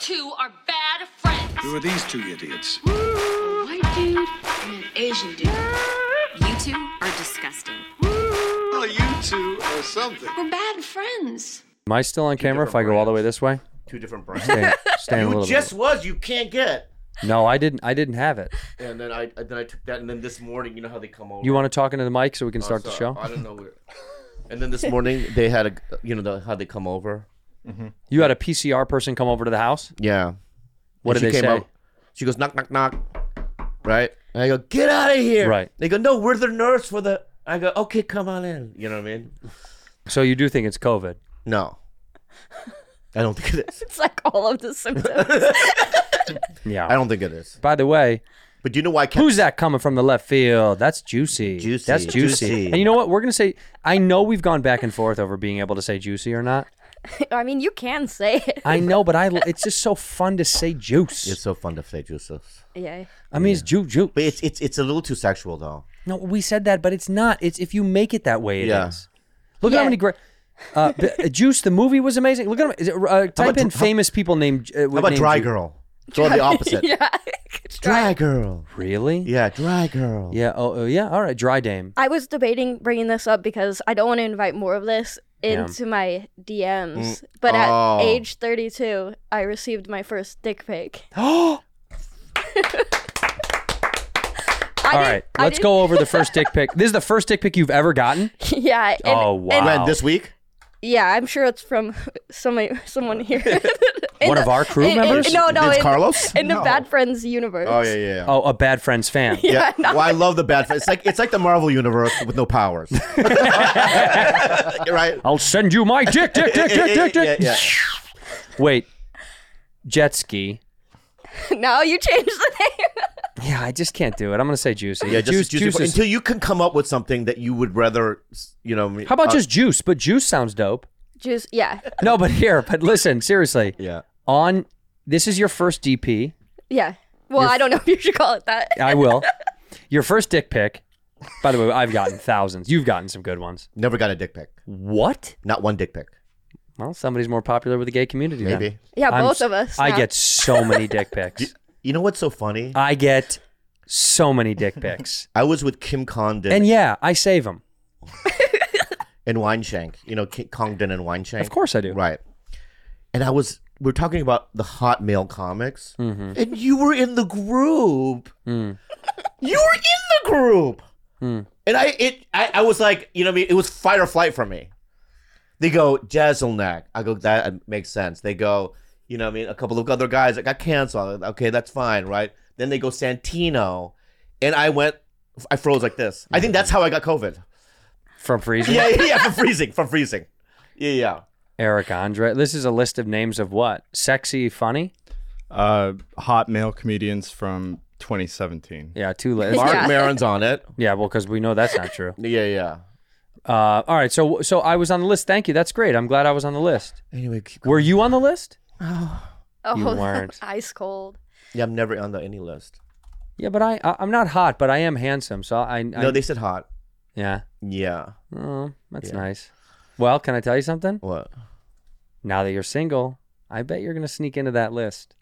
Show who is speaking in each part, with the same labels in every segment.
Speaker 1: two are bad friends.
Speaker 2: Who are these two idiots?
Speaker 3: White dude and an Asian dude.
Speaker 4: You two are disgusting.
Speaker 2: Well, you two are something.
Speaker 3: We're bad friends.
Speaker 5: Am I still on camera if I go all the way this way?
Speaker 6: Two different brands.
Speaker 5: Staying, staying a
Speaker 6: you
Speaker 5: little
Speaker 6: just
Speaker 5: bit.
Speaker 6: was. You can't get.
Speaker 5: No, I didn't. I didn't have it.
Speaker 6: And then I then I took that. And then this morning, you know how they come over.
Speaker 5: You want to talk into the mic so we can
Speaker 6: Oh,
Speaker 5: start the
Speaker 6: sorry.
Speaker 5: show?
Speaker 6: I don't know. Where... And then this morning they had a you know the, how they come over.
Speaker 5: You had a PCR person come over to the house.
Speaker 6: Yeah.
Speaker 5: What
Speaker 6: And
Speaker 5: did
Speaker 6: she
Speaker 5: they say?
Speaker 6: She goes knock knock knock. Right. And I go get out of here.
Speaker 5: Right.
Speaker 6: They go no, we're the nurse for the. I go okay, come on in. You know what I mean?
Speaker 5: So you do think it's COVID?
Speaker 6: No. I don't think it is.
Speaker 7: It's like all of the symptoms.
Speaker 5: Yeah.
Speaker 6: I don't think it is.
Speaker 5: By the way,
Speaker 6: But do you know why? I kept-
Speaker 5: who's that coming from the left field? That's juicy.
Speaker 6: Juicy,
Speaker 5: That's juicy.
Speaker 6: juicy.
Speaker 5: And you know what? We're gonna say. I know we've gone back and forth over being able to say juicy or not.
Speaker 7: I mean, you can say it.
Speaker 5: I know, but I. It's just so fun to say juice.
Speaker 6: It's so fun to say juices.
Speaker 7: Yeah.
Speaker 5: I mean, it's ju ju.
Speaker 6: But it's it's it's a little too sexual though.
Speaker 5: No, we said that, but it's not. It's if you make it that way, it is.
Speaker 6: Yeah.
Speaker 5: Look at how
Speaker 7: Yeah.
Speaker 5: many great. Uh, B- Juice, the movie was amazing. Look at him. Is it, uh, type
Speaker 6: about
Speaker 5: in
Speaker 6: dr- how-
Speaker 5: famous people named. Uh,
Speaker 6: How about dry girl? It's all the opposite.
Speaker 7: Yeah.
Speaker 6: Dry girl.
Speaker 5: Really?
Speaker 6: Yeah, dry girl.
Speaker 5: Yeah. Oh, oh, yeah. All right. Dry Dame.
Speaker 7: I was debating bringing this up because I don't want to invite more of this into my DMs.
Speaker 5: Mm.
Speaker 7: But at
Speaker 6: Oh.
Speaker 7: age 32, I received my first dick pic. I
Speaker 5: All
Speaker 7: didn't-
Speaker 5: right.
Speaker 7: I
Speaker 5: Let's
Speaker 7: didn't-
Speaker 5: go over the first dick pic. This is the first dick pic you've ever gotten.
Speaker 7: yeah. and-
Speaker 5: Oh,
Speaker 7: and-
Speaker 5: wow.
Speaker 6: When this week?
Speaker 7: yeah, I'm sure it's from somebody, someone here. In
Speaker 5: One
Speaker 7: the-
Speaker 5: of our crew
Speaker 7: in- in-
Speaker 5: members.
Speaker 7: Oh, no, no.
Speaker 6: Vince
Speaker 7: in,
Speaker 6: Carlos?
Speaker 7: In the
Speaker 6: No.
Speaker 7: Bad Friends universe.
Speaker 6: Oh yeah, yeah. yeah.
Speaker 5: Oh, a bad friend's fan.
Speaker 6: yeah, well, I love the bad. It's like it's like the Marvel universe with no powers, right?
Speaker 5: I'll send you my dick, dick, dick, dick, dick, dick.
Speaker 6: Yeah, yeah.
Speaker 5: Wait, jet ski.
Speaker 7: now you changed the name.
Speaker 5: Yeah, I just can't do it. I'm gonna say juicy.
Speaker 6: Yeah, just
Speaker 5: juice.
Speaker 6: juicy-
Speaker 5: juice is-
Speaker 6: until you can come up with something that you would rather, you know.
Speaker 5: How about
Speaker 6: uh,
Speaker 5: just juice? But juice sounds dope.
Speaker 7: Juice. Yeah.
Speaker 5: No, but here, but listen, seriously.
Speaker 6: yeah?
Speaker 5: On this is your first DP.
Speaker 7: Yeah. Well, I don't know if you should call it that.
Speaker 5: I will. Your first dick pic. By the way, I've gotten thousands. You've gotten some good ones.
Speaker 6: Never got a dick pic.
Speaker 5: What?
Speaker 6: Not one dick pic.
Speaker 5: Well, somebody's more popular with the gay community. then.
Speaker 6: Maybe.
Speaker 7: Yeah,
Speaker 5: I'm
Speaker 7: both
Speaker 5: s-
Speaker 7: of us.
Speaker 5: I
Speaker 7: now.
Speaker 5: get so many dick pics.
Speaker 6: You know what's so funny?
Speaker 5: I get so many dick pics.
Speaker 6: I was with Kim Condon
Speaker 5: And
Speaker 6: and,
Speaker 5: yeah, I save them.
Speaker 6: Wineshank. You know, Ki Congdon and Wineshank.
Speaker 5: Of course I do.
Speaker 6: Right. And I was we are talking about the hot male comics, and you were in the group. You were in the group, and I it I, I was like, you know, what I mean, it was fight or flight for me. They go Jezelnik. I go that uh, makes sense. They go, you know, what I mean, a couple of other guys that got canceled. Okay, that's fine, right? Then they go Santino, and I went, I froze like this. I think that's how I got COVID.
Speaker 5: From freezing.
Speaker 6: Yeah, yeah, yeah, from freezing, from freezing. Yeah, yeah.
Speaker 5: Eric Andre. This is a list of names of what? Sexy, funny?
Speaker 8: Uh, hot male comedians from 2017.
Speaker 5: Yeah, two lists.
Speaker 6: Mark
Speaker 7: Yeah.
Speaker 6: Maron's on it.
Speaker 5: Yeah, well, because we know that's not true.
Speaker 6: Yeah, yeah.
Speaker 5: Uh, all right, so so I was on the list. Thank you. That's great. I'm glad I was on the list.
Speaker 6: Anyway, keep
Speaker 5: Were you on the list?
Speaker 7: oh,
Speaker 5: you weren't.
Speaker 7: ice cold.
Speaker 6: Yeah, I'm never on the any list.
Speaker 5: Yeah, but I, I I'm not hot, but I am handsome. So I, I
Speaker 6: No, they said hot.
Speaker 5: yeah.
Speaker 6: Yeah.
Speaker 5: Oh, that's nice. Well, can I tell you something?
Speaker 6: What?
Speaker 5: Now that you're single, I bet you're gonna sneak into that list.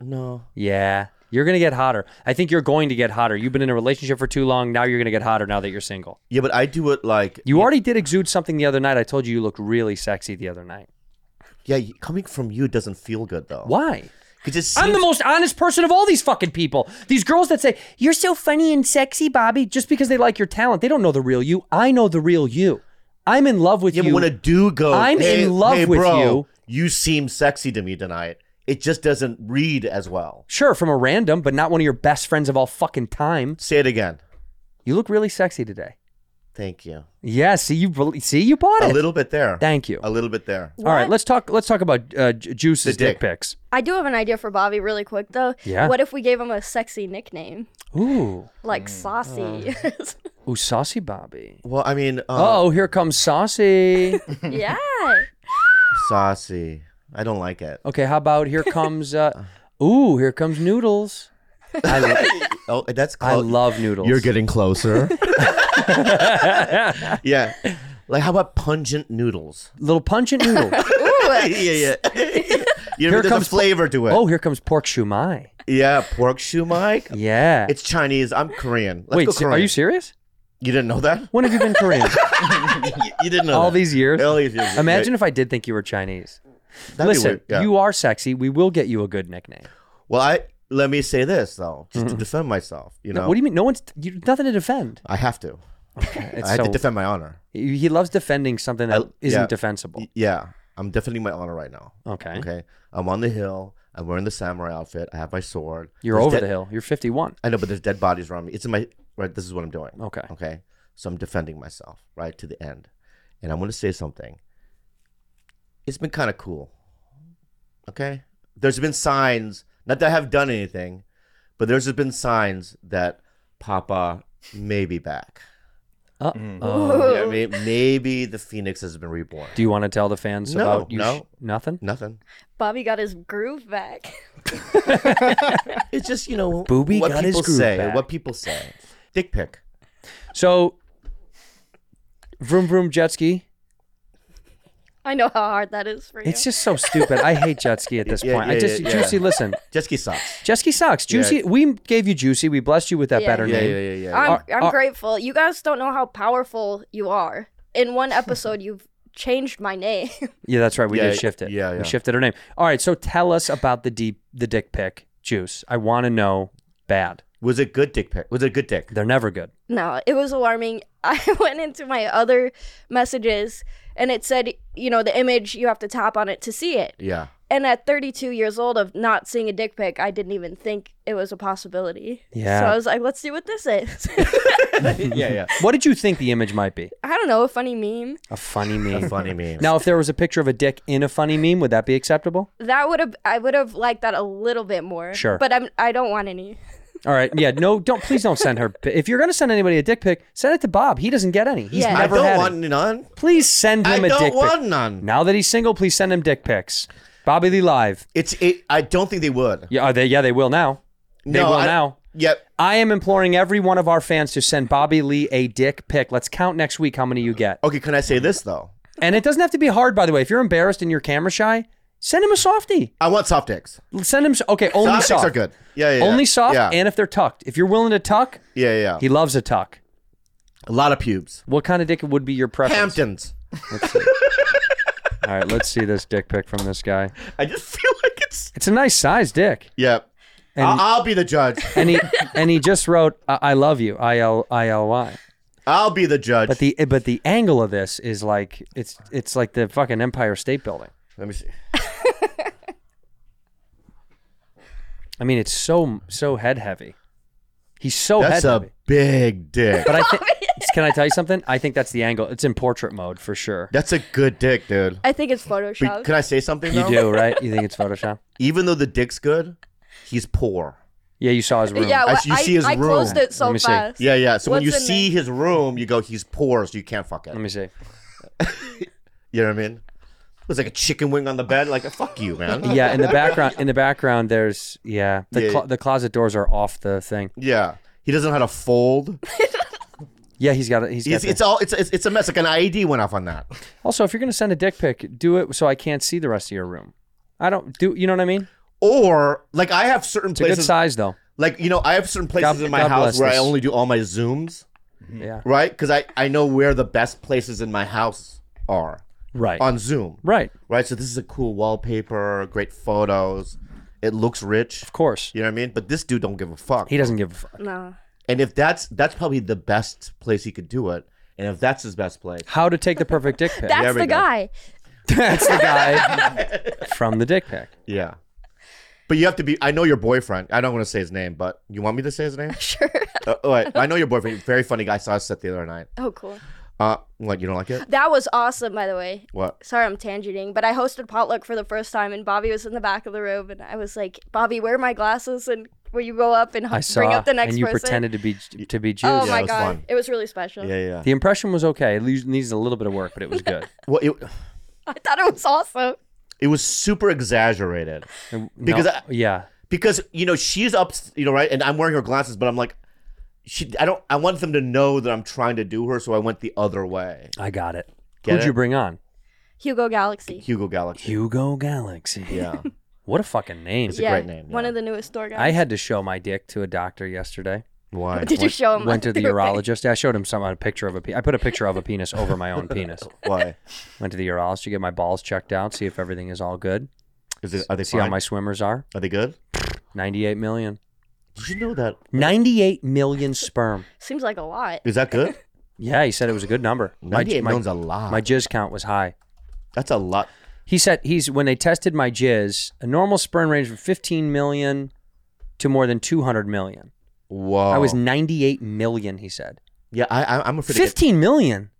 Speaker 6: No.
Speaker 5: Yeah, you're gonna get hotter. I think you're going to get hotter. You've been in a relationship for too long. Now you're gonna get hotter. Now that you're single,
Speaker 6: Yeah, but I do it like
Speaker 5: you already did exude something the other night. I told you you looked really sexy the other night.
Speaker 6: yeah. y- Coming from you doesn't feel good though.
Speaker 5: Why?
Speaker 6: Because it
Speaker 5: I'm
Speaker 6: seems
Speaker 5: the most honest person of all these fucking people. These girls that say, You're so funny and sexy, Bobby, just because they like your talent. They don't know the real you. I know the real you. I'm in love with
Speaker 6: yeah,
Speaker 5: you.
Speaker 6: but when a dude goes,
Speaker 5: I'm
Speaker 6: hey,
Speaker 5: in love
Speaker 6: hey,
Speaker 5: with
Speaker 6: bro, you. You seem sexy to me tonight. It just doesn't read as well.
Speaker 5: sure, from a random, but not one of your best friends of all fucking time.
Speaker 6: Say it again.
Speaker 5: You look really sexy today.
Speaker 6: Thank you.
Speaker 5: Yeah, see you bel- see you bought
Speaker 6: A
Speaker 5: it.
Speaker 6: little bit there.
Speaker 5: Thank you.
Speaker 6: A little bit there.
Speaker 5: all right, let's talk let's talk about uh, Ju- Juice's
Speaker 6: The
Speaker 5: dick.
Speaker 6: dick.
Speaker 5: pics.
Speaker 7: I do have an idea for Bobby, really quick though.
Speaker 5: Yeah?
Speaker 7: What if we gave him a sexy nickname
Speaker 5: Ooh.
Speaker 7: like Saucy?
Speaker 5: Ooh, saucy Bobby.
Speaker 6: Well, I mean, um,
Speaker 5: Oh, here comes saucy.
Speaker 7: yeah.
Speaker 6: saucy. I don't like it.
Speaker 5: okay, how about here comes uh Ooh, here comes noodles. I, lo-
Speaker 6: Oh, that's
Speaker 5: I
Speaker 6: close.
Speaker 5: love noodles.
Speaker 6: You're getting closer. yeah. Like, how about pungent noodles?
Speaker 5: little punch and noodle.
Speaker 6: yeah, yeah. You know,
Speaker 5: Here
Speaker 6: there's
Speaker 5: comes-
Speaker 6: a flavor to it.
Speaker 5: Oh, here comes pork shumai.
Speaker 6: yeah, pork shumai.
Speaker 5: Yeah.
Speaker 6: It's Chinese. I'm Korean. Let's
Speaker 5: Wait,
Speaker 6: go
Speaker 5: se- are
Speaker 6: Korean.
Speaker 5: you serious?
Speaker 6: You didn't know that?
Speaker 5: When have you been Korean?
Speaker 6: You- you didn't know
Speaker 5: All
Speaker 6: that.
Speaker 5: these years?
Speaker 6: All these years.
Speaker 5: Imagine
Speaker 6: Right.
Speaker 5: if I did think you were Chinese.
Speaker 6: That'd be
Speaker 5: Listen,
Speaker 6: weird. Yeah.
Speaker 5: you are sexy. We will get you a good nickname.
Speaker 6: Well, I let me say this though, just to defend myself. You know,
Speaker 5: What do you mean? Mm-hmm. No one's you, nothing to defend.
Speaker 6: I have to.
Speaker 5: It's
Speaker 6: I have
Speaker 5: so-
Speaker 6: to defend my honor.
Speaker 5: he loves defending something that
Speaker 6: I-
Speaker 5: isn't
Speaker 6: yeah.
Speaker 5: defensible.
Speaker 6: Y- Yeah, I'm defending my honor right now.
Speaker 5: Okay.
Speaker 6: Okay. I'm on the hill. I'm wearing the samurai outfit. I have my sword.
Speaker 5: You're
Speaker 6: There's
Speaker 5: over
Speaker 6: dead-
Speaker 5: the hill. You're 51.
Speaker 6: I know, but there's dead bodies around me. It's in my right. This is what I'm doing.
Speaker 5: Okay.
Speaker 6: Okay. So I'm defending myself right to the end, and I'm going to say something. It's been kind of cool. Okay. There's been signs. Not that I have done anything, but there's been signs that Papa may be back. Oh.
Speaker 5: Uh,
Speaker 6: You know what I mean? maybe the phoenix has been reborn.
Speaker 5: do you want to tell the fans
Speaker 6: No,
Speaker 5: about you?
Speaker 6: no.
Speaker 5: nothing?
Speaker 6: Nothing.
Speaker 7: Bobby got his groove back.
Speaker 6: It's just you know
Speaker 5: Booby
Speaker 6: what
Speaker 5: got his
Speaker 6: people
Speaker 5: groove
Speaker 6: say.
Speaker 5: back.
Speaker 6: What people say. Dick pic.
Speaker 5: So, vroom vroom jet ski.
Speaker 7: I know how hard that is for you.
Speaker 5: It's just so stupid. I hate jet ski at this
Speaker 6: Yeah,
Speaker 5: point. I
Speaker 6: yeah,
Speaker 5: just,
Speaker 6: yeah, yeah.
Speaker 5: Juicy, listen.
Speaker 6: Jet ski socks.
Speaker 5: Jet ski sucks. Juicy, we gave you Juicy. We blessed you with that
Speaker 7: Yeah.
Speaker 5: better
Speaker 6: Yeah,
Speaker 5: name.
Speaker 6: yeah, yeah, yeah.
Speaker 7: I'm,
Speaker 5: Are-
Speaker 7: I'm
Speaker 5: are-
Speaker 7: grateful. You guys don't know how powerful you are. In one episode, you've changed my name.
Speaker 5: Yeah, that's right. We
Speaker 6: Yeah,
Speaker 5: did shift it.
Speaker 6: yeah, yeah.
Speaker 5: we shifted her name. All right, so tell us about the deep the dick pic juice. I want to know bad.
Speaker 6: Was it good dick pic? Was it good dick?
Speaker 5: They're never good.
Speaker 7: no, it was alarming. I went into my other messages and it said, you know, the image, you have to tap on it to see it.
Speaker 6: Yeah.
Speaker 7: And at 32 years old of not seeing a dick pic, I didn't even think it was a possibility.
Speaker 5: Yeah.
Speaker 7: So I was like, let's see what this is.
Speaker 6: yeah, yeah.
Speaker 5: What did you think the image might be?
Speaker 7: I don't know, a funny meme.
Speaker 5: A funny meme.
Speaker 6: Funny meme.
Speaker 5: now, if there was a picture of a dick in a funny meme, would that be acceptable?
Speaker 7: That would have I would have liked that a little bit more.
Speaker 5: Sure.
Speaker 7: But I'm I don't want any.
Speaker 5: All right. Yeah. No. Don't please don't send her. pi- If you're gonna send anybody a dick pic, send it to Bob. He doesn't get any. He's
Speaker 7: Yeah. I
Speaker 6: I
Speaker 5: never
Speaker 6: don't
Speaker 5: had
Speaker 6: want
Speaker 5: any.
Speaker 6: none.
Speaker 5: Please send
Speaker 6: I
Speaker 5: him a dick
Speaker 6: don't want
Speaker 5: pic.
Speaker 6: none.
Speaker 5: Now that he's single, please send him dick pics. Bobby Lee Live.
Speaker 6: It's it. I don't think they would.
Speaker 5: Yeah. Are they? Yeah. They will now. They
Speaker 6: No,
Speaker 5: will
Speaker 6: I-
Speaker 5: now.
Speaker 6: Yep.
Speaker 5: I am imploring every one of our fans to send Bobby Lee a dick pic. Let's count next week how many you get.
Speaker 6: Okay. Can I say this though?
Speaker 5: And it doesn't have to be hard, by the way. If you're embarrassed and you're camera shy, send him a softie.
Speaker 6: I want soft dicks.
Speaker 5: Send him s- okay. Only
Speaker 6: soft
Speaker 5: soft.
Speaker 6: dicks are good. Yeah, yeah. yeah.
Speaker 5: Only soft,
Speaker 6: Yeah,
Speaker 5: and if they're tucked. If you're willing to tuck,
Speaker 6: yeah, yeah.
Speaker 5: he loves a tuck.
Speaker 6: a lot of pubes.
Speaker 5: What kind of dick would be your preference?
Speaker 6: Hamptons.
Speaker 5: All right, let's see this dick pic from this guy.
Speaker 6: I just feel like it's.
Speaker 5: It's a nice size dick,
Speaker 6: Yep. I'll, I'll be the judge.
Speaker 5: and he and he just wrote "I, I love you," I L I L Y.
Speaker 6: I'll be the judge.
Speaker 5: But the eh, but the angle of this is like it's it's like the fucking Empire State Building.
Speaker 6: Let me see.
Speaker 5: I mean, it's so so head heavy. He's so
Speaker 6: That's
Speaker 5: Oh, head
Speaker 6: a
Speaker 5: heavy.
Speaker 6: big dick.
Speaker 5: But I think can I tell you something? I think that's the angle. It's in portrait mode for sure.
Speaker 6: That's a good dick, dude.
Speaker 7: I think it's
Speaker 6: Be-
Speaker 7: Photoshop.
Speaker 6: can I say something?
Speaker 5: You
Speaker 6: though?
Speaker 5: do right? You think it's Photoshop?
Speaker 6: Even though the dick's good, he's poor.
Speaker 5: Yeah, you saw his room.
Speaker 7: Yeah,
Speaker 6: As you
Speaker 7: I,
Speaker 6: see his
Speaker 7: I closed
Speaker 6: room.
Speaker 7: it so
Speaker 5: Let me see.
Speaker 7: fast.
Speaker 6: Yeah, yeah. So when
Speaker 7: What's
Speaker 6: you
Speaker 7: in
Speaker 6: see his room, you go, he's poor, so you can't fuck it.
Speaker 5: Let me see.
Speaker 6: You know what I mean? It was like a chicken wing on the bed. Like, fuck you, man.
Speaker 5: Yeah, in the background, in the background, there's yeah. The
Speaker 6: Yeah.
Speaker 5: clo- the closet doors are off the thing.
Speaker 6: Yeah. He doesn't know how to fold.
Speaker 5: Yeah, he's got it. He's got
Speaker 6: It's,
Speaker 5: the-
Speaker 6: it's all it's, it's it's a mess. Like an IED went off on that.
Speaker 5: Also, if you're gonna send a dick pic, do it so I can't see the rest of your room. I don't do. You know what I mean?
Speaker 6: Or like I have certain
Speaker 5: It's a good
Speaker 6: places.
Speaker 5: size though.
Speaker 6: Like you know, I have certain places
Speaker 5: God-
Speaker 6: in my
Speaker 5: God bless
Speaker 6: house where I
Speaker 5: this.
Speaker 6: only do all my zooms,
Speaker 5: Yeah.
Speaker 6: right? Because I I know where the best places in my house are
Speaker 5: Right.
Speaker 6: on Zoom,
Speaker 5: right.
Speaker 6: right? So this is a cool wallpaper, great photos. It looks rich.
Speaker 5: Of course.
Speaker 6: You know what I mean? But this dude don't give a fuck.
Speaker 5: He doesn't give a fuck.
Speaker 7: No.
Speaker 6: And if that's that's probably the best place he could do it. And if that's his best place,
Speaker 5: How to take the perfect dick pic?
Speaker 7: That's
Speaker 6: we
Speaker 7: the
Speaker 6: go.
Speaker 7: guy.
Speaker 5: That's the guy from the dick pic.
Speaker 6: yeah. But you have to be. I know your boyfriend. I don't want to say his name, but you want me to say his name?
Speaker 7: Sure.
Speaker 6: uh, all right. I know your boyfriend. Very funny guy. I saw his set the other night.
Speaker 7: Oh, cool.
Speaker 6: Uh, what? You don't like it?
Speaker 7: That was awesome, by the way.
Speaker 6: What?
Speaker 7: Sorry, I'm tangenting, but I hosted potluck for the first time, and Bobby was in the back of the room, and I was like, "Bobby, where are my glasses?" And will you go up and
Speaker 5: I
Speaker 7: h-
Speaker 5: saw.
Speaker 7: bring up the next
Speaker 5: and you
Speaker 7: person?
Speaker 5: pretended to be to be Jews.
Speaker 7: oh
Speaker 6: Yeah, it
Speaker 7: my
Speaker 6: was
Speaker 7: god,
Speaker 6: fun.
Speaker 7: it was really special.
Speaker 6: Yeah, yeah.
Speaker 5: The impression was okay. It le- needs a little bit of work, but it was good.
Speaker 6: Well, it
Speaker 7: I thought it was awesome.
Speaker 6: it was super exaggerated
Speaker 5: And-
Speaker 6: Because
Speaker 5: no-
Speaker 6: I-
Speaker 5: yeah,
Speaker 6: because you know she's up, you know, right? And I'm wearing her glasses, but I'm like, she. I don't. I want them to know that I'm trying to do her, so I went the other way.
Speaker 5: I got it.
Speaker 6: Get
Speaker 5: Who'd you
Speaker 6: it?
Speaker 5: bring on?
Speaker 7: Hugo Galaxy.
Speaker 6: Hugo Galaxy.
Speaker 5: Hugo Galaxy.
Speaker 6: Yeah.
Speaker 5: What a fucking name.
Speaker 6: a great name,
Speaker 7: One
Speaker 6: yeah.
Speaker 7: of the newest store guys.
Speaker 5: I had to show my dick to a doctor yesterday.
Speaker 6: Why?
Speaker 7: Did you show him?
Speaker 5: Went to the
Speaker 7: your pic?
Speaker 5: urologist. I showed him some a picture of a pe- I put a picture of a penis over my own penis.
Speaker 6: Why?
Speaker 5: Went to the urologist to get my balls checked out, see if everything is all good.
Speaker 6: Is it, are they
Speaker 5: See how
Speaker 6: fine?
Speaker 5: my swimmers are.
Speaker 6: Are they good?
Speaker 5: 98 million.
Speaker 6: Did you know that?
Speaker 5: 98 million sperm.
Speaker 7: Seems like a lot.
Speaker 6: Is that good?
Speaker 5: Yeah, he said it was a good number. My-
Speaker 6: 98
Speaker 5: my-
Speaker 6: million's a lot.
Speaker 5: My jizz count was high.
Speaker 6: That's a lot.
Speaker 5: He said he's when they tested my jizz, a normal sperm range from 15 million to more than 200 million.
Speaker 6: Whoa.
Speaker 5: I was 98 million. He said
Speaker 6: Yeah, I, I, I'm afraid. to get-
Speaker 5: 15 million.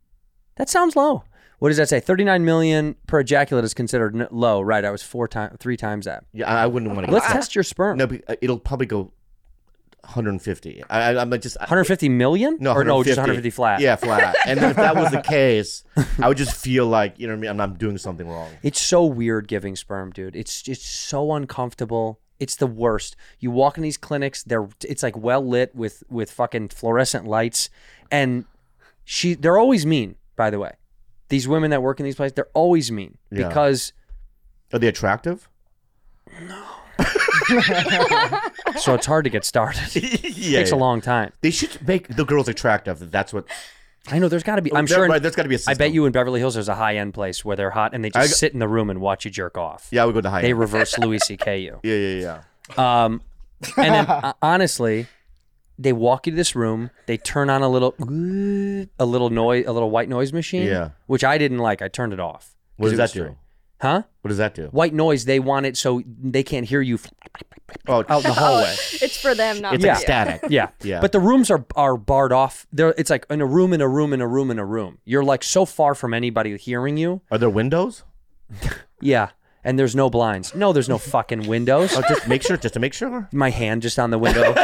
Speaker 5: That sounds low. What does that say? 39 million per ejaculate is considered n- low, right? I was four times, three times that.
Speaker 6: yeah, I I wouldn't want to.
Speaker 5: Let's
Speaker 6: get
Speaker 5: test your sperm.
Speaker 6: No, be- uh, it'll probably go 150. I, I, I'm like just I-
Speaker 5: 150 million?
Speaker 6: No,
Speaker 5: or
Speaker 6: 150.
Speaker 5: no, just 150 flat.
Speaker 6: Yeah, flat. and then if that was the case, I would just feel like you know what I mean. I'm, I'm doing something wrong.
Speaker 5: It's so weird giving sperm, dude. It's it's so uncomfortable. It's the worst. You walk in these clinics, they're it's like well lit with with fucking fluorescent lights, and she they're always mean. By the way, these women that work in these places, they're always mean
Speaker 6: Yeah.
Speaker 5: because
Speaker 6: Are they attractive?
Speaker 5: so it's hard to get started. It
Speaker 6: yeah,
Speaker 5: takes a long time.
Speaker 6: They should make the girls attractive. That's what.
Speaker 5: I know there's got to be. I'm
Speaker 6: There-
Speaker 5: sure. in-
Speaker 6: right, there's got to be a
Speaker 5: I
Speaker 6: system.
Speaker 5: bet you in Beverly Hills there's a high end place where they're hot and they just
Speaker 6: I-
Speaker 5: sit in the room and watch you jerk off.
Speaker 6: Yeah, we go to high.
Speaker 5: They
Speaker 6: end.
Speaker 5: reverse Louis C.K. you.
Speaker 6: yeah, yeah, yeah.
Speaker 5: Um, and then uh, honestly, they walk into this room. They turn on a little, a little noise, a little white noise machine.
Speaker 6: Yeah.
Speaker 5: Which I didn't like. I turned it off.
Speaker 6: What
Speaker 5: 'Cause
Speaker 6: does
Speaker 5: it was
Speaker 6: that do?
Speaker 5: strange. Huh?
Speaker 6: What does that do?
Speaker 5: White noise. They want it so they can't hear you f-
Speaker 6: Oh,
Speaker 5: out in the hallway.
Speaker 7: It's for them, not
Speaker 6: it's
Speaker 7: for
Speaker 5: Yeah.
Speaker 6: like static.
Speaker 5: Yeah.
Speaker 6: Yeah.
Speaker 5: But the rooms are are barred off. There, it's like in a room, in a room, in a room, in a room. You're like so far from anybody hearing you.
Speaker 6: Are there windows?
Speaker 5: Yeah. And there's no blinds. No, there's no fucking windows.
Speaker 6: Oh, just make sure. Just to make sure.
Speaker 5: My hand just on the window,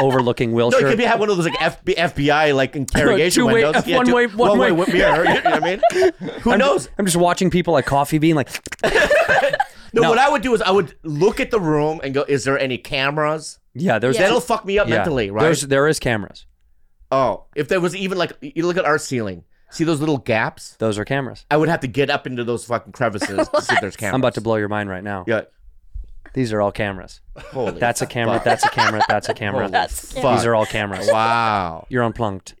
Speaker 5: overlooking
Speaker 6: No,
Speaker 5: Wilshire.
Speaker 6: it could be have one of those like FB, FBI like interrogation
Speaker 5: Two-way-
Speaker 6: windows.
Speaker 5: one way- one
Speaker 6: one
Speaker 5: way.
Speaker 6: wi- mirror. You know what I mean? Who knows?
Speaker 5: I'm just watching people at Coffee Bean, like,
Speaker 6: No,
Speaker 5: No.
Speaker 6: what I would do is I would look at the room and go, "Is there any cameras?"
Speaker 5: yeah, there's
Speaker 6: That'll fuck me up
Speaker 5: yeah.
Speaker 6: mentally, right?
Speaker 5: There's there is cameras.
Speaker 6: oh, if there was even like you look at our ceiling, see those little gaps?
Speaker 5: Those are cameras.
Speaker 6: I would have to get up into those fucking crevices to see if there's cameras.
Speaker 5: I'm about to blow your mind right now.
Speaker 6: Yeah,
Speaker 5: These are all cameras.
Speaker 6: holy.
Speaker 5: That's a camera.
Speaker 6: fuck.
Speaker 5: That's a camera. That's a camera.
Speaker 6: Holy fuck.
Speaker 5: These are all cameras.
Speaker 6: wow.
Speaker 5: You're unplunked.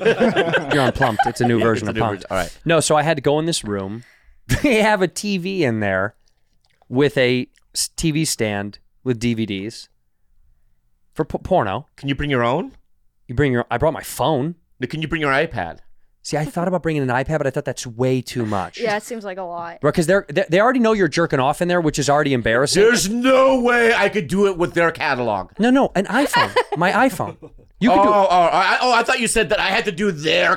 Speaker 5: You're unplunked. It's a new version
Speaker 6: a
Speaker 5: of
Speaker 6: new
Speaker 5: plunked.
Speaker 6: version. All right.
Speaker 5: No, so I had to go in this room. they have a TV in there with a s- TV stand with DVDs for p- porno.
Speaker 6: Can you bring your own?
Speaker 5: You bring your. I brought my phone.
Speaker 6: Can you bring your iPad?
Speaker 5: See, I thought about bringing an iPad, but I thought that's way too much.
Speaker 7: Yeah, it seems like a lot.
Speaker 5: because they're they, they already know you're jerking off in there, which is already embarrassing.
Speaker 6: There's no way I could do it with their catalog.
Speaker 5: no, no, an iPhone, my iPhone. You
Speaker 6: Oh,
Speaker 5: can do it.
Speaker 6: oh, I, oh, I thought you said that I had to do their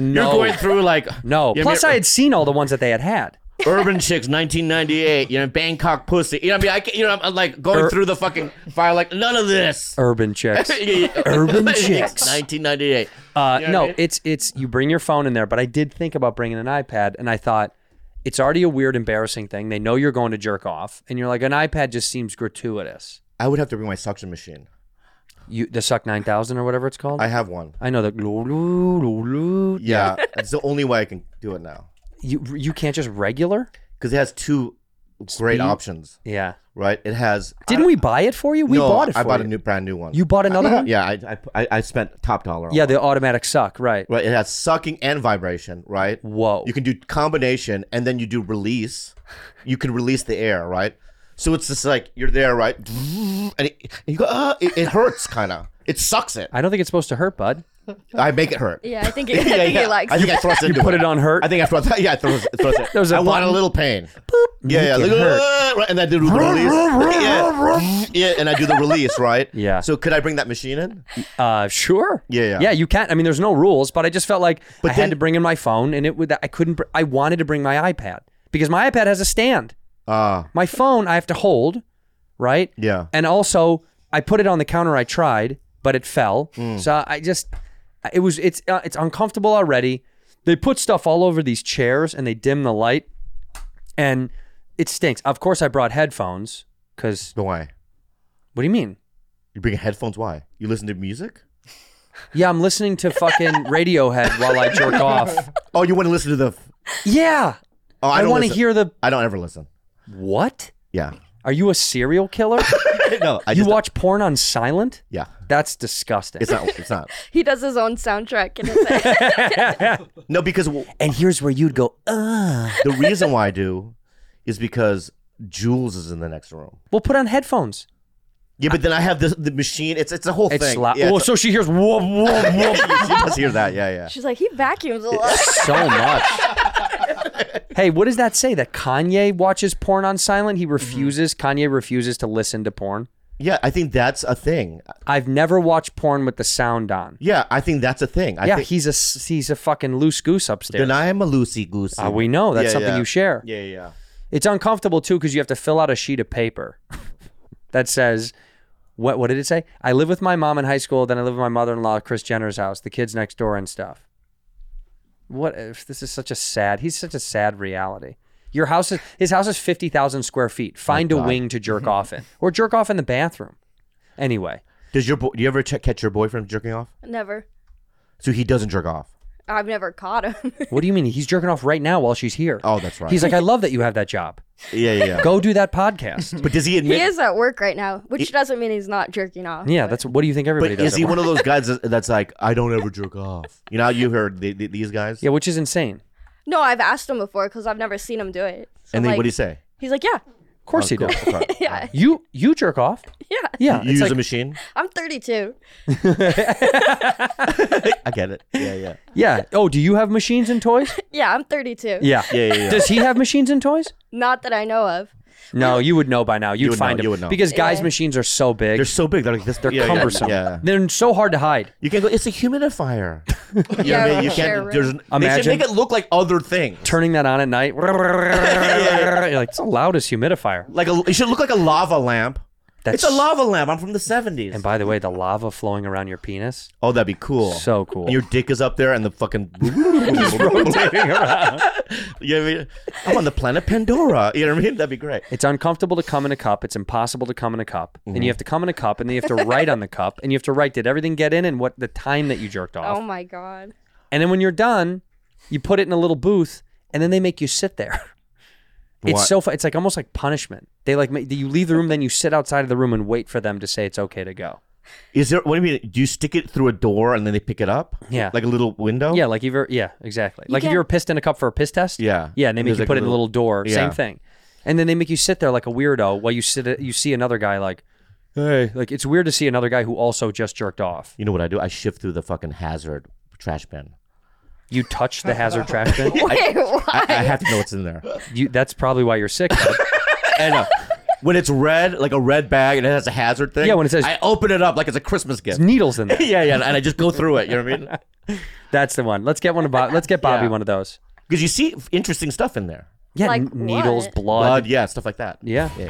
Speaker 5: No, no.
Speaker 6: You're going through like
Speaker 5: No,
Speaker 6: You know what
Speaker 5: plus
Speaker 6: mean?
Speaker 5: I had seen all the ones that they had had.
Speaker 6: Urban Chicks, 1998. You know, Bangkok Pussy. You know, what I mean, I, can't- you know, I'm, I'm like going
Speaker 5: Ur-
Speaker 6: through the fucking file, like none of this.
Speaker 5: Urban chicks. Urban
Speaker 6: Er Urban
Speaker 5: Chicks.
Speaker 6: 1998.
Speaker 5: Uh,
Speaker 6: You know
Speaker 5: no,
Speaker 6: what I mean?
Speaker 5: it's it's you bring your phone in there, but I did think about bringing an iPad, and I thought it's already a weird, embarrassing thing. They know you're going to jerk off, and you're like an iPad just seems gratuitous.
Speaker 6: I would have to bring my suction machine.
Speaker 5: You the suck nine thousand or whatever it's called.
Speaker 6: I
Speaker 5: I,
Speaker 6: have one.
Speaker 5: know the loo, loo, loo, loo.
Speaker 6: Yeah, it's the only way I can do it now
Speaker 5: You you can't just regular.
Speaker 6: because it has two great
Speaker 5: Speed?
Speaker 6: options.
Speaker 5: Yeah.
Speaker 6: Right, it has.
Speaker 5: Didn't we buy it for you? We
Speaker 6: no,
Speaker 5: bought it. For
Speaker 6: I bought
Speaker 5: you.
Speaker 6: a new, brand new one.
Speaker 5: You bought another one.
Speaker 6: Yeah, I, I, I, I spent top dollar. On
Speaker 5: Yeah,
Speaker 6: one.
Speaker 5: the automatic suck, right?
Speaker 6: right. It has sucking and vibration. Right.
Speaker 5: Whoa.
Speaker 6: You can do combination and then you do release. You can release the air, right? So it's just like you're there, right? And, it, and you go, ah, it, it hurts kind of. It sucks it.
Speaker 5: I don't think it's supposed to hurt, bud.
Speaker 6: I make it hurt.
Speaker 7: Yeah, I think it, I think it likes.
Speaker 6: I think I thrust into
Speaker 5: Put
Speaker 6: it.
Speaker 5: it on hurt.
Speaker 6: I think I thrust. Yeah, I thrust, thrust it.
Speaker 5: There's a
Speaker 6: I want a
Speaker 5: button.
Speaker 6: little pain. Yeah, yeah.
Speaker 5: Make
Speaker 6: Like,
Speaker 5: it hurt.
Speaker 6: "Ah," right, and I do the release. yeah. yeah, and I do the release, right?
Speaker 5: Yeah.
Speaker 6: So could I bring that machine in?
Speaker 5: Uh, sure.
Speaker 6: Yeah, yeah.
Speaker 5: Yeah, you can't. I mean, there's no rules, but I just felt like
Speaker 6: But
Speaker 5: I
Speaker 6: then-
Speaker 5: had to bring in my phone, and it would. I couldn't. br- I wanted to bring my iPad because my iPad has a stand.
Speaker 6: Ah,
Speaker 5: My phone I have to hold, right?
Speaker 6: yeah.
Speaker 5: And also, I put it on the counter. I tried, but it fell.
Speaker 6: Mm.
Speaker 5: So I just, it was. It's uh, it's uncomfortable already. They put stuff all over these chairs, and they dim the light, and it stinks. Of course, I brought headphones because.
Speaker 6: But why?
Speaker 5: What do you mean?
Speaker 6: You bring headphones? Why? You listen to music?
Speaker 5: Yeah, I'm listening to fucking Radiohead while I jerk off.
Speaker 6: Oh, you want to listen to the?
Speaker 5: Yeah.
Speaker 6: Oh, I,
Speaker 5: I,
Speaker 6: don't
Speaker 5: want to
Speaker 6: listen.
Speaker 5: hear the
Speaker 6: I don't ever listen.
Speaker 5: what?
Speaker 6: Yeah.
Speaker 5: Are you a serial killer?
Speaker 6: no, I
Speaker 5: you
Speaker 6: just
Speaker 5: watch porn on silent?
Speaker 6: Yeah,
Speaker 5: That's disgusting.
Speaker 6: it's not. It's not.
Speaker 7: He does his own soundtrack in his head.
Speaker 6: No, because w-
Speaker 5: and here's where you'd go, uh. ugh.
Speaker 6: the reason why I do is because Jules is in the next room.
Speaker 5: We'll put on headphones.
Speaker 6: Yeah, but then I have the the machine. It's it's a whole
Speaker 5: It's
Speaker 6: thing.
Speaker 5: loud.
Speaker 6: Yeah,
Speaker 5: oh,
Speaker 6: it's
Speaker 5: so she hears whoop whoop whoop
Speaker 6: a- she does hear that. Yeah, yeah.
Speaker 7: She's like, he vacuums a lot.
Speaker 5: so much. hey, what does that say? That Kanye watches porn on silent?
Speaker 6: Mm-hmm.
Speaker 5: He refuses. Kanye refuses to listen to porn.
Speaker 6: Yeah, I think that's a thing.
Speaker 5: I've never watched porn with the sound on.
Speaker 6: Yeah, I think that's a thing. I
Speaker 5: yeah,
Speaker 6: think,
Speaker 5: he's a s- he's a fucking loose goose upstairs.
Speaker 6: then I am a loosey goosey.
Speaker 5: Uh, we know that's
Speaker 6: Yeah,
Speaker 5: something
Speaker 6: yeah.
Speaker 5: you share.
Speaker 6: Yeah, yeah.
Speaker 5: It's uncomfortable too because you have to fill out a sheet of paper that says, "What? What did it say? I live with my mom in high school. Then I live with my mother-in-law, Chris Jenner's house, the kids next door, and stuff." What if this is such a sad? He's such a sad reality. Your house is his house is fifty thousand square feet. Find a wing to jerk off in, or jerk off in the bathroom. Anyway,
Speaker 6: Does your bo- you ever check, catch your boyfriend jerking off?
Speaker 7: Never.
Speaker 6: So he doesn't jerk off.
Speaker 7: I've never caught him.
Speaker 5: what do you mean he's jerking off right now while she's here?
Speaker 6: Oh, that's right.
Speaker 5: He's like, I love that you have that job.
Speaker 6: yeah, yeah. yeah.
Speaker 5: Go do that podcast.
Speaker 6: But does he admit?
Speaker 7: he is at work right now, which doesn't mean he's not jerking off.
Speaker 5: Yeah, that's what do you think everybody
Speaker 6: but
Speaker 5: does?
Speaker 6: is
Speaker 5: at
Speaker 6: he
Speaker 5: work?
Speaker 6: one of those guys that- that's like, I don't ever jerk off? You know, how you heard the, the, these guys.
Speaker 5: yeah, which is insane.
Speaker 7: No, I've asked him before because I've never seen him do it. So
Speaker 6: And then
Speaker 7: like,
Speaker 6: what do you say?
Speaker 7: He's like, yeah,
Speaker 5: Of course he
Speaker 6: Oh, Cool.
Speaker 5: does.
Speaker 6: Okay.
Speaker 7: yeah,
Speaker 5: You you jerk off.
Speaker 7: yeah.
Speaker 5: Yeah,
Speaker 6: You
Speaker 5: it's
Speaker 6: use
Speaker 5: like-
Speaker 6: a machine.
Speaker 7: I'm 32.
Speaker 6: I get it. Yeah, yeah,
Speaker 5: yeah. Oh, do you have machines and toys?
Speaker 7: Yeah, I'm 32.
Speaker 5: Yeah.
Speaker 6: yeah, yeah. yeah.
Speaker 5: Does he have machines and toys?
Speaker 7: Not that I know of.
Speaker 5: No, you would know by now. You'd
Speaker 6: would
Speaker 5: find
Speaker 6: know,
Speaker 5: him
Speaker 6: you would know.
Speaker 5: because guys' machines are so big.
Speaker 6: They're so big. They're like this.
Speaker 5: They're
Speaker 6: yeah, yeah,
Speaker 5: cumbersome.
Speaker 6: Yeah.
Speaker 5: They're so hard to hide.
Speaker 6: You can go. It's a humidifier. You know
Speaker 7: Yeah,
Speaker 6: what I mean? You
Speaker 7: sure,
Speaker 6: can't.
Speaker 7: right.
Speaker 6: There's. They
Speaker 5: Imagine.
Speaker 6: should make it look like other things.
Speaker 5: Turning that on at night, you're like it's the loudest humidifier.
Speaker 6: Like a. It should look like a lava lamp.
Speaker 5: That's
Speaker 6: it's a lava lamp. I'm from the 70s.
Speaker 5: And by the way, the lava flowing around your penis,
Speaker 6: oh, that'd be cool.
Speaker 5: so cool.
Speaker 6: Your dick is up there, and the fucking rotating around. You know what I mean? I'm on the planet Pandora. You know what I mean? That'd be great.
Speaker 5: It's uncomfortable to come in a cup. It's impossible to come in a cup.
Speaker 6: Mm-hmm.
Speaker 5: And you have to come in a cup, and then you have to write on the cup, and you have to write did everything get in and what the time that you jerked off.
Speaker 7: Oh my god.
Speaker 5: And then when you're done, you put it in a little booth, and then they make you sit there. It's
Speaker 6: What?
Speaker 5: so fun. It's like almost like punishment. They like make, you leave the room, then you sit outside of the room and wait for them to say it's okay to go.
Speaker 6: Is there? What do you mean? Do you stick it through a door and then they pick it up?
Speaker 5: Yeah.
Speaker 6: Like a little window.
Speaker 5: Yeah, like if you're yeah, exactly. like if
Speaker 7: can't-
Speaker 5: you were pissed in a cup for a piss test.
Speaker 6: Yeah.
Speaker 5: yeah, and they make
Speaker 6: There's
Speaker 5: you
Speaker 6: like
Speaker 5: put it
Speaker 6: a
Speaker 5: in a
Speaker 6: little-
Speaker 5: little door.
Speaker 6: Yeah.
Speaker 5: Same thing. And then they make you sit there like a weirdo while you sit. You see another guy like, hey, like it's weird to see another guy who also just jerked off.
Speaker 6: You know what I do? I shift through the fucking hazard trash bin.
Speaker 5: You touch the hazard trash bin.
Speaker 7: Wait, what?
Speaker 6: I, I have to know what's in there.
Speaker 5: You, that's probably why you're sick. bud.
Speaker 6: And uh, when it's red, like a red bag, and it has a hazard thing.
Speaker 5: Yeah, when it says-
Speaker 6: I open it up like it's a Christmas gift.
Speaker 5: Needles in there.
Speaker 6: yeah, yeah, and I just go through it. You know what I mean?
Speaker 5: That's the one. Let's get one of Bob. Let's get Bobby
Speaker 6: Yeah.
Speaker 5: one of those.
Speaker 6: Because you see f- interesting stuff in there.
Speaker 5: Yeah,
Speaker 7: Like
Speaker 5: n- needles,
Speaker 7: what?
Speaker 5: blood.
Speaker 6: Blood, yeah, stuff like that.
Speaker 5: Yeah.
Speaker 6: Yeah.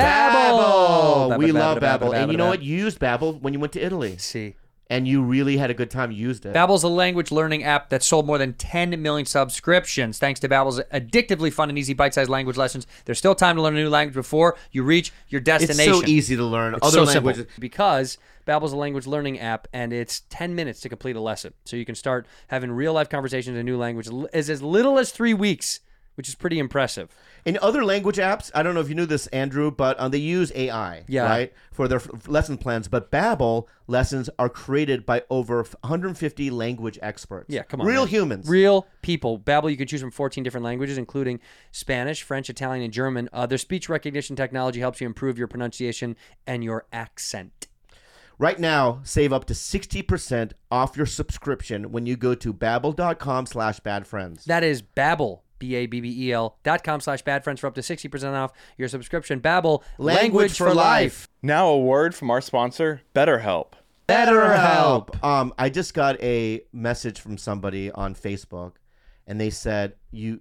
Speaker 5: Babel.
Speaker 6: we love Babel. And you know what? You used Babel when you went to Italy,
Speaker 5: See,
Speaker 6: and you really had a good time. You used it.
Speaker 5: Babel's a language learning app that sold more than 10 million subscriptions. Thanks to Babel's addictively fun and easy bite-sized language lessons, there's still time to learn a new language before you reach your
Speaker 6: it's
Speaker 5: destination.
Speaker 6: so easy to learn
Speaker 5: It's
Speaker 6: other
Speaker 5: so simple.
Speaker 6: languages.
Speaker 5: because Babel's a language learning app and it's 10 minutes to complete a lesson. So you can start having real life conversations in a new language l- as as little as 3 weeks, which is pretty impressive.
Speaker 6: In other language apps, I don't know if you knew this, Andrew, but um, they use AI,
Speaker 5: Yeah.
Speaker 6: right, for their f- lesson plans. But Babel lessons are created by over 150 language experts.
Speaker 5: Yeah, come on.
Speaker 6: real
Speaker 5: man.
Speaker 6: humans.
Speaker 5: Real people. Babbel, you can choose from 14 different languages, including Spanish, French, Italian, and German. Uh, their speech recognition technology helps you improve your pronunciation and your accent.
Speaker 6: Right now, save up to 60% off your subscription when you go to babbel.com slash badfriends.
Speaker 5: That is Babbel, B-A-B-B-E-L E dot com slash bad friends for up to 60% off your subscription. Babbel, language, for life.
Speaker 8: Now, a word from our sponsor, BetterHelp.
Speaker 6: BetterHelp. Um, I just got a message from somebody on Facebook, and they said you,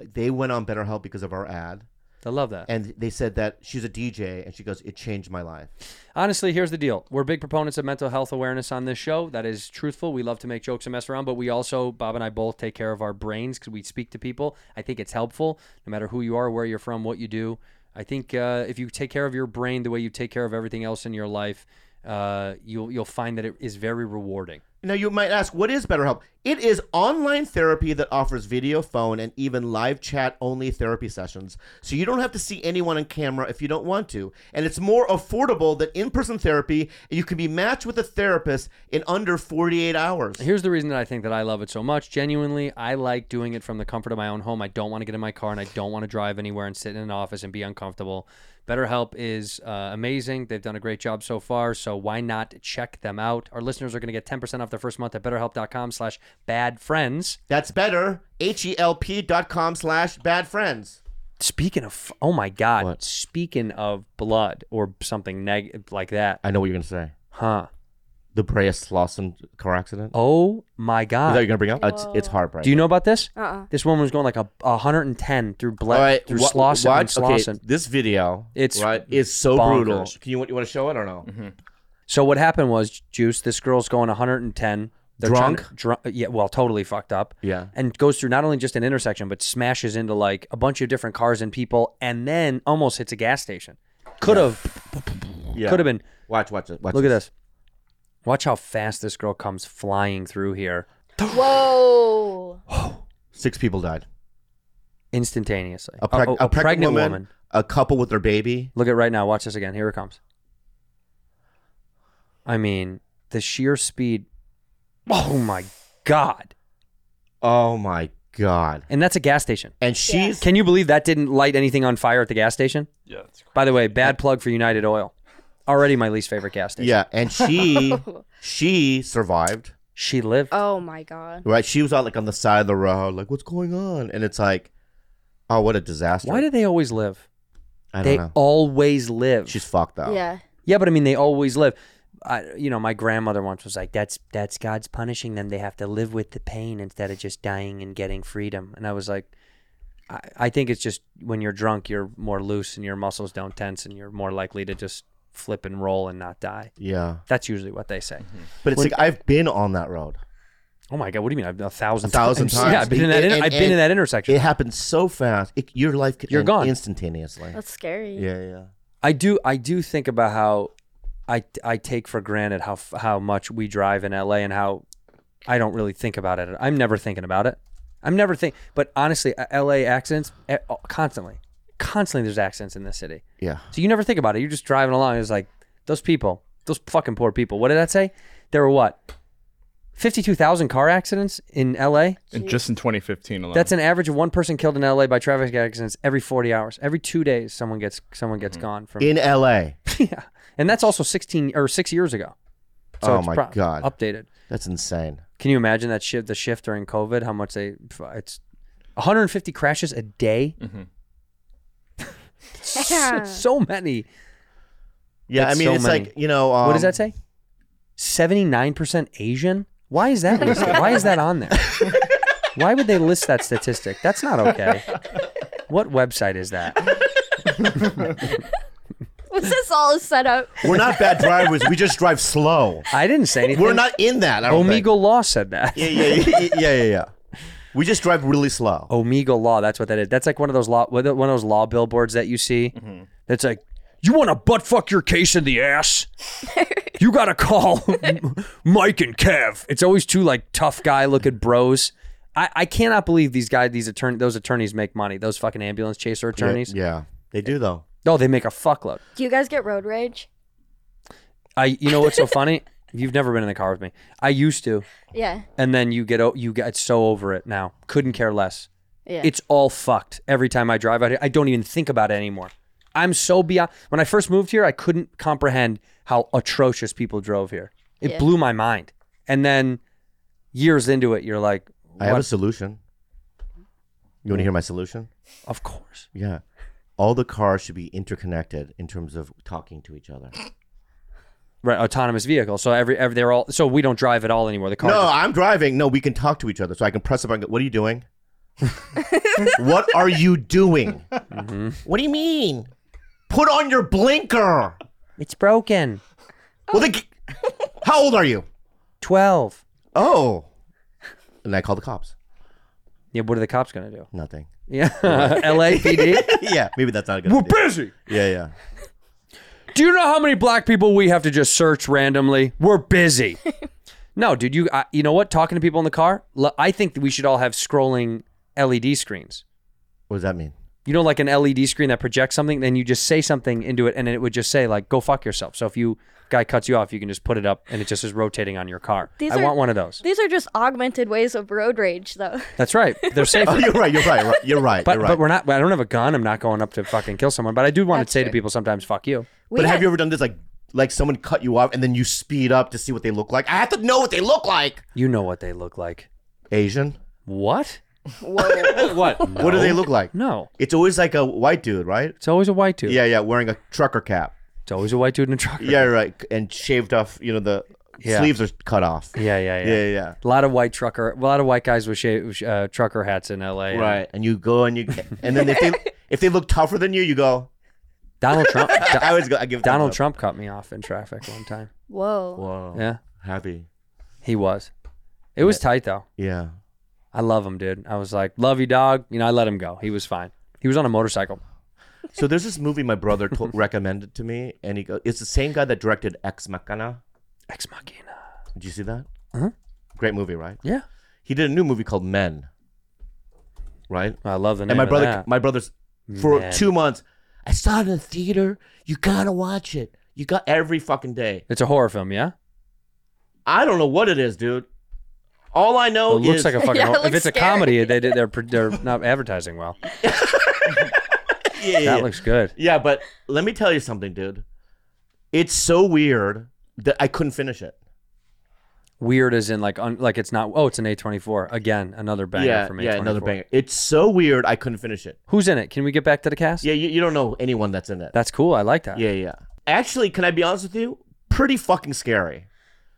Speaker 6: they went on BetterHelp because of our ad,
Speaker 5: I love that.
Speaker 6: and they said that she's a DJ, and she goes, "It changed my life."
Speaker 5: Honestly, here's the deal. We're big proponents of mental health awareness on this show. That is truthful. We love to make jokes and mess around, but we also, Bob and I both take care of our brains because we speak to people. I think it's helpful, no matter who you are, where you're from, what you do. I think uh, if you take care of your brain the way you take care of everything else in your life, uh, you'll you'll find that it is very rewarding.
Speaker 6: Now you might ask, what is BetterHelp? It is online therapy that offers video, phone, and even live chat only therapy sessions. So you don't have to see anyone on camera if you don't want to. And it's more affordable than in-person therapy. You can be matched with a therapist in under 48 hours.
Speaker 5: Here's the reason that I think that I love it so much. Genuinely, I like doing it from the comfort of my own home. I don't want to get in my car and I don't want to drive anywhere and sit in an office and be uncomfortable. BetterHelp is uh, amazing. They've done a great job so far, so why not check them out? Our listeners are going to get 10% off their first month at betterhelp.com slash badfriends.
Speaker 6: That's better. H-E-L-P dot com slash bad friends.
Speaker 5: Speaking of, f- oh my God, speaking of blood or something neg- like that,
Speaker 6: I know what you're going to say.
Speaker 5: huh?
Speaker 6: The Brea Slauson car accident.
Speaker 5: Oh my
Speaker 6: Is that
Speaker 5: God.
Speaker 6: what you're gonna bring up? It's, it's heartbreaking.
Speaker 5: Do you know about this?
Speaker 7: Uh-uh.
Speaker 5: This woman was going like a, a 110 through blood,
Speaker 6: All right,
Speaker 5: through
Speaker 6: wa-
Speaker 5: Slauson and
Speaker 6: watch- okay,
Speaker 5: Slauson.
Speaker 6: this video.
Speaker 5: It's
Speaker 6: right, is so
Speaker 5: bonkers.
Speaker 6: brutal. Can you want- you want to show it or no?
Speaker 5: So what happened was, Juice, this girl's going 110. They're
Speaker 6: Drunk?
Speaker 5: trying to- drunk, yeah, well, totally fucked up.
Speaker 6: Yeah.
Speaker 5: and goes through not only just an intersection, but smashes into like a bunch of different cars and people, and then almost hits a gas station. Could have,
Speaker 6: Yeah.
Speaker 5: could have been.
Speaker 6: Watch, watch it. Watch
Speaker 5: Look at this. Watch how fast this girl comes flying through here,
Speaker 7: Whoa.
Speaker 6: Six people died.
Speaker 5: instantaneously.
Speaker 6: A, preg-
Speaker 5: Oh, oh,
Speaker 6: a pregnant, woman, a couple with their baby.
Speaker 5: Look at right now. Watch this again. Here it comes. I mean, the sheer speed. Oh my god!
Speaker 6: Oh my god!
Speaker 5: And that's a gas station.
Speaker 6: And she's
Speaker 5: Can you believe that didn't light anything on fire at the gas station?
Speaker 8: Yeah, it's
Speaker 5: By the way, bad plug for United Oil. Already my least favorite gas station.
Speaker 6: yeah, and she she survived.
Speaker 5: She lived.
Speaker 7: Oh my god.
Speaker 6: Right, she was out like on the side of the road, like what's going on? And it's like, oh, what a disaster!
Speaker 5: Why do they always live?
Speaker 6: I don't
Speaker 5: They
Speaker 6: know.
Speaker 5: always live.
Speaker 6: She's fucked up.
Speaker 7: Yeah.
Speaker 5: yeah, but I mean, they always live. I, you know, my grandmother once was like, "That's that's God's punishing them. They have to live with the pain instead of just dying and getting freedom." And I was like, I, I think it's just when you're drunk, you're more loose and your muscles don't tense, and you're more likely to just flip and roll and not die.
Speaker 6: yeah.
Speaker 5: That's usually what they say.
Speaker 6: But it's like I've been on that road.
Speaker 5: Oh my god, what do you mean? I've a thousand,
Speaker 6: A thousand times.
Speaker 5: Yeah, I've been in that.
Speaker 6: And-
Speaker 5: inter-
Speaker 6: and-
Speaker 5: I've been in
Speaker 6: and-
Speaker 5: that intersection.
Speaker 6: It happened so fast. It, your life could
Speaker 5: You're
Speaker 6: end
Speaker 5: gone.
Speaker 6: instantaneously.
Speaker 7: That's scary.
Speaker 6: yeah, yeah.
Speaker 5: I do. I do think about how I I take for granted how f- how much we drive in LA and how I don't really think about it. I'm never thinking about it. I'm never think. But honestly, uh, LA accidents eh, oh, constantly, constantly. There's accidents in this city,
Speaker 6: Yeah.
Speaker 5: so you never think about it. You're just driving along. It's like those people, those fucking poor people. What did that say? There were what. 52,000 car accidents in LA.
Speaker 8: And just in 2015 alone.
Speaker 5: That's an average of one person killed in LA by traffic accidents every 40 hours. Every 2 days someone gets someone gets gone from
Speaker 6: In LA.
Speaker 5: yeah, and that's also sixteen or six years ago.
Speaker 6: Oh
Speaker 5: it's
Speaker 6: my
Speaker 5: pro-
Speaker 6: God.
Speaker 5: updated.
Speaker 6: That's insane.
Speaker 5: Can you imagine that shift? The shift during COVID, how much they it's 150 crashes a day. so, so many.
Speaker 6: Yeah,
Speaker 5: That's
Speaker 6: I mean,
Speaker 5: so
Speaker 6: it's
Speaker 5: many.
Speaker 6: like you know. Um,
Speaker 5: what does that say? 79 percent Asian. Why is that? listed? Why is that on there? Why would they list that statistic? That's not okay. What website is that?
Speaker 7: Was this all a setup?
Speaker 6: We're not bad drivers. we just drive slow.
Speaker 5: I didn't say anything.
Speaker 6: We're not in that. I don't think.
Speaker 5: Omegle Law said that.
Speaker 6: Yeah, yeah, yeah, yeah, yeah, yeah. We just drive really
Speaker 5: Oh,
Speaker 6: slow.
Speaker 5: Omegle Law. That's what that is. That's like one of those law, one of those law billboards that you see.
Speaker 6: Mm-hmm.
Speaker 5: That's like, you want to butt fuck your case in the ass? you got to call Mike and Kev. It's always two like tough guy looking bros. I, I cannot believe these guys, these attorney, those attorneys make money. Those fucking ambulance chaser attorneys.
Speaker 6: Yeah, yeah. they do though.
Speaker 5: No, they make a fuckload.
Speaker 7: Do you guys get road rage?
Speaker 5: I, you know what's so funny? You've never been in the car with me. I used to,
Speaker 7: Yeah.
Speaker 5: and then you get o- you get so over it now. Couldn't care less.
Speaker 7: Yeah.
Speaker 5: It's all fucked every time I drive out here. I don't even think about it anymore. I'm so beyond. When I first moved here, I couldn't comprehend how atrocious people drove here. It
Speaker 7: Yeah.
Speaker 5: blew my mind. And then years into it, you're like,
Speaker 6: I have a
Speaker 5: what?
Speaker 6: solution. You want to hear my solution?
Speaker 5: of course.
Speaker 6: Yeah. All the cars should be interconnected in terms of talking to each other.
Speaker 5: Oh, Right, autonomous vehicle. So every, every they're all so we don't drive at all anymore. The car.
Speaker 6: No,
Speaker 5: just-
Speaker 6: I'm driving. No, we can talk to each other. So I can press up and go, What are you doing? what are you doing?
Speaker 5: Mm-hmm.
Speaker 6: What do you mean? Put on your blinker.
Speaker 5: it's broken.
Speaker 6: Well, then, how old are you?
Speaker 5: Twelve.
Speaker 6: Oh. And I call the cops.
Speaker 5: Yeah. What are the cops gonna do?
Speaker 6: Nothing.
Speaker 5: Yeah. LAPD.
Speaker 6: yeah, maybe that's not a good We're busy. Yeah, yeah.
Speaker 5: Do you know how many black people we have to just search randomly? We're busy. No, dude, you I, you know what? Talking to people in the car, l- I think that we should all have scrolling LED screens.
Speaker 6: What does that mean?
Speaker 5: You know, like an LED screen that projects something, then you just say something into it, and it would just say like "Go fuck yourself." So if you guy cuts you off, you can just put it up, and it just is rotating on your car.
Speaker 7: These
Speaker 5: I
Speaker 7: are-
Speaker 5: want one of those.
Speaker 7: These are just augmented ways of road rage, though.
Speaker 5: That's right. They're safer.
Speaker 6: Oh, you're right. You're right. right, You're right.
Speaker 5: But,
Speaker 6: you're right.
Speaker 5: but we're not. I don't have a gun. I'm not going up to fucking kill someone. But I do want to
Speaker 7: That's
Speaker 5: say to
Speaker 7: true.
Speaker 5: people sometimes, "Fuck you."
Speaker 7: We
Speaker 6: But have
Speaker 7: had-
Speaker 6: you ever done this? Like, like someone cut you off and then you speed up to see what they look like. I have to know what they look like.
Speaker 5: You know what they look like.
Speaker 6: Asian.
Speaker 5: What?
Speaker 7: Whoa.
Speaker 6: What? What do they look like?
Speaker 5: No.
Speaker 6: It's always like a white dude, right?
Speaker 5: It's always a white dude.
Speaker 6: Yeah, yeah, wearing a trucker cap.
Speaker 5: It's always a white dude in a truck.
Speaker 6: Yeah, right. And shaved off. You know the
Speaker 5: Yeah.
Speaker 6: sleeves are cut off.
Speaker 5: Yeah, yeah, yeah.
Speaker 6: Yeah, yeah.
Speaker 5: A lot of white trucker, a lot of white guys with shave, uh, trucker hats in L.A.
Speaker 6: Right. And you go and you and then if they if they look tougher than you, you go.
Speaker 5: Donald Trump.
Speaker 6: I always go. I give
Speaker 5: Donald
Speaker 6: thumbs up.
Speaker 5: Trump cut me off in traffic one time.
Speaker 7: Whoa.
Speaker 6: Whoa.
Speaker 5: Yeah,
Speaker 6: Happy.
Speaker 5: he was. It was tight though.
Speaker 6: Yeah.
Speaker 5: I love him, dude. I was like, "Love you, dog." You know, I let him go. He was fine. He was on a motorcycle.
Speaker 6: So there's this movie my brother to- recommended to me, and he go, it's the same guy that directed Ex Machina.
Speaker 5: Ex machina.
Speaker 6: Did you see that?
Speaker 5: Uh-huh.
Speaker 6: Great movie, right?
Speaker 5: Yeah,
Speaker 6: He did a new movie called Men. Right?
Speaker 5: I love the name.
Speaker 6: and my
Speaker 5: of
Speaker 6: brother,
Speaker 5: that.
Speaker 6: my brother's for
Speaker 5: Men.
Speaker 6: two months. I saw it in the theater. You gotta watch it. You got every fucking day.
Speaker 5: it's a horror film. Yeah,
Speaker 6: I don't know what it is, dude. All I know
Speaker 5: Well, it looks
Speaker 6: Oh, is
Speaker 5: like a fucking.
Speaker 7: Yeah, it
Speaker 5: horror- if
Speaker 7: looks
Speaker 5: it's a
Speaker 7: scary.
Speaker 5: comedy, they did, they're they're not advertising well.
Speaker 6: yeah, yeah,
Speaker 5: That looks good.
Speaker 6: yeah. But let me tell you something, dude. It's so weird that I couldn't finish it.
Speaker 5: Weird as in like un, like it's not. Oh, it's an A twenty four again. Another banger
Speaker 6: yeah,
Speaker 5: from A twenty
Speaker 6: yeah,
Speaker 5: four.
Speaker 6: another banger. It's so weird I couldn't finish it.
Speaker 5: Who's in it? Can we get back to the cast?
Speaker 6: Yeah, you, you don't know anyone that's in it.
Speaker 5: That's cool. I like that.
Speaker 6: yeah, yeah. Actually, can I be honest with you? Pretty fucking scary.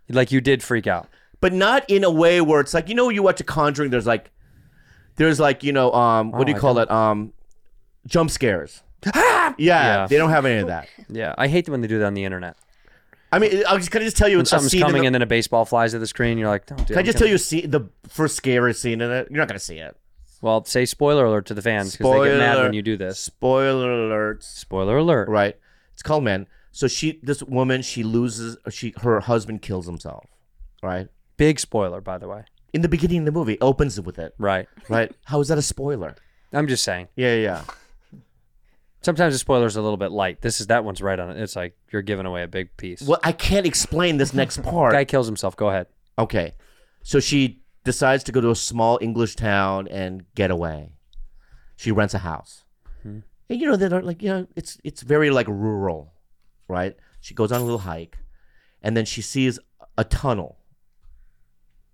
Speaker 5: Like you did freak out.
Speaker 6: But not in a way where it's like, you know, you watch a conjuring, there's like there's like, you know, um what
Speaker 5: Oh,
Speaker 6: do you
Speaker 5: I
Speaker 6: call it? Um jump scares. yeah,
Speaker 5: Yeah.
Speaker 6: they don't have any of that.
Speaker 5: Yeah. I hate when they do that on the internet.
Speaker 6: I mean, I was gonna just tell you
Speaker 5: When
Speaker 6: it's a
Speaker 5: something's
Speaker 6: scene.
Speaker 5: coming
Speaker 6: in the-
Speaker 5: and then a baseball flies to the screen, you're like, don't do
Speaker 6: can I just tell you a scene, the first scary scene in it? You're not gonna see it.
Speaker 5: Well, say spoiler alert to the fans because they get mad when you do this.
Speaker 6: Spoiler alerts.
Speaker 5: Spoiler alert.
Speaker 6: right? It's called Men. So she, this woman, she loses. She, her husband kills himself, right?
Speaker 5: Big spoiler, by the way.
Speaker 6: In the beginning of the movie, it opens with it,
Speaker 5: Right.
Speaker 6: right? How is that a spoiler?
Speaker 5: I'm just saying.
Speaker 6: Yeah, yeah.
Speaker 5: Sometimes the spoiler's a little bit light. This is that one's right on it. It's like you're giving away a big piece.
Speaker 6: Well, I can't explain this next
Speaker 5: Guy
Speaker 6: part.
Speaker 5: kills himself. Go ahead.
Speaker 6: Okay, so she decides to go to a small English town and get away. She rents a house, and you know they're like, you know, it's it's very like rural, right? She goes on a little hike, and then she sees a tunnel.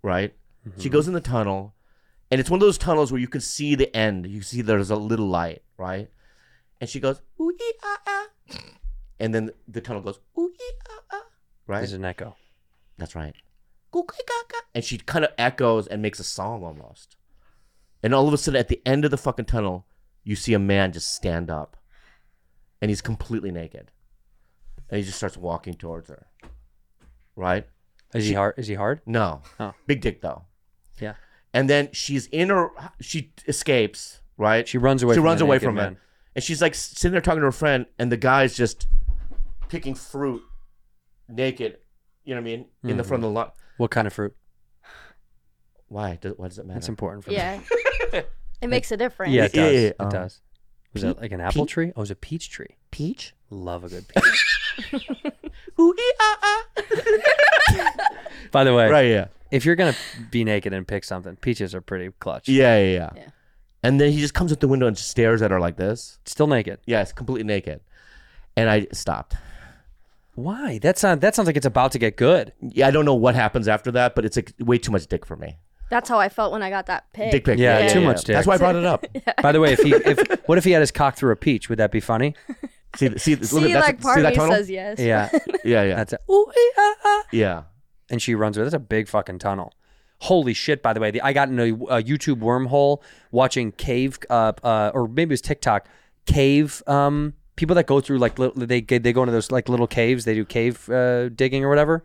Speaker 6: Right? She goes in the tunnel, and it's one of those tunnels where you can see the end. You see there's a little light, right? And she goes, ooh ee, ah, ah. and then the tunnel goes, ooh ee, ah, ah.
Speaker 5: There's
Speaker 6: Right?
Speaker 5: an echo.
Speaker 6: That's right. Goo, goo, ga, ga. And she kind of echoes and makes a song almost. And all of a sudden, at the end of the fucking tunnel, you see a man just stand up, and he's completely naked, and he just starts walking towards her. Right?
Speaker 5: Is he hard? Is he hard?
Speaker 6: No.
Speaker 5: Huh.
Speaker 6: Big dick though.
Speaker 5: Yeah.
Speaker 6: And then she's in her. She escapes. Right.
Speaker 5: She runs away
Speaker 6: She
Speaker 5: from
Speaker 6: runs
Speaker 5: the
Speaker 6: away
Speaker 5: naked
Speaker 6: from
Speaker 5: man.
Speaker 6: it. And she's like sitting there talking to her friend, and the guy's just picking fruit, naked. You know what I mean? In the front of the lot.
Speaker 5: What kind of fruit?
Speaker 6: Why? Does, why does it matter?
Speaker 5: That's important for me.
Speaker 7: Yeah. it makes a difference.
Speaker 5: Yeah, it
Speaker 6: Yeah,
Speaker 5: does.
Speaker 6: yeah,
Speaker 5: It
Speaker 6: um,
Speaker 5: does. Was that like an apple
Speaker 6: peach?
Speaker 5: tree? Oh, it was a peach tree.
Speaker 6: peach.
Speaker 5: Love a good peach.
Speaker 6: Ooh, ee, ah, ah.
Speaker 5: By the way,
Speaker 6: Right. Yeah.
Speaker 5: if you're gonna be naked and pick something, peaches are pretty clutch.
Speaker 6: yeah. Yeah. Yeah.
Speaker 7: Yeah.
Speaker 6: And then he just comes out the window and just stares at her like this.
Speaker 5: Still naked.
Speaker 6: Yeah, it's completely naked. And I stopped.
Speaker 5: Why? That sounds that sounds like it's about to get good.
Speaker 6: Yeah, I don't know what happens after that, but it's like way too much dick for me.
Speaker 7: That's how I felt when I got that pic.
Speaker 6: Dick pic.
Speaker 5: Yeah, too much dick.
Speaker 6: That's why I brought it up.
Speaker 5: By the way, if he if what if he had his cock through a peach? Would that be funny?
Speaker 6: See, th- see,
Speaker 7: See, like part
Speaker 6: see
Speaker 7: of
Speaker 6: that
Speaker 7: me
Speaker 6: tunnel?
Speaker 7: says yes.
Speaker 5: Yeah,
Speaker 6: Yeah, yeah,
Speaker 5: that's a, ooh, ee, ah, ah.
Speaker 6: yeah.
Speaker 5: and she runs with. That's a big fucking tunnel. Holy shit! By the way, the, I got in a, a YouTube wormhole watching cave, uh, uh, or maybe it was TikTok cave. Um, people that go through like li- they get- they go into those like little caves. They do cave uh, digging or whatever.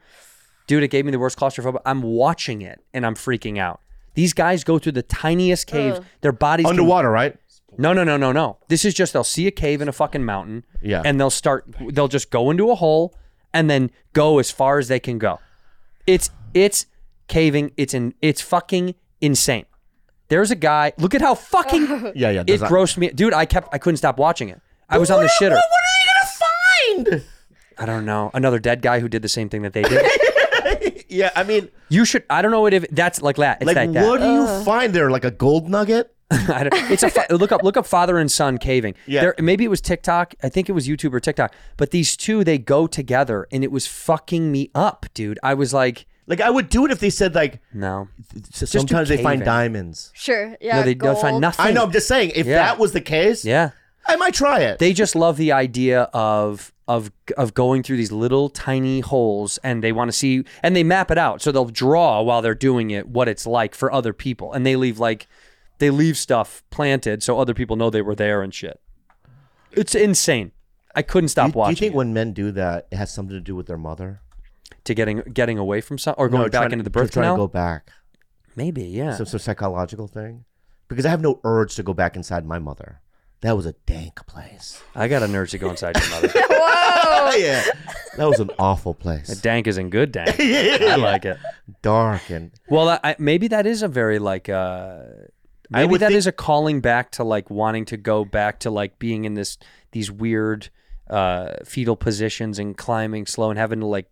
Speaker 5: Dude, it gave me the worst claustrophobia. I'm watching it and I'm freaking out. These guys go through the tiniest caves.
Speaker 7: Ugh.
Speaker 5: Their bodies can-
Speaker 6: Underwater, right?
Speaker 5: No, no, no, no, no. This is just they'll see a cave in a fucking mountain.
Speaker 6: Yeah.
Speaker 5: And they'll start they'll just go into a hole and then go as far as they can go. It's it's caving. It's in. It's fucking insane. There's a guy. Look at how fucking.
Speaker 6: Yeah, yeah,
Speaker 5: It
Speaker 6: does that-
Speaker 5: grossed me, dude. I kept. I couldn't stop watching it. I was on the shitter.
Speaker 6: What are they gonna
Speaker 5: I don't know. Another dead guy who did the same thing that they did.
Speaker 6: find? Yeah, I mean,
Speaker 5: you should. I don't know what if that's like that. It's
Speaker 6: like,
Speaker 5: like that.
Speaker 6: what do you find there? Like a gold nugget?
Speaker 5: I don't, it's a fa- look up look up father and son caving.
Speaker 6: Yeah.
Speaker 5: There, maybe it was TikTok. I think it was YouTube or TikTok. But these two they go together, and it was fucking me up, dude. I was like,
Speaker 6: Like I would do it if they said like
Speaker 5: no,
Speaker 6: s- sometimes they find
Speaker 5: caving.
Speaker 6: diamonds.
Speaker 7: Sure. Yeah.
Speaker 5: no, they don't find
Speaker 7: gold.
Speaker 5: nothing.
Speaker 6: I know. I'm just saying, if
Speaker 5: Yeah.
Speaker 6: that was the case,
Speaker 5: Yeah,
Speaker 6: I might try it.
Speaker 5: they just love the idea of of of going through these little tiny holes, and they want to see, and they map it out. So they'll draw while they're doing it what it's like for other people, and they leave like they leave stuff planted so other people know they were there and shit. It's insane. I couldn't stop
Speaker 6: do, you- do
Speaker 5: watching.
Speaker 6: you think
Speaker 5: it.
Speaker 6: when men do that, it has something to do with their mother?
Speaker 5: to getting getting away from some or going
Speaker 6: No,
Speaker 5: back
Speaker 6: trying-
Speaker 5: into the
Speaker 6: to
Speaker 5: birth
Speaker 6: try
Speaker 5: canal.
Speaker 6: to go back.
Speaker 5: Maybe, yeah.
Speaker 6: Some sort of psychological thing. Because I have no urge to go back inside my mother. That was a dank place.
Speaker 5: I got a urge to go inside your mother.
Speaker 6: Oh yeah, that was an awful place.
Speaker 5: dank isn't good, dank. I like it.
Speaker 6: Dark and
Speaker 5: Well, I, I, maybe that is a very like. Uh, maybe
Speaker 6: would
Speaker 5: that is
Speaker 6: think-
Speaker 5: a calling back to like wanting to go back to like being in this these weird uh, fetal positions and climbing slow and having to like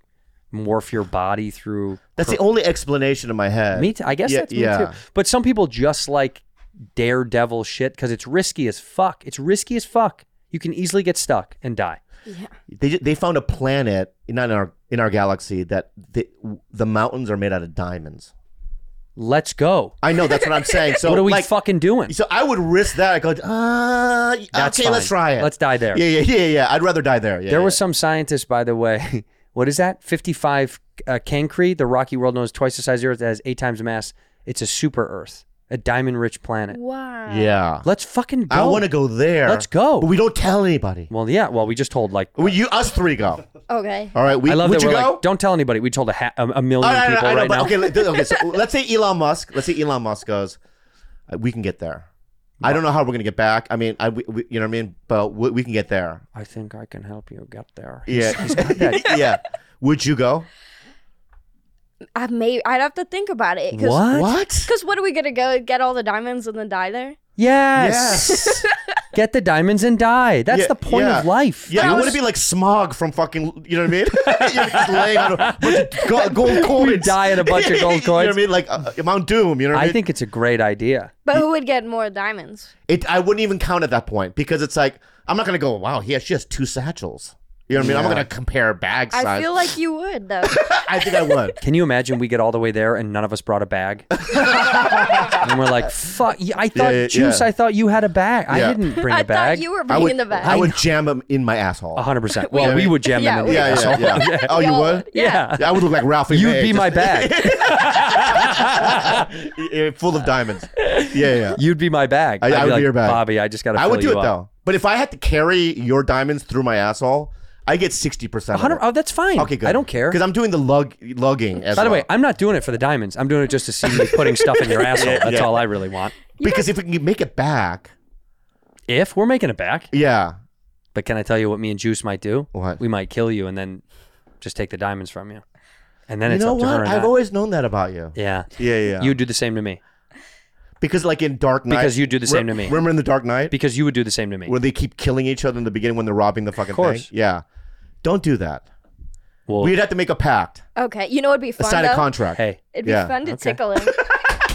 Speaker 5: morph your body through.
Speaker 6: that's the only explanation in my head.
Speaker 5: Me, too. I guess
Speaker 6: Yeah,
Speaker 5: that's me
Speaker 6: yeah.
Speaker 5: too. But some people just like daredevil shit because it's risky as fuck. It's risky as fuck. You can easily get stuck and die.
Speaker 6: They ju- they found a planet not in our in our galaxy that the, the mountains are made out of diamonds.
Speaker 5: Let's go.
Speaker 6: I know that's what I'm saying. So
Speaker 5: what are we
Speaker 6: like,
Speaker 5: fucking doing?
Speaker 6: So I would risk that. I go, uh,
Speaker 5: That's
Speaker 6: okay, let's
Speaker 5: fine.
Speaker 6: try it.
Speaker 5: Let's die there.
Speaker 6: Yeah, yeah, yeah, yeah. I'd rather die there. Yeah,
Speaker 5: there
Speaker 6: yeah.
Speaker 5: was some scientist, by the way. What is that? 55 uh, Cancri, the rocky world known as twice the size of the Earth, that has eight times the mass. It's a super Earth, a diamond rich planet.
Speaker 7: Wow.
Speaker 6: Yeah,
Speaker 5: Let's fucking go.
Speaker 6: I want to go there.
Speaker 5: Let's go.
Speaker 6: But we don't tell anybody.
Speaker 5: Well, yeah. Well, we just told like.
Speaker 6: Well, you us three go.
Speaker 7: Okay.
Speaker 6: All right, we
Speaker 5: I love
Speaker 6: would
Speaker 5: that
Speaker 6: you
Speaker 5: we're
Speaker 6: go?
Speaker 5: like, don't tell anybody. We told a, ha- a, a million
Speaker 6: All right,
Speaker 5: people
Speaker 6: I know,
Speaker 5: right
Speaker 6: but
Speaker 5: now.
Speaker 6: okay, let- okay. So let's say Elon Musk. Let's say Elon Musk goes, uh, we can get there. I don't know how we're gonna get back. I mean, I we, we- you know what I mean, but we, we can get there.
Speaker 5: I think I can help you get there.
Speaker 6: Yeah, yeah. Would you go?
Speaker 7: I may. I'd have to think about it. Cause,
Speaker 5: What?
Speaker 6: What?
Speaker 7: Because what are we gonna go get all the diamonds and then die there?
Speaker 5: Yes. Get the diamonds and die. That's
Speaker 6: Yeah,
Speaker 5: the point
Speaker 6: yeah.
Speaker 5: of life.
Speaker 6: Yeah, I
Speaker 5: dude.
Speaker 6: want to be like smog from fucking. You know what I mean? You're just laying on a bunch of go- gold coins.
Speaker 5: die in a bunch of gold
Speaker 6: you know what I
Speaker 5: coins.
Speaker 6: mean? Like uh, Mount Doom. You know what I
Speaker 5: I
Speaker 6: mean?
Speaker 5: think it's a great idea.
Speaker 7: But who would get more diamonds?
Speaker 6: it, I wouldn't even count at that point because it's like I'm not gonna go. Wow, he has she has two satchels. You know what I mean? I'm not gonna compare bag size.
Speaker 7: I feel like you would though.
Speaker 6: I think I would.
Speaker 5: Can you imagine we get all the way there and none of us brought a bag? and we're like, fuck, yeah, I thought,
Speaker 6: yeah,
Speaker 5: Juice,
Speaker 6: yeah.
Speaker 5: I thought you had a bag. I
Speaker 6: Yeah.
Speaker 5: didn't bring
Speaker 7: I
Speaker 5: a bag.
Speaker 7: thought you were
Speaker 6: I
Speaker 7: bringing
Speaker 6: would,
Speaker 7: the bag.
Speaker 6: I would jam them in my asshole.
Speaker 5: 100%. Well, we would jam
Speaker 7: yeah,
Speaker 5: them in
Speaker 7: we-
Speaker 5: the
Speaker 6: Yeah, yeah,
Speaker 5: asshole.
Speaker 6: yeah. Oh, you would?
Speaker 5: Yeah.
Speaker 6: Yeah, I would look like Ralphie.
Speaker 5: You'd
Speaker 6: May,
Speaker 5: be my bag.
Speaker 6: bag, full of diamonds. Yeah, yeah.
Speaker 5: You'd be my bag.
Speaker 6: I-
Speaker 5: I'd
Speaker 6: I would be
Speaker 5: like,
Speaker 6: your bag.
Speaker 5: Bobby, I just got to
Speaker 6: I would do
Speaker 5: you
Speaker 6: it
Speaker 5: up.
Speaker 6: though. But if I had to carry your diamonds through my asshole, I get sixty percent.
Speaker 5: 100, oh, that's fine.
Speaker 6: Okay, good.
Speaker 5: I don't care.
Speaker 6: because I'm doing the lug lugging. As
Speaker 5: By the
Speaker 6: well.
Speaker 5: way, I'm not doing it for the diamonds. I'm doing it just to see you putting stuff in your asshole. That's all I really want.
Speaker 6: because if we can make it back,
Speaker 5: If we're making it back,
Speaker 6: yeah.
Speaker 5: but can I tell you what me and Juice might do?
Speaker 6: What?
Speaker 5: We might kill you and then just take the diamonds from you. And then
Speaker 6: You
Speaker 5: it's
Speaker 6: know
Speaker 5: up to her.
Speaker 6: what?
Speaker 5: and
Speaker 6: I've
Speaker 5: I.
Speaker 6: always known that about you.
Speaker 5: Yeah.
Speaker 6: Yeah, yeah.
Speaker 5: You'd do the same to me
Speaker 6: because like in Dark Knight,
Speaker 5: Because you do the same
Speaker 6: re-
Speaker 5: to me.
Speaker 6: Remember in the Dark Knight,
Speaker 5: because you would do the same to me.
Speaker 6: where they keep killing each other in the beginning when they're robbing the fucking
Speaker 5: course.
Speaker 6: thing. Yeah, don't do that.
Speaker 5: Well,
Speaker 6: We'd have to make a pact,
Speaker 7: Okay, you know it'd be
Speaker 6: a
Speaker 7: fun.
Speaker 6: sign
Speaker 7: though?
Speaker 6: a contract.
Speaker 5: hey,
Speaker 7: It'd be
Speaker 6: Yeah,
Speaker 7: fun to
Speaker 5: okay.
Speaker 7: tickle him.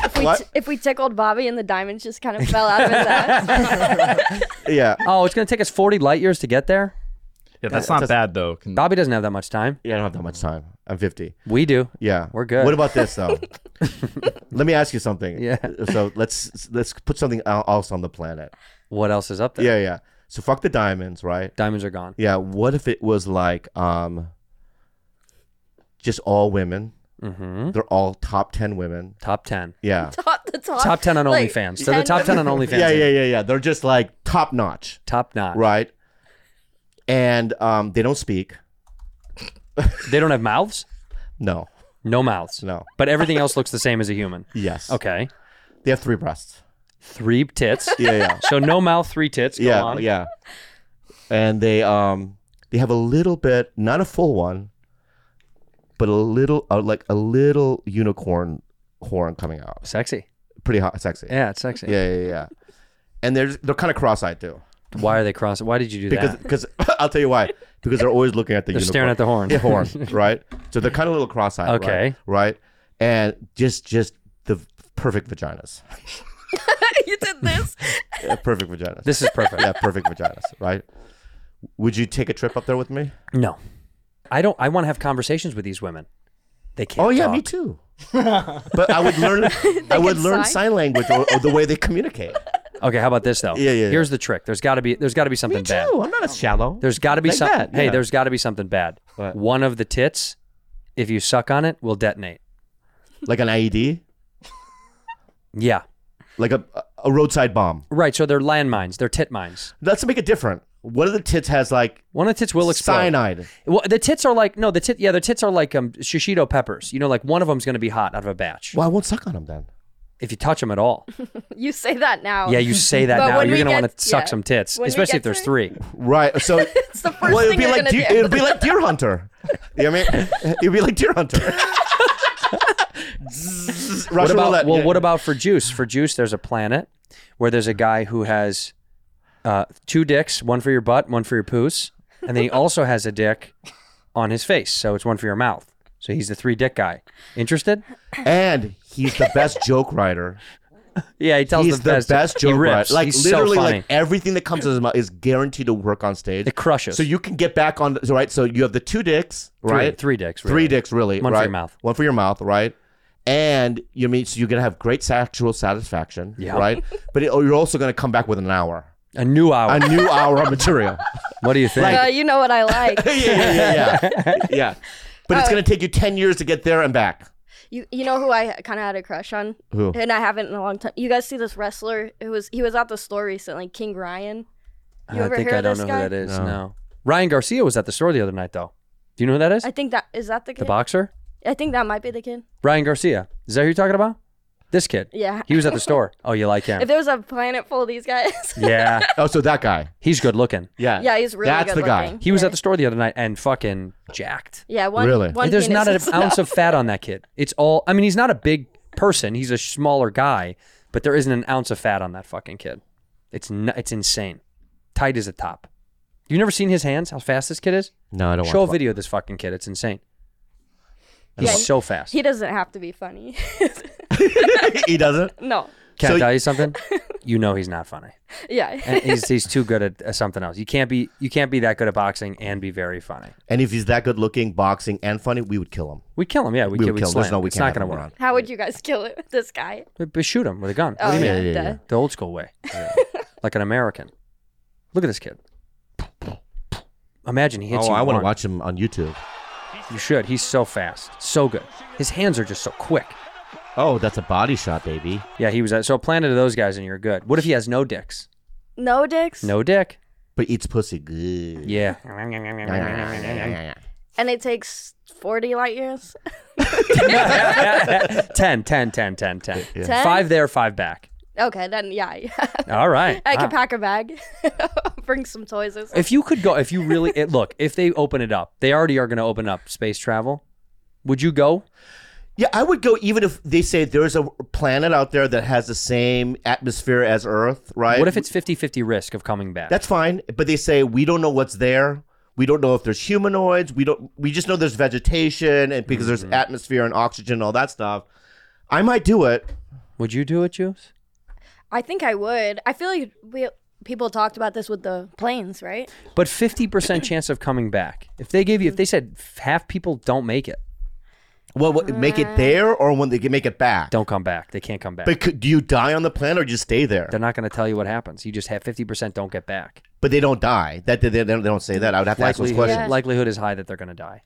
Speaker 7: if, we
Speaker 6: What?
Speaker 7: t- if we tickled Bobby and the diamonds just kind of fell out of his ass.
Speaker 6: Yeah,
Speaker 5: oh, it's going to take us 40 light years to get there.
Speaker 8: Yeah, that's not bad though. Can-
Speaker 5: Bobby doesn't have that much time.
Speaker 6: yeah. I don't have that much time. I'm 50.
Speaker 5: We do.
Speaker 6: Yeah,
Speaker 5: We're good.
Speaker 6: What about this though? let me ask you something.
Speaker 5: Yeah.
Speaker 6: So let's let's put something el- else on the planet.
Speaker 5: What else is up there?
Speaker 6: Yeah, yeah. So fuck the diamonds, right?
Speaker 5: Diamonds are gone.
Speaker 6: Yeah. What if it was like um, just all women?
Speaker 5: hmm
Speaker 6: They're all top ten women.
Speaker 5: Top 10.
Speaker 6: Yeah.
Speaker 7: top the top.
Speaker 5: Top 10 on
Speaker 7: like,
Speaker 5: OnlyFans. They're the top 10 on OnlyFans.
Speaker 6: Yeah, yeah, yeah, yeah. They're just like top notch,
Speaker 5: Top notch.
Speaker 6: right? And um, they don't speak.
Speaker 5: They don't have mouths?
Speaker 6: No,
Speaker 5: No mouths.
Speaker 6: no.
Speaker 5: But everything else looks the same as a human.
Speaker 6: Yes.
Speaker 5: Okay.
Speaker 6: They have three breasts.
Speaker 5: Three tits.
Speaker 6: Yeah, yeah,
Speaker 5: So no mouth, three tits. Go
Speaker 6: yeah,
Speaker 5: on.
Speaker 6: yeah. And they um they have a little bit, not a full one, but a little, uh, like a little unicorn horn coming out.
Speaker 5: Sexy.
Speaker 6: Pretty hot, sexy.
Speaker 5: Yeah, it's sexy.
Speaker 6: yeah, yeah, yeah. And they're they're kind of cross-eyed too,
Speaker 5: Why are they crossing? Why did you do
Speaker 6: because
Speaker 5: that?
Speaker 6: because I'll tell you why. Because they're always looking at the
Speaker 5: They're
Speaker 6: unicorn.
Speaker 5: staring at the horn.
Speaker 6: Yeah, horn, right? So they're kind of a little cross-eyed. right?
Speaker 5: Okay.
Speaker 6: right? And just just the perfect vaginas.
Speaker 7: you did this.
Speaker 6: Yeah, perfect vaginas.
Speaker 5: This is perfect.
Speaker 6: yeah, perfect vaginas, right? Would you take a trip up there with me?
Speaker 5: No, I don't. I want to have conversations with these women. They can't.
Speaker 6: Oh yeah, me
Speaker 5: talk.
Speaker 6: too. but I would learn I would
Speaker 7: can
Speaker 6: learn
Speaker 7: sign?
Speaker 6: sign language or, or the way they communicate.
Speaker 5: Okay, how about this though?
Speaker 6: Yeah, yeah, yeah.
Speaker 5: Here's the trick. There's got to be. There's got to be something
Speaker 6: Me
Speaker 5: bad.
Speaker 6: too. I'm not as shallow.
Speaker 5: There's got to be
Speaker 6: Like
Speaker 5: something.
Speaker 6: that,
Speaker 5: Hey,
Speaker 6: yeah.
Speaker 5: there's got to be something bad.
Speaker 6: What?
Speaker 5: One of the tits, if you suck on it, will detonate.
Speaker 6: like an IED,
Speaker 5: Yeah.
Speaker 6: like a a roadside bomb.
Speaker 5: Right. So they're landmines. They're tit mines.
Speaker 6: Let's make it different. One of the tits has like
Speaker 5: One of the tits will explode.
Speaker 6: cyanide.
Speaker 5: Well, the tits are like no, the tit. Yeah, the tits are like um shishito peppers. You know, like one of them's gonna be hot out of a batch
Speaker 6: Well, I won't suck on them then.
Speaker 5: if you touch them at all.
Speaker 7: You say that now.
Speaker 5: Yeah, you say that
Speaker 7: But
Speaker 5: now.
Speaker 7: when we
Speaker 5: You're gonna
Speaker 7: get-
Speaker 5: want to suck
Speaker 7: yeah.
Speaker 5: some tits,
Speaker 7: When we
Speaker 5: especially
Speaker 7: get
Speaker 5: if there's
Speaker 7: to-
Speaker 5: three.
Speaker 6: Right. So
Speaker 7: It's the first
Speaker 6: well, it'd
Speaker 7: thing
Speaker 6: be
Speaker 7: you're
Speaker 6: like
Speaker 7: gonna
Speaker 6: deer,
Speaker 7: do.
Speaker 6: it'd be like Deer Hunter. You know what I mean? It'd be like Deer Hunter. Zzz,
Speaker 5: What
Speaker 6: Russian
Speaker 5: about
Speaker 6: roulette,
Speaker 5: well?
Speaker 6: yeah.
Speaker 5: What about for juice? For juice, there's a planet where there's a guy who has uh, two dicks, one for your butt, one for your poos, and then he also has a dick on his face, so it's one for your mouth. So he's the three dick guy. Interested?
Speaker 6: And he's the best joke writer.
Speaker 5: Yeah, he tells
Speaker 6: he's
Speaker 5: the best. he
Speaker 6: joke
Speaker 5: rips.
Speaker 6: writer. Like
Speaker 5: he's
Speaker 6: literally,
Speaker 5: so funny.
Speaker 6: like everything that comes out of his mouth is guaranteed to work on stage.
Speaker 5: it crushes.
Speaker 6: So you can get back on. So right. So you have the two dicks,
Speaker 5: three,
Speaker 6: right?
Speaker 5: three dicks.
Speaker 6: Three
Speaker 5: really.
Speaker 6: dicks, really.
Speaker 5: One for your
Speaker 6: right?
Speaker 5: mouth.
Speaker 6: One for your mouth, right? And you mean so you're gonna have great sexual satisfaction,
Speaker 5: Yeah.
Speaker 6: right? But it, you're also gonna come back with an hour,
Speaker 5: A new hour.
Speaker 6: a new hour of material.
Speaker 5: what do you think?
Speaker 7: Uh, you know what I like.
Speaker 6: yeah, yeah, yeah, yeah. yeah. But
Speaker 7: Uh,
Speaker 6: it's gonna take you ten years to get there and back.
Speaker 7: You you know who I kind of had a crush on,
Speaker 6: Who?
Speaker 7: and I haven't in a long time. You guys see this wrestler? It was he was at the store recently, King Ryan. You
Speaker 5: I
Speaker 7: ever
Speaker 5: think
Speaker 7: hear
Speaker 5: I
Speaker 7: this
Speaker 5: don't know
Speaker 7: guy?
Speaker 5: who that is. No.
Speaker 6: No.
Speaker 5: Ryan Garcia was at the store the other night, though. Do you know who that is?
Speaker 7: I think that is that the kid.
Speaker 5: the boxer?
Speaker 7: I think that might be the kid.
Speaker 5: Ryan Garcia. Is that who you're talking about? This kid.
Speaker 7: Yeah.
Speaker 5: He was at the store. Oh, you like
Speaker 7: If
Speaker 5: him?
Speaker 7: there was a planet full of these guys,
Speaker 5: yeah.
Speaker 6: Oh, so that guy.
Speaker 5: He's good looking.
Speaker 6: Yeah.
Speaker 7: yeah, he's really
Speaker 6: That's
Speaker 7: good
Speaker 6: the guy.
Speaker 7: looking.
Speaker 5: He was
Speaker 7: yeah.
Speaker 5: at the store the other night and fucking jacked.
Speaker 7: yeah one
Speaker 6: Really?
Speaker 7: one
Speaker 5: There's
Speaker 7: penis
Speaker 5: not an
Speaker 7: is enough.
Speaker 5: ounce of fat on that kid. It's all, I mean, he's not a big person. He's a smaller guy, but there isn't an ounce of fat on that fucking kid. It's, n- it's insane. Tight as a top. You never seen his hands? How fast this kid is?
Speaker 6: No, I don't.
Speaker 5: Show a
Speaker 6: want to-
Speaker 5: video of this fucking kid. It's insane. He's
Speaker 7: Yeah.
Speaker 5: so fast.
Speaker 7: He doesn't have to be funny.
Speaker 6: he doesn't.
Speaker 7: no.
Speaker 5: Can
Speaker 6: So-
Speaker 5: I tell you something? You know he's not funny.
Speaker 7: Yeah.
Speaker 5: And he's he's too good at uh, something else. You can't be you can't be that good at boxing and be very funny.
Speaker 6: And if he's that good looking, boxing and funny, we would kill him.
Speaker 5: We kill him. Yeah, we,
Speaker 6: We,
Speaker 5: kill,
Speaker 6: would
Speaker 5: we
Speaker 6: kill him.
Speaker 5: slam.
Speaker 6: There's no,
Speaker 5: him.
Speaker 6: we
Speaker 5: it's not
Speaker 6: can't
Speaker 5: going to
Speaker 6: have him
Speaker 5: work.
Speaker 6: around.
Speaker 7: How would you guys kill it, this guy?
Speaker 5: But, but shoot him with a gun.
Speaker 7: Oh,
Speaker 5: what do you
Speaker 7: yeah,
Speaker 5: mean?
Speaker 7: duh.
Speaker 5: The old school way, like an American. Look at this kid. Imagine he hits
Speaker 6: Oh,
Speaker 5: you.
Speaker 6: I want
Speaker 5: want
Speaker 6: to watch him on YouTube.
Speaker 5: You should. He's so fast, so good. His hands are just so quick.
Speaker 6: Oh, that's a body shot, baby.
Speaker 5: Yeah, he was at, so planted to those guys, and you're good. What if he has no dicks?
Speaker 7: No dicks.
Speaker 5: No dick.
Speaker 6: But eats pussy good.
Speaker 5: Yeah.
Speaker 7: And it takes forty light years.
Speaker 5: 10, 10, 10, 10, 10.
Speaker 7: Ten?
Speaker 5: Five there, five back.
Speaker 7: Okay, then yeah, yeah.
Speaker 5: All right.
Speaker 7: I
Speaker 5: Wow.
Speaker 7: could pack a bag, bring some toys. Or something.
Speaker 5: If you could go, if you really it, look, if they open it up, they already are going to open up space travel. Would you go?
Speaker 6: Yeah, I would go even if they say there's a planet out there that has the same atmosphere as Earth, right?
Speaker 5: What if it's 50-50 risk of coming back?
Speaker 6: that's fine, but they say we don't know what's there. We don't know if there's humanoids. We don't. We just know there's vegetation and because there's
Speaker 5: Mm-hmm.
Speaker 6: atmosphere and oxygen and all that stuff. I might do it.
Speaker 5: Would you do it, Juice?
Speaker 7: I think I would. I feel like we people talked about this with the planes, right?
Speaker 5: But 50% chance of coming back. If they gave you if they said f- half people don't make it,
Speaker 6: Well, what, make it there or when they can make it back.
Speaker 5: Uh. don't come back. They can't come back.
Speaker 6: But could, do you die on the planet or just stay there?
Speaker 5: They're not going to tell you what happens. You just have 50% don't get back.
Speaker 6: But they don't die. That they, they, don't- they don't say that. I would have to ask those
Speaker 5: Likelihood,
Speaker 6: questions.
Speaker 5: likelihood is high that they're going to die.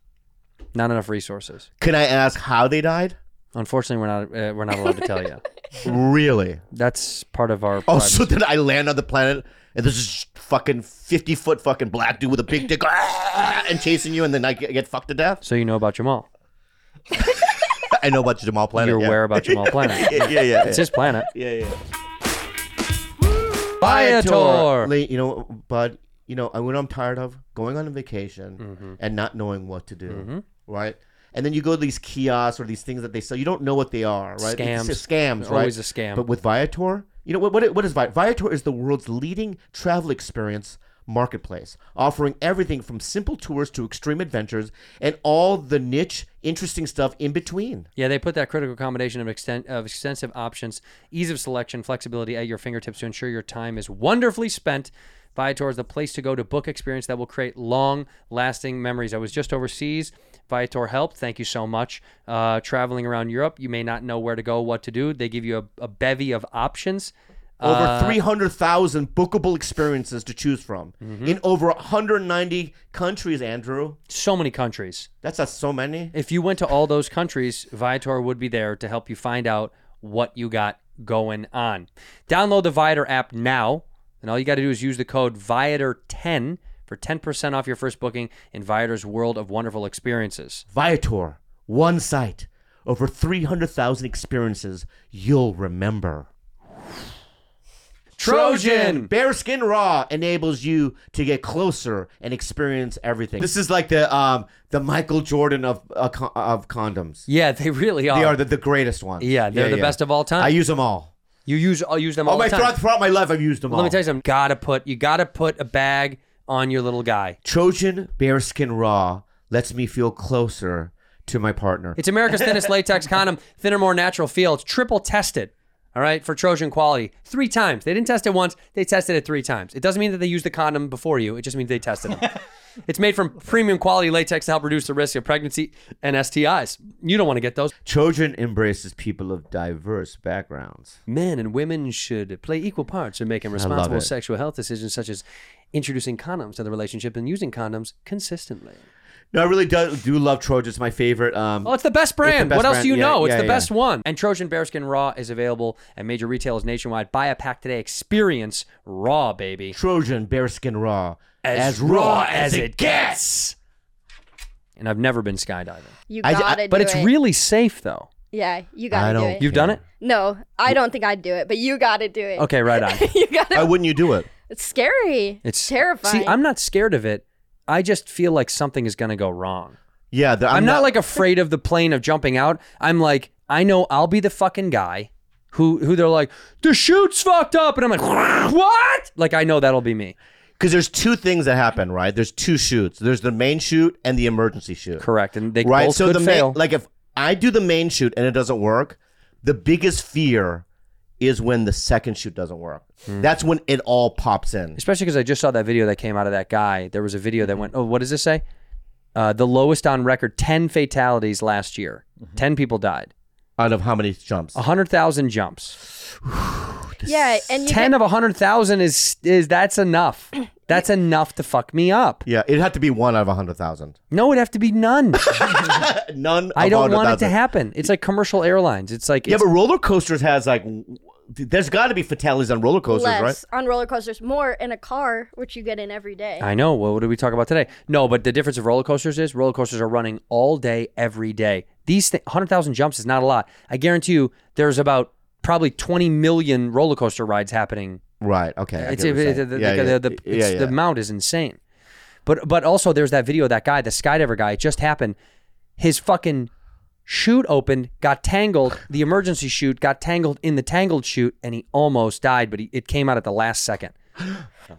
Speaker 5: Not enough resources.
Speaker 6: Can I ask how they died?
Speaker 5: Unfortunately, we're not uh, we're not allowed to tell you.
Speaker 6: really?
Speaker 5: That's part of our
Speaker 6: Oh,
Speaker 5: privacy.
Speaker 6: so then I land on the planet and there's this fucking 50 foot fucking black dude with a big dick ah, and chasing you, and then I get, get fucked to death.
Speaker 5: So you know about Jamal.
Speaker 6: I know about Jamal Planet.
Speaker 5: You're
Speaker 6: yeah.
Speaker 5: aware about Jamal Planet.
Speaker 6: Yeah, yeah, yeah.
Speaker 5: It's his planet.
Speaker 6: yeah, yeah.
Speaker 5: Viator.
Speaker 6: Lee, You know, but
Speaker 5: Mm-hmm.
Speaker 6: you know, I what I'm tired of going on a vacation and not knowing what to do, right? and then you go to these kiosks or these things that they sell. You don't know what they are, right? It's just scams,
Speaker 5: Scams.
Speaker 6: right?
Speaker 5: Always a scam.
Speaker 6: But with Viator, you know what? What, what is Viator? Viator is the world's leading travel experience marketplace, offering everything from simple tours to extreme adventures and all the niche, interesting stuff in between.
Speaker 5: Yeah, they put that critical combination of, extent, of extensive options, ease of selection, flexibility at your fingertips to ensure your time is wonderfully spent. Viator is the place to go to book experience that will create long lasting memories. I was just overseas. Viator helped. Thank you so much. Uh, traveling around Europe, you may not know where to go, what to do. They give you a, a bevy of options.
Speaker 6: Over
Speaker 5: Uh,
Speaker 6: 300,000 bookable experiences to choose from
Speaker 5: Mm-hmm.
Speaker 6: in over 190 countries, Andrew.
Speaker 5: So many countries.
Speaker 6: That's not so many.
Speaker 5: If you went to all those countries, Viator would be there to help you find out what you got going on. Download the Viator app now, and all you got to do is use the code Viator10 for 10% off your first booking in Viator's world of wonderful experiences.
Speaker 6: Viator, one site, over 300,000 experiences you'll remember.
Speaker 5: Trojan!
Speaker 6: Bearskin Raw enables you to get closer and experience everything. This is like the um, the Michael Jordan of uh, con- of condoms.
Speaker 5: Yeah, they really are.
Speaker 6: They are the, the greatest ones.
Speaker 5: Yeah, they're the best of all time.
Speaker 6: I use them all.
Speaker 5: you use I'll use them all
Speaker 6: all my
Speaker 5: the time.
Speaker 6: throughout, throughout my life, I've used them all.
Speaker 5: Let me tell you something. Gotta put you gotta put a bag on your little guy.
Speaker 6: Trojan Bearskin Raw lets me feel closer to my partner.
Speaker 5: It's America's thinnest latex condom, thinner, more natural feel. It's triple tested, all right, for Trojan quality. Three times. They didn't test it once, they tested it three times. It doesn't mean that they used the condom before you, it just means they tested it. it's made from premium quality latex to help reduce the risk of pregnancy and STIs. You don't want to get those.
Speaker 6: Trojan embraces people of diverse backgrounds.
Speaker 5: Men and women should play equal parts in making
Speaker 6: love
Speaker 5: responsible
Speaker 6: it.
Speaker 5: sexual health decisions, such as introducing condoms to the relationship and using condoms consistently.
Speaker 6: No, I really do, do love Trojan. It's my favorite. Um,
Speaker 5: Oh, it's the best brand.
Speaker 6: best
Speaker 5: what else
Speaker 6: brand.
Speaker 5: do you
Speaker 6: Yeah,
Speaker 5: know? It's
Speaker 6: yeah,
Speaker 5: the
Speaker 6: yeah.
Speaker 5: best one. And Trojan Bearskin Raw is available at major retailers nationwide. Buy a pack today. Experience Raw, baby.
Speaker 6: Trojan Bearskin Raw.
Speaker 5: gets. And I've never been skydiving.
Speaker 7: You
Speaker 6: I- I-
Speaker 7: gotta do
Speaker 5: But it's
Speaker 7: it.
Speaker 5: really safe, though.
Speaker 7: yeah. You
Speaker 6: I
Speaker 7: gotta do
Speaker 6: don't
Speaker 7: it.
Speaker 5: You've done it?
Speaker 7: no, I don't think I'd do it, but you gotta do it.
Speaker 5: Okay, right on.
Speaker 7: you gotta.
Speaker 6: Why wouldn't you do it?
Speaker 7: it's scary.
Speaker 5: It's
Speaker 7: terrifying.
Speaker 5: See, I'm not scared of it. I just feel like something is going to go wrong.
Speaker 6: Yeah, the,
Speaker 5: I'm, not, like afraid of the plane of jumping out. I'm like, I know I'll be the fucking guy who who they're like, the chute's fucked up, and I'm like, what? Like I know that'll be me.
Speaker 6: because there's two things that happen, right? There's two shoots. There's the main shoot and the emergency shoot.
Speaker 5: Correct, and they
Speaker 6: Right.
Speaker 5: both
Speaker 6: So
Speaker 5: could
Speaker 6: the
Speaker 5: fail.
Speaker 6: main, like if I do the main shoot and it doesn't work, the biggest fear is when the second shoot doesn't work.
Speaker 5: Hmm.
Speaker 6: That's when it all pops in.
Speaker 5: Especially because I just saw that video that came out of that guy. There was a video that went, oh, what does this say? Uh, the lowest on record, 10 fatalities last year.
Speaker 6: Mm-hmm.
Speaker 5: 10 people died.
Speaker 6: Out of how many jumps?
Speaker 5: 100,000 jumps.
Speaker 7: yeah, and you
Speaker 5: 10 of 100,000 is, is that's enough. That's enough to fuck me up.
Speaker 6: Yeah, it'd have to be one out of a hundred thousand.
Speaker 5: No, it'd have to be none.
Speaker 6: None.
Speaker 5: I
Speaker 6: of
Speaker 5: don't want it to
Speaker 6: 100,000.
Speaker 5: happen. It's like commercial airlines. It's like,
Speaker 6: Yeah,
Speaker 5: it's-
Speaker 6: but roller coasters has like, w- there's got to be fatalities on roller coasters,
Speaker 7: less
Speaker 6: right?
Speaker 7: on roller coasters, more in a car, which you get in every day.
Speaker 5: I know. Well, what did we talk about today? No, but the difference of roller coasters is roller coasters are running all day, every day. These th- 100,000 jumps is not a lot. I guarantee you there's about probably 20 million roller coaster rides happening.
Speaker 6: Right. Okay. I
Speaker 5: It's,
Speaker 6: get what you're
Speaker 5: it-
Speaker 6: saying.
Speaker 5: the- the-
Speaker 6: Yeah, yeah,
Speaker 5: the- the-
Speaker 6: yeah,
Speaker 5: it's-
Speaker 6: yeah.
Speaker 5: the amount is insane. But but also there's that video of that guy, the skydiver guy, it just happened. His fucking chute opened, got tangled, the emergency chute got tangled in the tangled chute and he almost died, but he, it came out at the last second.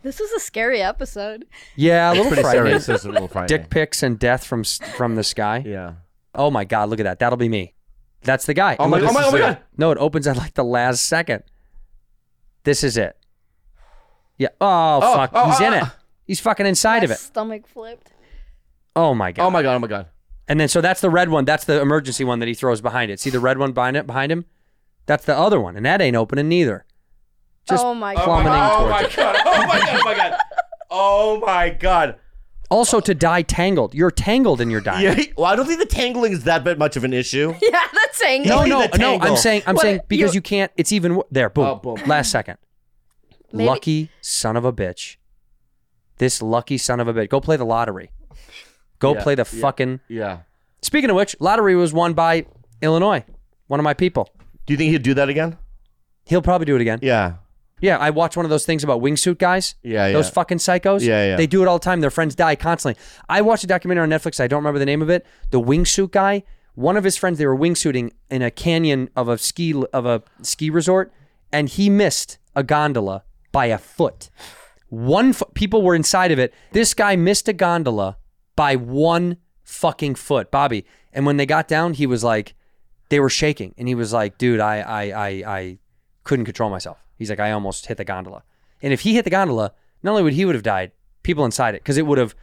Speaker 7: This is a scary episode.
Speaker 5: Yeah, a little
Speaker 6: Pretty
Speaker 5: frightening.
Speaker 6: serious. It's a little frightening.
Speaker 5: Dick pics and death from s- from the sky.
Speaker 6: Yeah.
Speaker 5: Oh my god, look at that. That'll be me. That's the guy.
Speaker 6: Oh
Speaker 5: And
Speaker 6: my-
Speaker 5: look,
Speaker 6: oh my-
Speaker 5: this
Speaker 6: oh my
Speaker 5: is
Speaker 6: God.
Speaker 5: it. No, it opens at like the last second. This is it. Yeah. Oh,
Speaker 6: Oh,
Speaker 5: fuck.
Speaker 6: oh,
Speaker 5: He's
Speaker 6: oh,
Speaker 5: in it.
Speaker 6: oh.
Speaker 5: He's fucking inside
Speaker 7: My
Speaker 5: of it.
Speaker 7: Stomach flipped.
Speaker 5: Oh my god.
Speaker 6: Oh my god. Oh my god.
Speaker 5: and then so that's the red one. That's the emergency one that he throws behind it. See the red one behind it behind him? That's the other one. And that ain't opening neither. Just
Speaker 7: oh my god.
Speaker 5: plummeting
Speaker 6: Oh
Speaker 5: towards
Speaker 6: my
Speaker 5: it.
Speaker 6: god. Oh my god. Oh my god. Oh my god.
Speaker 5: Also to die tangled. You're tangled and you're dying.
Speaker 6: Yeah. Well, I don't think the tangling is that bit much of an issue.
Speaker 7: Yeah, that's saying.
Speaker 5: No,
Speaker 6: Only
Speaker 5: Oh, no,
Speaker 6: the
Speaker 5: no. I'm
Speaker 6: tangle.
Speaker 5: saying, I'm
Speaker 7: What-
Speaker 5: saying because you,
Speaker 7: you-
Speaker 5: can't. It's even wo- there. Boom.
Speaker 6: Oh, boom.
Speaker 5: Last second.
Speaker 7: Maybe-
Speaker 5: Lucky son of a bitch. This lucky son of a bitch. Go play the lottery. Go
Speaker 6: Yeah,
Speaker 5: play the
Speaker 6: yeah.
Speaker 5: fucking.
Speaker 6: Yeah.
Speaker 5: Speaking of which, lottery was won by Illinois, one of my people.
Speaker 6: Do you think he'd do that again?
Speaker 5: He'll probably do it again.
Speaker 6: Yeah.
Speaker 5: Yeah, I watch one of those things about wingsuit guys.
Speaker 6: Yeah,
Speaker 5: Those
Speaker 6: yeah.
Speaker 5: fucking psychos.
Speaker 6: Yeah, yeah.
Speaker 5: They do it all the time. Their friends die constantly. I watched a documentary on Netflix. I don't remember the name of it. The wingsuit guy. One of his friends. They were wingsuiting in a canyon of a ski of a ski resort, and he missed a gondola by a foot. One fo- people were inside of it. This guy missed a gondola by one fucking foot, Bobby. And when they got down, he was like, they were shaking, and he was like, dude, I I I I couldn't control myself. He's like, I almost hit the gondola. And if he hit the gondola, not only would he would have died, people inside it, because it would have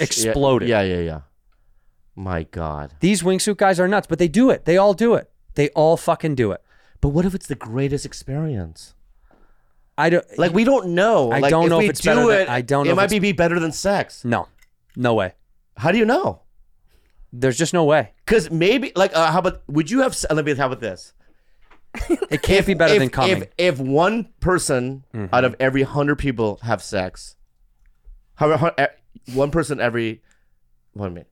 Speaker 5: exploded.
Speaker 6: Yeah, yeah, yeah. My God.
Speaker 5: These wingsuit guys are nuts, but they do it. They all do it. They all fucking do it.
Speaker 6: But what if it's the greatest experience?
Speaker 5: I don't
Speaker 6: Like we don't know.
Speaker 5: I
Speaker 6: Like,
Speaker 5: don't
Speaker 6: if
Speaker 5: know if
Speaker 6: we
Speaker 5: it's
Speaker 6: do
Speaker 5: better than-
Speaker 6: it.
Speaker 5: I don't know
Speaker 6: It
Speaker 5: if
Speaker 6: might
Speaker 5: it's-
Speaker 6: be, be better than sex.
Speaker 5: no, no way.
Speaker 6: How do you know?
Speaker 5: There's just no way.
Speaker 6: Because maybe like uh, how about would you have? se- Let me how about this?
Speaker 5: It can't be better
Speaker 6: if,
Speaker 5: than coming. Mm-hmm.
Speaker 6: If, if one person out of every hundred people have sex, however, hu- e- one person every one minute,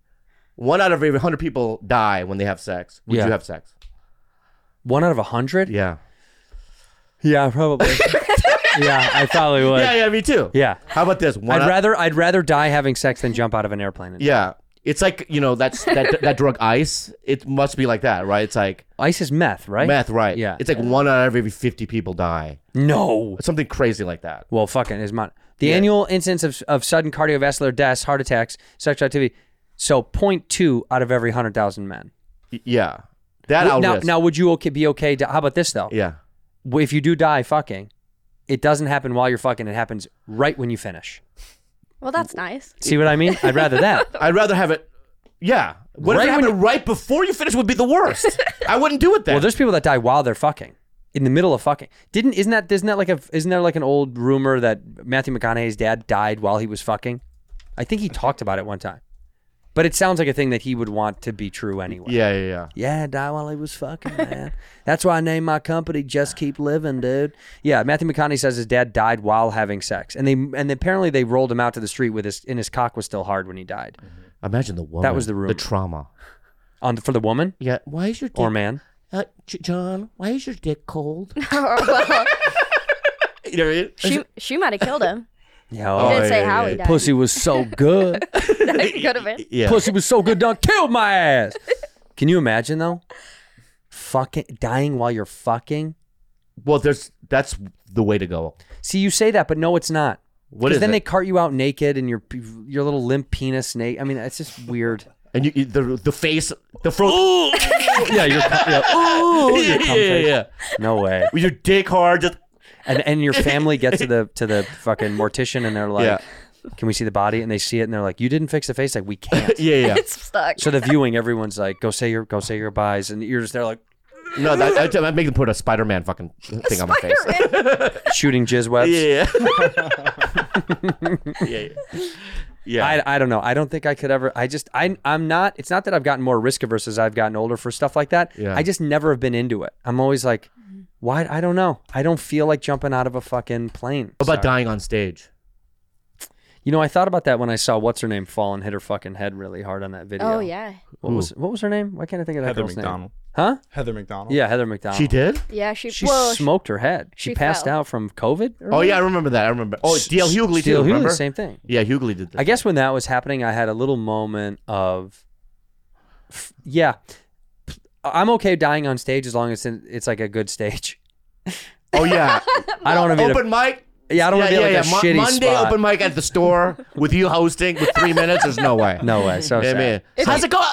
Speaker 6: one out of every hundred people die when they have sex. Would
Speaker 5: Yeah.
Speaker 6: you have sex?
Speaker 5: One out of a hundred.
Speaker 6: Yeah.
Speaker 5: Yeah, probably. yeah, I probably would.
Speaker 6: yeah, yeah, me too.
Speaker 5: Yeah.
Speaker 6: How about this? One
Speaker 5: I'd
Speaker 6: out-
Speaker 5: rather I'd rather die having sex than jump out of an airplane.
Speaker 6: Yeah. It's like you know that's that that drug ice. It must be like that, right? It's like
Speaker 5: Ice is meth, right?
Speaker 6: meth, right?
Speaker 5: Yeah.
Speaker 6: It's like one out of every fifty people die.
Speaker 5: No.
Speaker 6: Something crazy like that.
Speaker 5: Well, fucking is mon- the annual incidence of, of sudden cardiovascular deaths, heart attacks, sexual activity. So 0.2 out of every hundred thousand men.
Speaker 6: Y- Yeah. That I'll
Speaker 5: now,
Speaker 6: risk.
Speaker 5: now, would you okay be okay? To, how about this though?
Speaker 6: Yeah.
Speaker 5: If you do die fucking, it doesn't happen while you're fucking. It happens right when you finish.
Speaker 7: Well, that's nice.
Speaker 5: See what I mean? I'd rather that.
Speaker 6: I'd rather have it. Yeah. What
Speaker 5: Right
Speaker 6: if it
Speaker 5: when
Speaker 6: happened right before you finish would be the worst. I wouldn't do it then.
Speaker 5: Well, there's people that die while they're fucking in the middle of fucking. Didn't isn't that isn't that like a isn't there like an old rumor that Matthew McConaughey's dad died while he was fucking? I think he talked about it one time, but it sounds like a thing that he would want to be true anyway.
Speaker 6: yeah, yeah, yeah.
Speaker 5: Yeah, die while he was fucking, man. That's why I named my company Just Keep Living, dude. Yeah, Matthew McConaughey says his dad died while having sex, and they and apparently they rolled him out to the street with his and his cock was still hard when he died.
Speaker 6: Imagine the woman.
Speaker 5: was the rumor.
Speaker 6: The trauma.
Speaker 5: On the, for the woman
Speaker 6: Yeah. Why is your dick,
Speaker 5: or man?
Speaker 6: Uh, J- John? Why is your dick cold?
Speaker 7: Oh, well,
Speaker 6: you know what I mean?
Speaker 7: she she might have killed him.
Speaker 5: Yeah,
Speaker 7: He
Speaker 5: oh,
Speaker 7: didn't
Speaker 6: yeah,
Speaker 7: say
Speaker 6: yeah,
Speaker 7: how
Speaker 6: yeah.
Speaker 7: he died.
Speaker 5: pussy was so good.
Speaker 7: Could have been.
Speaker 6: Yeah.
Speaker 5: Pussy was so good, done killed my ass. Can you imagine though? Fucking dying while you're fucking.
Speaker 6: Well, there's that's the way to go.
Speaker 5: See, you say that, but no, it's not.
Speaker 6: What
Speaker 5: 'Cause
Speaker 6: is
Speaker 5: then
Speaker 6: it?
Speaker 5: they cart you out naked and your your little limp penis. Na- I mean, it's just weird.
Speaker 6: and you, you- the the face, the throat. Ooh,
Speaker 5: yeah, you're, yeah, ooh,
Speaker 6: yeah,
Speaker 5: your
Speaker 6: yeah,
Speaker 5: cum
Speaker 6: yeah,
Speaker 5: face.
Speaker 6: yeah.
Speaker 5: no way.
Speaker 6: With your dick hard, just
Speaker 5: And and your family get to the to the fucking mortician and they're like,
Speaker 6: Yeah.
Speaker 5: "Can we see the body?" And they see it and they're like, "You didn't fix the face, like we can't."
Speaker 6: yeah, yeah.
Speaker 7: It's stuck.
Speaker 5: So the viewing, everyone's like, "Go say your go say your buys," and you're just there like
Speaker 6: No, that, I, I make them put a Spider-Man fucking thing on my face.
Speaker 5: shooting jizz webs.
Speaker 6: Yeah. yeah. Yeah. Yeah.
Speaker 5: I, I don't know. I don't think I could ever. I just I I'm not. It's not that I've gotten more risk averse as I've gotten older for stuff like that.
Speaker 6: Yeah. Mm-hmm.
Speaker 5: I just never have been into it. I'm always like, why? I don't know. I don't feel like jumping out of a fucking plane.
Speaker 6: What about
Speaker 5: Sorry.
Speaker 6: dying on stage?
Speaker 5: You know, I thought about that when I saw what's her name fall and hit her fucking head really hard on that video.
Speaker 7: Oh yeah,
Speaker 5: What was what was her name? Why can't I think of that
Speaker 8: Heather
Speaker 5: girl's
Speaker 8: McDonald.
Speaker 5: name? Huh?
Speaker 8: Heather McDonald.
Speaker 5: Yeah, Heather McDonald.
Speaker 6: She did?
Speaker 7: yeah. She,
Speaker 5: Oh. She
Speaker 7: well,
Speaker 5: smoked her head. She,
Speaker 7: she
Speaker 5: passed
Speaker 7: fell.
Speaker 5: out from COVID. or
Speaker 6: Oh yeah, I
Speaker 5: whatever.
Speaker 6: remember that. I remember. Oh, DL Hughley too.
Speaker 5: Steele Hughley,
Speaker 6: remember?
Speaker 5: same thing.
Speaker 6: Yeah, Hughley did. That.
Speaker 5: I guess when that was happening, I had a little moment of, f- yeah, I'm okay dying on stage as long as it- it's like a good stage.
Speaker 6: Oh yeah.
Speaker 5: I don't want to be.
Speaker 6: open mic.
Speaker 5: At a, yeah, I don't want to be at like a
Speaker 6: Mon-
Speaker 5: shitty
Speaker 6: Monday
Speaker 5: spot.
Speaker 6: open mic at the store with you hosting with three minutes. There's no way.
Speaker 5: no way. So
Speaker 6: Yeah,
Speaker 5: sad.
Speaker 6: man. How's it going?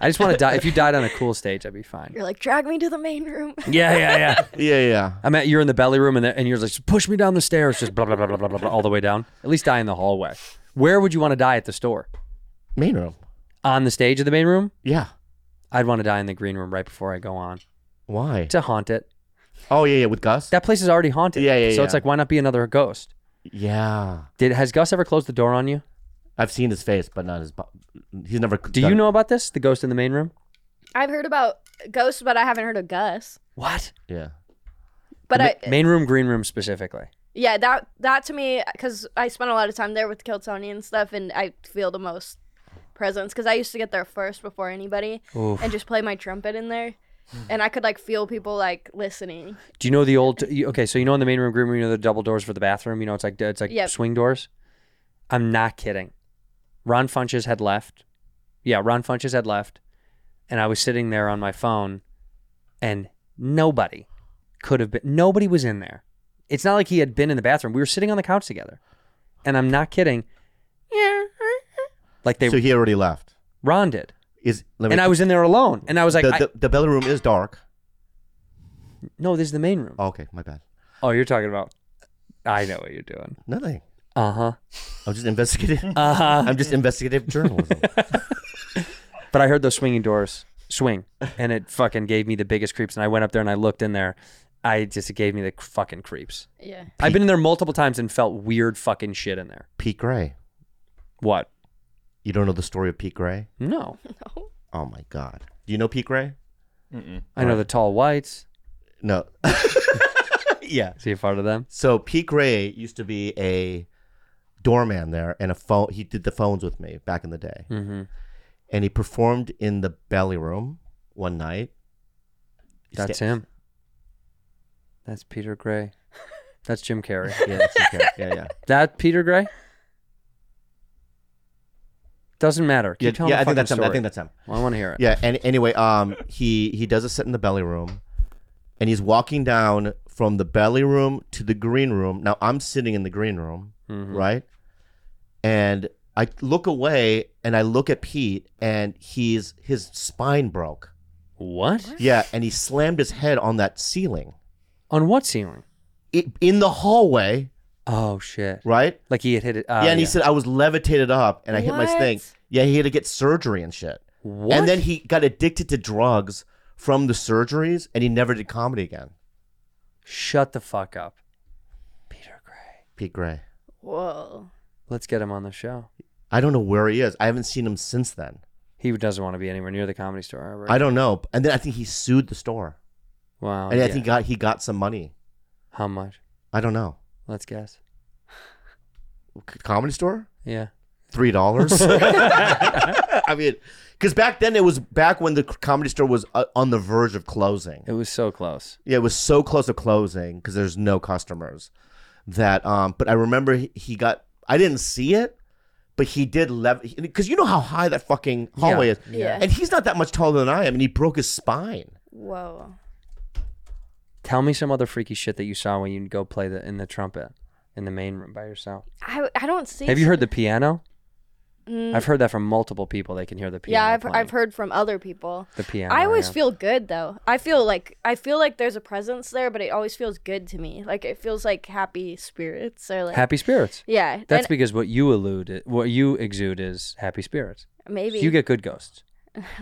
Speaker 5: I just want to die. If you died on a cool stage, I'd be fine.
Speaker 7: you're like drag me to the main room.
Speaker 5: Yeah, yeah, yeah.
Speaker 6: Yeah, yeah.
Speaker 5: I mean, you're in the belly room, and, the, and you're like, "Just push me down the stairs, just blah blah blah blah blah blah, blah all the way down. At least die in the hallway. Where would you want to die at the store?
Speaker 6: Main room.
Speaker 5: On the stage of the main room?
Speaker 6: Yeah.
Speaker 5: I'd want to die in the green room right before I go on
Speaker 6: Why?
Speaker 5: to haunt it.
Speaker 6: Oh yeah, yeah. With Gus.
Speaker 5: That place is already haunted.
Speaker 6: Yeah, yeah,
Speaker 5: So it's
Speaker 6: yeah.
Speaker 5: like, why not be another ghost?
Speaker 6: Yeah.
Speaker 5: Did has Gus ever closed the door on you?
Speaker 6: I've seen his face, but not his. bo- He's never.
Speaker 5: Do you know about this? The ghost in the main room?
Speaker 7: I've heard about ghosts, but I haven't heard of Gus.
Speaker 5: What?
Speaker 6: Yeah.
Speaker 7: But I,
Speaker 5: main room, green room specifically.
Speaker 7: yeah, that that to me, because I spent a lot of time there with Kiltony and stuff, and I feel the most presence because I used to get there first before anybody and just play my trumpet in there. and I could like feel people like listening.
Speaker 5: Do you know the old? you- Okay, so you know in the main room, green room, you know the double doors for the bathroom. You know it's like it's like
Speaker 7: Yep.
Speaker 5: swing doors. I'm not kidding. Ron Funches had left. Yeah, Ron Funches had left, and I was sitting there on my phone, and nobody could have been. Nobody was in there. It's not like he had been in the bathroom. We were sitting on the couch together, and I'm not kidding. Like they
Speaker 6: so he already left.
Speaker 5: Ron did,
Speaker 6: Is let me,
Speaker 5: and I was in there alone, and I was like,
Speaker 6: the,
Speaker 5: I-
Speaker 6: the, the belly room is dark.
Speaker 5: "No, this is the main room."
Speaker 6: Oh, okay, my bad.
Speaker 5: Oh, you're talking about. I know what you're doing.
Speaker 6: Nothing.
Speaker 5: Uh
Speaker 6: Uh-huh.
Speaker 5: huh.
Speaker 6: I'm just investigative.
Speaker 5: Uh huh.
Speaker 6: I'm just investigative journalism.
Speaker 5: But I heard those swinging doors swing, and it fucking gave me the biggest creeps. And I went up there and I looked in there. I just it gave me the cr- fucking creeps.
Speaker 7: Yeah.
Speaker 5: I've been in there multiple times and felt weird fucking shit in there.
Speaker 6: Pete Gray.
Speaker 5: What?
Speaker 6: You don't know the story of Pete Gray?
Speaker 5: No,
Speaker 6: Oh my God. Do you know Pete Gray?
Speaker 5: I know the tall whites.
Speaker 6: No. yeah.
Speaker 5: See a photo of them.
Speaker 6: So Pete Gray used to be a doorman there, and a phone. He did the phones with me back in the day,
Speaker 5: Mm-hmm.
Speaker 6: and he performed in the belly room one night.
Speaker 5: That's him. That's Peter Gray. That's Jim Carrey.
Speaker 6: Yeah, that's his character. yeah, yeah.
Speaker 5: That Peter Gray. Doesn't matter. Keep
Speaker 6: yeah,
Speaker 5: telling
Speaker 6: yeah
Speaker 5: the
Speaker 6: I think
Speaker 5: fucking
Speaker 6: that's him. I
Speaker 5: story.
Speaker 6: think that's him.
Speaker 5: Well, I want to hear it.
Speaker 6: Yeah. And anyway, um, he he does a set in the belly room, and he's walking down from the belly room to the green room. Now I'm sitting in the green room,
Speaker 5: Mm-hmm.
Speaker 6: right? And I look away, and I look at Pete, and he's his spine broke.
Speaker 5: What?
Speaker 6: Yeah, and he slammed his head on that ceiling
Speaker 5: On what ceiling?
Speaker 6: it, in the hallway,
Speaker 5: Oh shit!
Speaker 6: right?
Speaker 5: Like he had hit it. Uh,
Speaker 6: yeah, and he said I was levitated up and I hit my
Speaker 7: What?
Speaker 6: thing. Yeah, he had to get surgery and shit.
Speaker 5: What?
Speaker 6: And then he got addicted to drugs from the surgeries, and he never did comedy again.
Speaker 5: Shut the fuck up. Peter Gray.
Speaker 6: Pete Gray.
Speaker 7: Whoa.
Speaker 5: Let's get him on the show.
Speaker 6: I don't know where he is. I haven't seen him since then.
Speaker 5: He doesn't want to be anywhere near the comedy store. ever.
Speaker 6: I don't know. And then I think he sued the store,
Speaker 5: Wow.
Speaker 6: and I
Speaker 5: Oh, yeah.
Speaker 6: think got, he got some money.
Speaker 5: How much?
Speaker 6: I don't know.
Speaker 5: Let's guess.
Speaker 6: C- Comedy store.
Speaker 5: Yeah.
Speaker 6: three dollars. I mean, because back then it was back when the comedy store was uh, on the verge of closing.
Speaker 5: It was so close.
Speaker 6: Yeah, it was so close to closing because there's no customers. That um, but I remember he, he got. I didn't see it, but he did lev because you know how high that fucking hallway
Speaker 5: Yeah.
Speaker 6: is.
Speaker 7: Yeah.
Speaker 6: and he's not that much taller than I am, and he broke his spine.
Speaker 7: Whoa.
Speaker 5: Tell me some other freaky shit that you saw when you go play the in the trumpet in the main room by yourself.
Speaker 7: I, I don't see.
Speaker 5: Have you heard the piano? I've heard that from multiple people. They can hear the piano.
Speaker 7: Mm. Yeah, I've
Speaker 5: playing.
Speaker 7: I've heard from other people.
Speaker 5: the piano.
Speaker 7: I always
Speaker 5: yeah.
Speaker 7: feel good though. I feel like I feel like there's a presence there, but it always feels good to me. Like it feels like happy spirits or like
Speaker 5: happy spirits.
Speaker 7: Yeah,
Speaker 5: That's
Speaker 7: and
Speaker 5: because what you allude, what you exude is happy spirits.
Speaker 7: maybe
Speaker 5: You get good ghosts.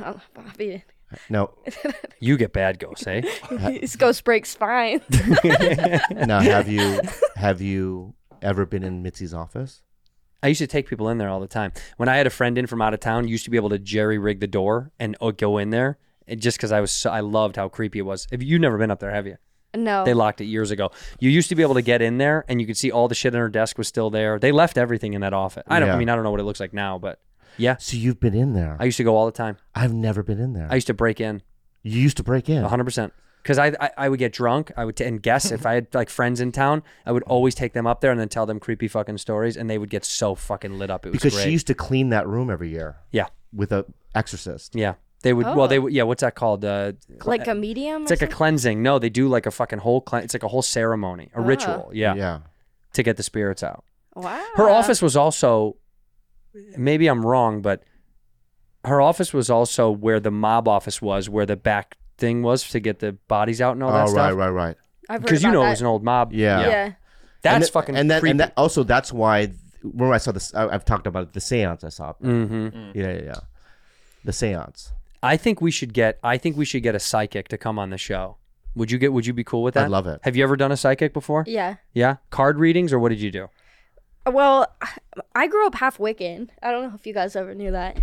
Speaker 7: Oh, Bobby.
Speaker 6: No,
Speaker 5: You get bad ghosts, eh?
Speaker 7: This ghost breaks spine.
Speaker 6: now have you have you ever been in Mitzi's office?
Speaker 5: I used to take people in there all the time. When I had a friend in from out of town, used to be able to jerry rig the door and uh, go in there, and just because I was so, I loved how creepy it was. If you've never been up there, have you?
Speaker 7: no,
Speaker 5: They locked it years ago. You used to be able to get in there, and you could see all the shit in her desk was still there. They left everything in that office. I don't. I
Speaker 6: Yeah.
Speaker 5: mean, I don't know what it looks like now, but yeah,
Speaker 6: So you've been in there.
Speaker 5: I used to go all the time.
Speaker 6: I've never been in there.
Speaker 5: I used to break in
Speaker 6: you used to break in.
Speaker 5: 100 percent because I, I I would get drunk. I would t- and guess if I had like friends in town, I would always take them up there and then tell them creepy fucking stories, and they would get so fucking lit up. It was
Speaker 6: because
Speaker 5: great.
Speaker 6: she used to clean that room every year
Speaker 5: yeah.
Speaker 6: with a exorcist.
Speaker 5: Yeah. They would, well,
Speaker 7: Oh.
Speaker 5: they would, yeah, what's that called? Uh, cl-
Speaker 7: like a medium.
Speaker 5: it's like a cleansing. No, they do like a fucking whole, cle- it's like a whole ceremony, a
Speaker 7: Oh.
Speaker 5: ritual. Yeah,
Speaker 6: yeah.
Speaker 5: To get the spirits out.
Speaker 7: wow.
Speaker 5: Her office was also, maybe I'm wrong, but her office was also where the mob office was, where the back thing was to get the bodies out and all that
Speaker 6: oh, right,
Speaker 5: stuff.
Speaker 6: right, right.
Speaker 7: I've heard
Speaker 5: Because you
Speaker 7: about
Speaker 5: know
Speaker 7: that.
Speaker 5: it was an old mob.
Speaker 6: Yeah.
Speaker 7: yeah.
Speaker 5: That's
Speaker 6: and th-
Speaker 5: fucking
Speaker 6: and that,
Speaker 5: creepy.
Speaker 6: and that also that's why remember I saw this. I, I've talked about it, the seance I saw.
Speaker 5: hmm
Speaker 6: Yeah, yeah, yeah. The seance.
Speaker 5: I think we should get, I think we should get a psychic to come on the show. Would you get, would you be cool with
Speaker 6: I'd
Speaker 5: that?
Speaker 6: love it.
Speaker 5: Have you ever done a psychic before?
Speaker 7: Yeah.
Speaker 5: Yeah. Card readings or what did you do?
Speaker 7: Well, I- I grew up half Wiccan. I don't know if you guys ever knew that.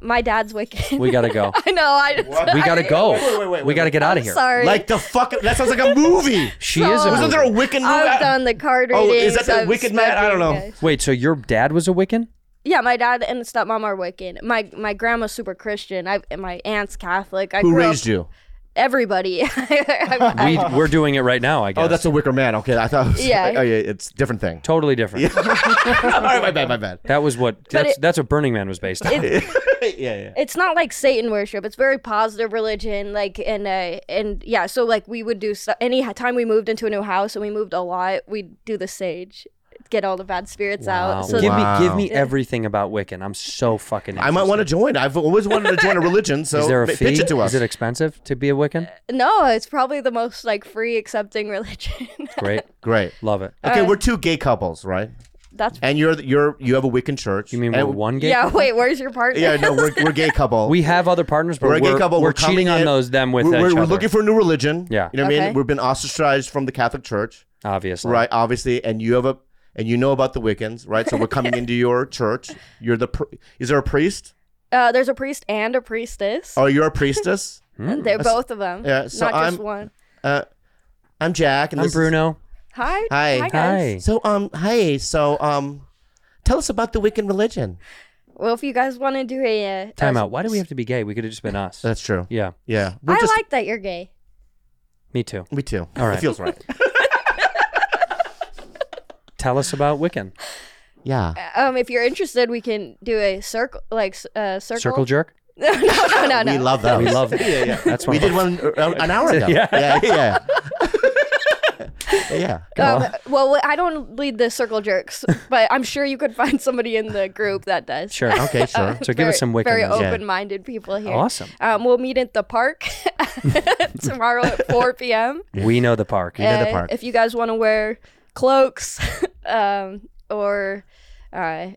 Speaker 7: My dad's Wiccan.
Speaker 5: We gotta go.
Speaker 7: I know. I just,
Speaker 5: We gotta go. we gotta get out of here.
Speaker 7: Sorry.
Speaker 6: Like the fuck. That sounds like a movie.
Speaker 5: She is. A
Speaker 6: Wasn't there a Wiccan movie?
Speaker 7: I've done the card
Speaker 6: Oh,
Speaker 7: readings.
Speaker 6: is that the
Speaker 7: I've
Speaker 6: Wicked Man? I don't know.
Speaker 7: speculated.
Speaker 5: Wait, so your dad was a Wiccan?
Speaker 7: Yeah, my dad and stepmom are Wiccan. My my grandma's super Christian. I and my aunt's Catholic. I
Speaker 6: Who
Speaker 7: grew
Speaker 6: raised
Speaker 7: up,
Speaker 6: you?
Speaker 7: everybody. I- I-
Speaker 5: We, we're doing it right now, I guess.
Speaker 6: Uh-huh. Oh, that's a Wicker Man. Okay, I thought. It was,
Speaker 7: Yeah.
Speaker 6: oh, yeah, it's a different thing.
Speaker 5: totally different.
Speaker 6: All right, my bad, my bad.
Speaker 5: That was what that's,
Speaker 7: it-
Speaker 5: that's what Burning Man was based on.
Speaker 6: yeah, yeah.
Speaker 7: it's not like Satan worship. It's very positive religion. Like and uh, and yeah, so like we would do stu- any h- time we moved into a new house and we moved a lot. We'd do the sage, get all the bad spirits out. So
Speaker 5: give
Speaker 6: Wow.
Speaker 5: me give me everything about Wiccan. I'm so fucking.
Speaker 6: I might want to
Speaker 5: interested.
Speaker 6: join. I've always wanted to join a religion, so
Speaker 5: Is there a
Speaker 6: p-
Speaker 5: fee?
Speaker 6: pitch it to us.
Speaker 5: Is it expensive to be a Wiccan?
Speaker 7: no, it's probably the most like free accepting religion.
Speaker 5: Great,
Speaker 6: Great.
Speaker 5: love it.
Speaker 6: Okay, we're two gay couples, right?
Speaker 7: That's
Speaker 6: And you're you're you have a Wiccan church.
Speaker 5: You mean
Speaker 6: and,
Speaker 5: we're one gay?
Speaker 7: yeah. Wait, where's your partner?
Speaker 6: Yeah, no, we're we're gay couple.
Speaker 5: We have other partners, but
Speaker 6: we're a gay couple.
Speaker 5: We're,
Speaker 6: We're coming
Speaker 5: cheating on
Speaker 6: in-
Speaker 5: those them with
Speaker 6: we're,
Speaker 5: each
Speaker 6: we're, we're
Speaker 5: other,
Speaker 6: looking for a new religion.
Speaker 5: Yeah.
Speaker 6: you know what I mean.
Speaker 7: Okay.
Speaker 6: We've been ostracized from the Catholic Church,
Speaker 5: obviously.
Speaker 6: right? Obviously, and you have a and you know about the Wiccans, right? So we're coming into your church. You're the pr- is there a priest?
Speaker 7: Uh, there's a priest and a priestess.
Speaker 6: Oh, you're a priestess.
Speaker 7: And They're both of them.
Speaker 6: yeah, so
Speaker 7: not
Speaker 6: I'm-
Speaker 7: just one.
Speaker 6: Uh, I'm Jack. And
Speaker 5: I'm
Speaker 6: this is-
Speaker 5: Bruno.
Speaker 7: Hi.
Speaker 6: Hi.
Speaker 7: guys.
Speaker 5: Hi.
Speaker 6: So um, hi. So um, tell us about the Wiccan religion.
Speaker 7: Well, if you guys want to do a uh,
Speaker 5: Time
Speaker 7: a-
Speaker 5: out. Why do we have to be gay? We could have just been us.
Speaker 6: That's true.
Speaker 5: yeah,
Speaker 6: Yeah,
Speaker 7: I
Speaker 6: we're just-
Speaker 7: like that you're gay.
Speaker 5: me too.
Speaker 6: me too.
Speaker 5: All right.
Speaker 6: it feels right.
Speaker 5: Tell us about Wiccan.
Speaker 6: Yeah.
Speaker 7: Um, if you're interested, we can do a circle, like s- uh, circle.
Speaker 5: Circle jerk.
Speaker 7: no, no, no, no.
Speaker 6: We love that.
Speaker 5: We love it. yeah, yeah. That's what
Speaker 6: Oh. We did one uh, an hour ago.
Speaker 5: Yeah.
Speaker 6: yeah, yeah. yeah. yeah.
Speaker 7: um, well, I don't lead the circle jerks, but I'm sure you could find somebody in the group that does.
Speaker 5: Sure.
Speaker 6: Okay, sure.
Speaker 7: Uh,
Speaker 5: So give us some Wiccan
Speaker 7: Very
Speaker 5: then. Yeah.
Speaker 7: open-minded people here.
Speaker 5: Awesome.
Speaker 7: Um, we'll meet at the park tomorrow at 4 p.m.
Speaker 5: We know the park.
Speaker 6: Yeah. know the
Speaker 7: Uh,
Speaker 6: park.
Speaker 7: If you guys want to wear cloaks um, or uh,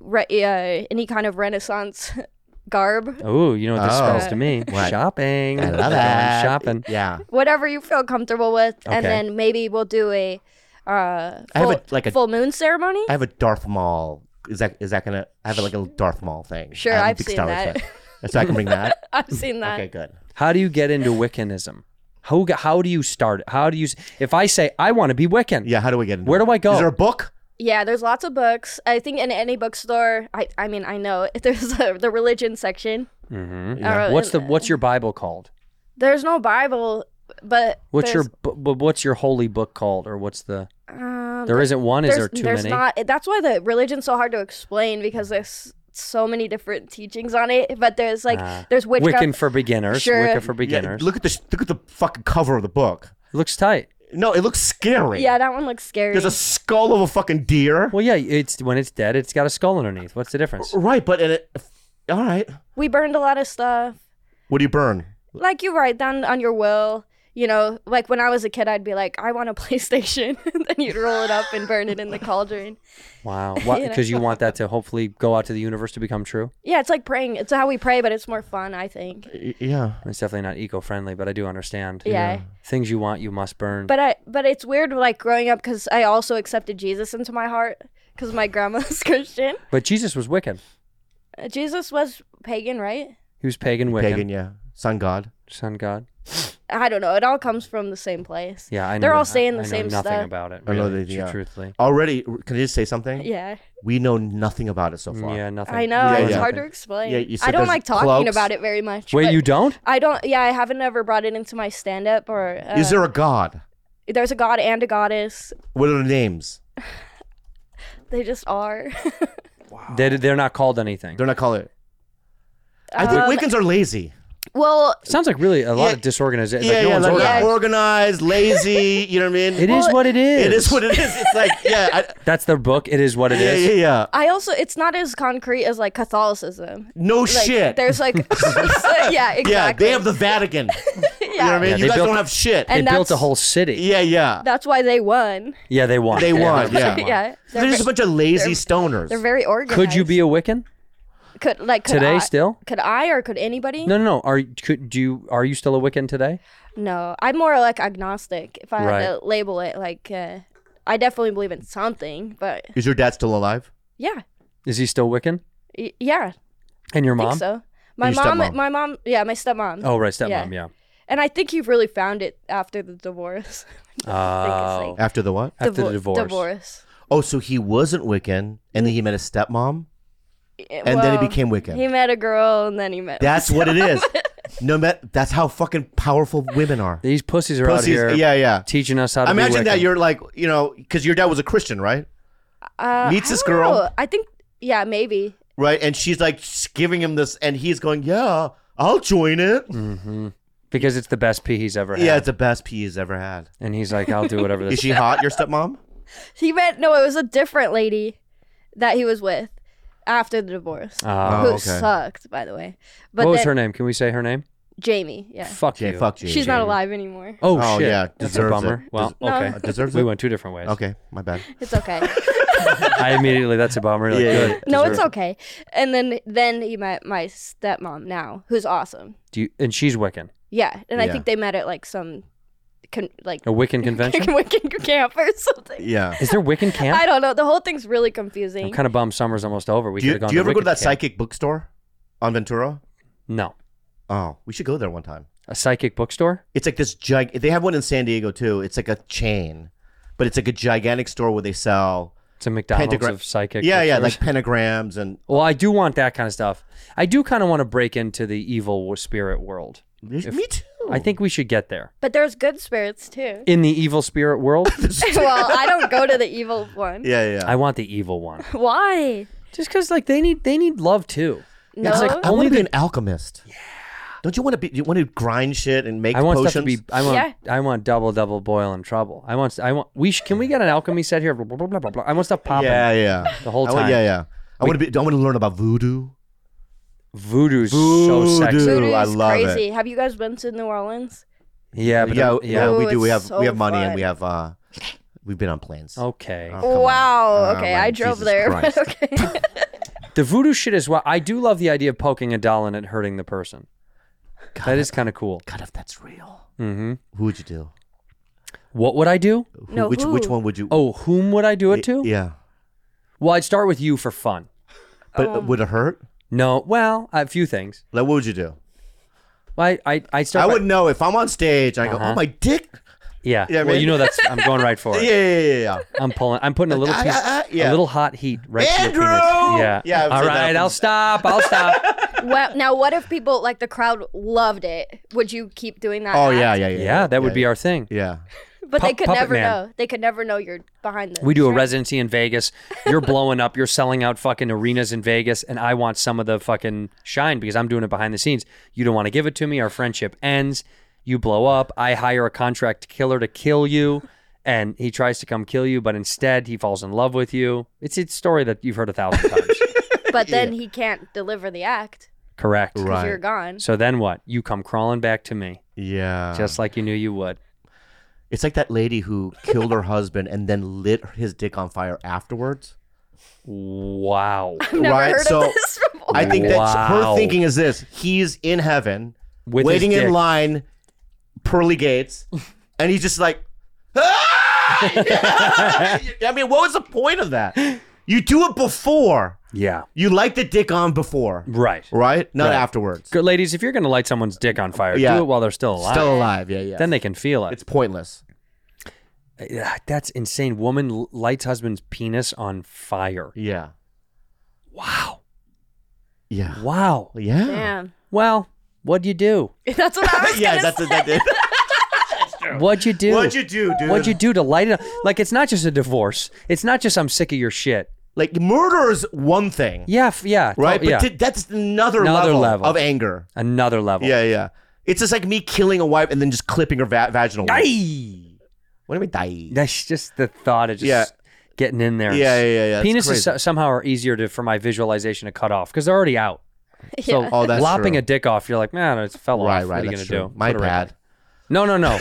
Speaker 7: re- uh, any kind of Renaissance garb,
Speaker 5: Oh, you know what this
Speaker 6: Oh.
Speaker 5: spells to me?
Speaker 6: What?
Speaker 5: Shopping.
Speaker 6: I love
Speaker 5: Going
Speaker 6: that.
Speaker 5: Shopping.
Speaker 6: Yeah.
Speaker 7: whatever you feel comfortable with, and
Speaker 5: Okay.
Speaker 7: then maybe we'll do a uh, full,
Speaker 6: I have a- like a-
Speaker 7: full moon ceremony.
Speaker 6: I have a Darth Maul. Is that is that gonna? I have like a little Darth Maul thing.
Speaker 7: Sure,
Speaker 6: I'm a
Speaker 7: I've
Speaker 6: big
Speaker 7: seen
Speaker 6: Star Wars
Speaker 7: that.
Speaker 6: fan. So I can bring that.
Speaker 7: I've seen that.
Speaker 6: Okay, good.
Speaker 5: How do you get into Wiccanism? How how do you start? it? How do you? If I say I want to be Wiccan,
Speaker 6: Yeah. How do we get? Into
Speaker 5: Where
Speaker 6: it?
Speaker 5: do I go?
Speaker 6: Is there a book?
Speaker 7: Yeah, there's lots of books. I think in any bookstore, I, I mean, I know there's a, the religion section.
Speaker 5: Yeah.
Speaker 7: Uh,
Speaker 5: what's the
Speaker 7: uh,
Speaker 5: what's your Bible called?
Speaker 7: There's no Bible, but
Speaker 5: What's your
Speaker 7: there's-
Speaker 5: bu- bu- what's your holy book called, or what's the?
Speaker 7: um,
Speaker 5: There isn't one. Is
Speaker 7: there's,
Speaker 5: there too
Speaker 7: there's
Speaker 5: many?
Speaker 7: not. That's why the religion's so hard to explain because there's so many different teachings on it. But there's like
Speaker 5: Ah.
Speaker 7: there's witchcraft.
Speaker 5: Wiccan for beginners.
Speaker 7: Sure.
Speaker 5: Wicca for
Speaker 6: Yeah,
Speaker 5: beginners.
Speaker 6: Look at the sh- look at the fucking cover of the book.
Speaker 5: Looks tight.
Speaker 6: No, it looks scary.
Speaker 7: yeah, that one looks scary.
Speaker 6: There's a skull of a fucking deer.
Speaker 5: Well, yeah. It's when it's dead, it's got a skull underneath. What's the difference?
Speaker 6: Right, but and it. All right.
Speaker 7: we burned a lot of stuff.
Speaker 6: What do you burn?
Speaker 7: Like you write down on your will. You know, like when I was a kid, I'd be like, I want a PlayStation. then you'd roll it up and burn it in the cauldron.
Speaker 5: Wow. Because you want that to hopefully go out to the universe to become true.
Speaker 7: Yeah, it's like praying. It's how we pray, but it's more fun, I think.
Speaker 6: Y- Yeah.
Speaker 5: It's definitely not eco-friendly, but I do understand.
Speaker 7: Yeah.
Speaker 5: Things you want, you must burn.
Speaker 7: But I, but it's weird, like growing up, because I also accepted Jesus into my heart, because my grandma's Christian.
Speaker 5: But Jesus was Wiccan.
Speaker 7: Uh, Jesus was pagan, right?
Speaker 5: He was pagan Wiccan.
Speaker 6: Pagan. Yeah. Sun god.
Speaker 5: Sun God.
Speaker 7: I don't know. It all comes from the same place.
Speaker 5: Yeah, I know.
Speaker 7: They're all
Speaker 5: I-
Speaker 7: saying the
Speaker 5: I know
Speaker 7: same
Speaker 5: nothing
Speaker 7: stuff.
Speaker 5: about it.
Speaker 6: I know
Speaker 5: Really,
Speaker 6: they- yeah.
Speaker 5: Truthfully.
Speaker 6: Already, can I just say something?
Speaker 7: Yeah,
Speaker 6: We know nothing about it so far.
Speaker 5: Mm, Yeah, nothing.
Speaker 7: I know.
Speaker 6: Yeah,
Speaker 7: it's
Speaker 6: yeah.
Speaker 7: hard to explain.
Speaker 6: Yeah, you said
Speaker 7: I don't
Speaker 6: there's
Speaker 7: like talking
Speaker 6: cloaks.
Speaker 7: about it very much.
Speaker 5: Wait,
Speaker 7: but
Speaker 5: you don't?
Speaker 7: I don't. Yeah, I haven't ever brought it into my stand-up or. Uh,
Speaker 6: Is there a god?
Speaker 7: There's a god and a goddess.
Speaker 6: What are the names?
Speaker 7: They just are.
Speaker 5: They, they're not called anything.
Speaker 6: They're not called it. I think Wiccans are lazy.
Speaker 7: well,
Speaker 5: Sounds like really a lot
Speaker 6: Yeah.
Speaker 5: of disorganization. like, no one's
Speaker 6: like,
Speaker 5: organized.
Speaker 6: not organized, lazy. You know what I mean?
Speaker 5: It is what it is.
Speaker 6: It is what it is. It's like, yeah, I,
Speaker 5: That's their book. It is what it
Speaker 6: yeah,
Speaker 5: is.
Speaker 6: yeah, yeah.
Speaker 7: I also it's not as concrete as like Catholicism.
Speaker 6: No
Speaker 7: Like,
Speaker 6: shit.
Speaker 7: There's like, yeah, exactly.
Speaker 6: Yeah, they have the Vatican. You know what I mean?
Speaker 5: Yeah,
Speaker 6: you
Speaker 5: they
Speaker 6: guys
Speaker 5: built-
Speaker 6: don't have shit.
Speaker 5: They
Speaker 7: And
Speaker 5: built a
Speaker 7: that's-
Speaker 5: whole city. Yeah,
Speaker 6: yeah, yeah.
Speaker 7: That's why they won.
Speaker 5: they won.
Speaker 6: They won, yeah.
Speaker 7: yeah,
Speaker 6: They're just a bunch of lazy stoners.
Speaker 7: they're very organized.
Speaker 5: Could you be a Wiccan
Speaker 7: could like could
Speaker 5: today
Speaker 7: I,
Speaker 5: still?
Speaker 7: Could I or could anybody?
Speaker 5: No, no, no. Are could do you are you still a Wiccan today?
Speaker 7: No, I'm more like agnostic. If I had
Speaker 5: Right.
Speaker 7: to label it, like, uh, I definitely believe in something, but
Speaker 6: is your dad still alive?
Speaker 7: yeah,
Speaker 5: Is he still Wiccan?
Speaker 7: Y- yeah,
Speaker 5: And your
Speaker 7: I think
Speaker 5: mom?
Speaker 7: so. My
Speaker 6: Your
Speaker 7: mom,
Speaker 6: stepmom.
Speaker 7: my mom, yeah, my stepmom.
Speaker 5: Oh, right, stepmom. Yeah.
Speaker 7: And I think he really found it after the divorce.
Speaker 5: Oh,
Speaker 6: After the what?
Speaker 5: after the
Speaker 7: Divor-
Speaker 5: divorce.
Speaker 7: Divorce.
Speaker 6: Oh, so he wasn't Wiccan, and then he met his stepmom,
Speaker 7: And
Speaker 6: and then he became Wiccan.
Speaker 7: He met a girl, and then he met.
Speaker 6: That's what it is. No, Matt, that's how fucking powerful women are.
Speaker 5: These pussies are
Speaker 6: Pussies,
Speaker 5: out here.
Speaker 6: yeah, yeah.
Speaker 5: Teaching us how to be
Speaker 6: Imagine that
Speaker 5: Wiccan.
Speaker 6: you're like, you know, because your dad was a Christian, right?
Speaker 7: Uh,
Speaker 6: Meets
Speaker 7: I
Speaker 6: this
Speaker 7: don't
Speaker 6: girl.
Speaker 7: know. I think, yeah, maybe.
Speaker 6: Right, and she's like giving him this, and he's going, "Yeah, I'll join it."
Speaker 5: Mm, because it's the best pee he's ever had.
Speaker 6: Yeah, it's the best pee he's ever had.
Speaker 5: and he's like, I'll do whatever.
Speaker 6: Is
Speaker 5: This
Speaker 6: she hot, your stepmom?
Speaker 7: He meant no. It was a different lady that he was with after the divorce,
Speaker 5: Ah,
Speaker 7: who
Speaker 6: okay.
Speaker 7: sucked, by the way. But
Speaker 5: what was
Speaker 7: then-
Speaker 5: her name? Can we say her name?
Speaker 7: Jamie. Yeah,
Speaker 5: Fuck
Speaker 6: Okay,
Speaker 5: you.
Speaker 6: fuck you.
Speaker 7: she's not alive anymore.
Speaker 5: Oh,
Speaker 6: Oh,
Speaker 5: shit.
Speaker 6: yeah,
Speaker 5: That's a
Speaker 6: deserves
Speaker 5: bummer.
Speaker 6: it.
Speaker 5: Well,
Speaker 6: Des-
Speaker 7: No.
Speaker 5: okay.
Speaker 6: Uh, Deserves
Speaker 5: We
Speaker 6: it.
Speaker 5: went two different ways.
Speaker 6: Okay, my bad.
Speaker 7: It's okay.
Speaker 5: I immediately that's a bummer. Like,
Speaker 6: Yeah, yeah,
Speaker 5: good.
Speaker 6: yeah.
Speaker 7: no,
Speaker 5: Deserves
Speaker 7: it's
Speaker 5: it.
Speaker 7: okay. And then then he met my stepmom now, who's awesome.
Speaker 5: Do you, and she's Wiccan.
Speaker 7: Yeah, and I
Speaker 6: Yeah.
Speaker 7: think they met at like some, con- like
Speaker 5: A Wiccan convention.
Speaker 7: Wiccan camp or something.
Speaker 6: Yeah.
Speaker 5: Is there Wiccan camp?
Speaker 7: I don't know. The whole thing's really
Speaker 5: I'm
Speaker 7: confusing.
Speaker 5: kind of bummed summer's almost over. We
Speaker 6: do you,
Speaker 5: could have gone.
Speaker 6: do you ever go to
Speaker 5: Wiccan
Speaker 6: that
Speaker 5: camp.
Speaker 6: psychic bookstore on Ventura?
Speaker 5: No,
Speaker 6: Oh, we should go there one time.
Speaker 5: a psychic bookstore.
Speaker 6: It's like this gig. They have one in San Diego too. It's like a chain, but it's like a gigantic store where they sell.
Speaker 5: It's a McDonald's
Speaker 6: Pentagram-
Speaker 5: of psychic.
Speaker 6: yeah, yeah,
Speaker 5: bookstores.
Speaker 6: like pentagrams and
Speaker 5: well, I do want that kind of stuff. I do kind of want to break into the evil wo- spirit world.
Speaker 6: me too.
Speaker 5: I think we should get there
Speaker 7: But there's good spirits too.
Speaker 5: in the evil spirit world.
Speaker 7: well, I don't go to the evil one.
Speaker 6: Yeah, yeah.
Speaker 5: I want the evil one,
Speaker 7: Why?
Speaker 5: Oh. just because like they need they need love too.
Speaker 7: No.
Speaker 5: It's like
Speaker 6: I
Speaker 5: only
Speaker 6: want to be
Speaker 5: the-
Speaker 6: an alchemist. Yeah. Don't you want to be? You want to grind shit and make
Speaker 5: I want
Speaker 6: potions?
Speaker 5: stuff to be. I want.
Speaker 7: Yeah.
Speaker 5: I want double double boil and trouble. I want. I want. We sh- can we get an alchemy set here? Blah blah blah blah. blah, blah. I want stuff popping.
Speaker 6: yeah, yeah.
Speaker 5: The whole
Speaker 6: I want-
Speaker 5: time.
Speaker 6: yeah, yeah. I want to be. I want to learn about voodoo.
Speaker 5: Voodoo's
Speaker 6: Voodoo.
Speaker 5: so sexy.
Speaker 6: Voodoo.
Speaker 7: Voodoo
Speaker 6: I
Speaker 7: is
Speaker 6: love it.
Speaker 7: crazy. Have you guys been to New Orleans?
Speaker 5: Yeah, but
Speaker 6: yeah,
Speaker 5: yeah,
Speaker 6: yeah,
Speaker 7: Ooh,
Speaker 6: we do. We have
Speaker 7: it's
Speaker 6: we
Speaker 7: so
Speaker 6: have money and
Speaker 7: fun.
Speaker 6: we have uh, we've been on planes.
Speaker 5: Okay.
Speaker 6: Oh, come on.
Speaker 7: wow.
Speaker 6: Oh,
Speaker 7: okay,
Speaker 6: my
Speaker 7: I drove
Speaker 6: Jesus
Speaker 7: there.
Speaker 6: Christ.
Speaker 7: But okay.
Speaker 5: The voodoo shit is well. I do love the idea of poking a doll and it hurting the person. that is kind of cool.
Speaker 6: God, if that's real,
Speaker 5: hmm
Speaker 6: who would you do?
Speaker 5: What would I do?
Speaker 6: Who,
Speaker 7: No,
Speaker 6: which which
Speaker 7: who?
Speaker 6: one would you?
Speaker 5: Oh, whom would I do it to?
Speaker 6: Yeah,
Speaker 5: Well, I'd start with you for fun.
Speaker 6: but would it hurt?
Speaker 5: No, well, a few things.
Speaker 6: Like, what would you do?
Speaker 5: I I I start.
Speaker 6: I
Speaker 5: by-
Speaker 6: would know if I'm on stage. I go,
Speaker 5: Uh-huh.
Speaker 6: oh my dick.
Speaker 5: Yeah.
Speaker 6: Yeah, I
Speaker 5: well,
Speaker 6: mean-
Speaker 5: you know that's. I'm going right for
Speaker 6: Yeah,
Speaker 5: it.
Speaker 6: yeah, yeah, yeah.
Speaker 5: I'm pulling. I'm putting a little
Speaker 6: Ah,
Speaker 5: piece,
Speaker 6: ah, ah, yeah.
Speaker 5: a little hot heat right to your
Speaker 6: Andrew!
Speaker 5: penis. Yeah.
Speaker 6: Yeah, I've
Speaker 5: All
Speaker 6: said that
Speaker 5: right.
Speaker 6: from-
Speaker 5: I'll stop. I'll stop.
Speaker 7: well, now what if people like the crowd loved it? Would you keep doing that?
Speaker 6: Oh
Speaker 7: act?
Speaker 6: yeah, yeah, yeah.
Speaker 5: yeah, that would be our thing.
Speaker 6: Yeah.
Speaker 7: But they
Speaker 5: Pu-
Speaker 7: could
Speaker 5: Puppet
Speaker 7: never
Speaker 5: Man.
Speaker 7: know. They could never know you're behind this.
Speaker 5: We do a residency in Vegas. You're blowing up. You're selling out fucking arenas in Vegas, and I want some of the fucking shine because I'm doing it behind the scenes. You don't want to give it to me. Our friendship ends. You blow up. I hire a contract killer to kill you, and he tries to come kill you, but instead he falls in love with you. It's it's a story that you've heard a thousand times.
Speaker 7: But then he can't deliver the act
Speaker 5: Correct.
Speaker 7: because
Speaker 6: Right.
Speaker 7: you're gone.
Speaker 5: So then what? You come crawling back to me,
Speaker 6: Yeah.
Speaker 5: just like you knew you would.
Speaker 6: it's like that lady who killed her husband and then lit his dick on fire afterwards.
Speaker 5: Wow.
Speaker 7: Never
Speaker 6: right.
Speaker 7: heard of
Speaker 6: so
Speaker 7: this before.
Speaker 6: I think that
Speaker 5: Wow.
Speaker 6: her thinking is this: he's in heaven,
Speaker 5: With his
Speaker 6: waiting
Speaker 5: dick.
Speaker 6: in line, pearly gates, and he's just like, "Ah!" I mean, what was the point of that? You do it before.
Speaker 5: Yeah.
Speaker 6: You light the dick on before,
Speaker 5: Right.
Speaker 6: right? Not
Speaker 5: Right.
Speaker 6: afterwards.
Speaker 5: Good ladies, if you're going to light someone's dick on fire,
Speaker 6: Yeah.
Speaker 5: do it while they're still alive.
Speaker 6: Still alive, yeah, yeah.
Speaker 5: Then they can feel it.
Speaker 6: it's pointless.
Speaker 5: Yeah, That's insane. Woman l- lights husband's penis on fire.
Speaker 6: Yeah,
Speaker 5: Wow.
Speaker 6: yeah,
Speaker 5: Wow.
Speaker 6: yeah.
Speaker 7: Damn.
Speaker 5: Well, what'd you do?
Speaker 7: That's what I was
Speaker 6: Yeah,
Speaker 7: gonna
Speaker 6: that's
Speaker 7: say.
Speaker 6: a, that,
Speaker 5: What'd you do?
Speaker 6: What'd you do, dude?
Speaker 5: What'd you do to light it up? Like, it's not just a divorce. It's not just I'm sick of your shit.
Speaker 6: like murder is one thing,
Speaker 5: Yeah. f- Yeah.
Speaker 6: right?
Speaker 5: to- yeah.
Speaker 6: But t- that's another,
Speaker 5: Another
Speaker 6: level,
Speaker 5: level.
Speaker 6: of anger.
Speaker 5: Another level.
Speaker 6: Yeah, yeah. It's just like me killing a wife and then just clipping her va- vaginal. Die.
Speaker 5: Aye.
Speaker 6: What do we die?
Speaker 5: That's just the thought of just
Speaker 6: Yeah.
Speaker 5: getting in there. and
Speaker 6: Yeah, yeah, yeah, yeah. It's
Speaker 5: Penises
Speaker 6: crazy.
Speaker 5: so- somehow are easier to for my visualization to cut off because they're already out. So
Speaker 6: Oh, that's
Speaker 5: lopping
Speaker 6: true.
Speaker 5: a dick off, you're like, man, it's fell off.
Speaker 6: Right,
Speaker 5: what
Speaker 6: right.
Speaker 5: are you
Speaker 6: That's
Speaker 5: gonna
Speaker 6: true.
Speaker 5: do?
Speaker 6: My
Speaker 5: Put it right
Speaker 6: bad.
Speaker 5: back. No, no, no.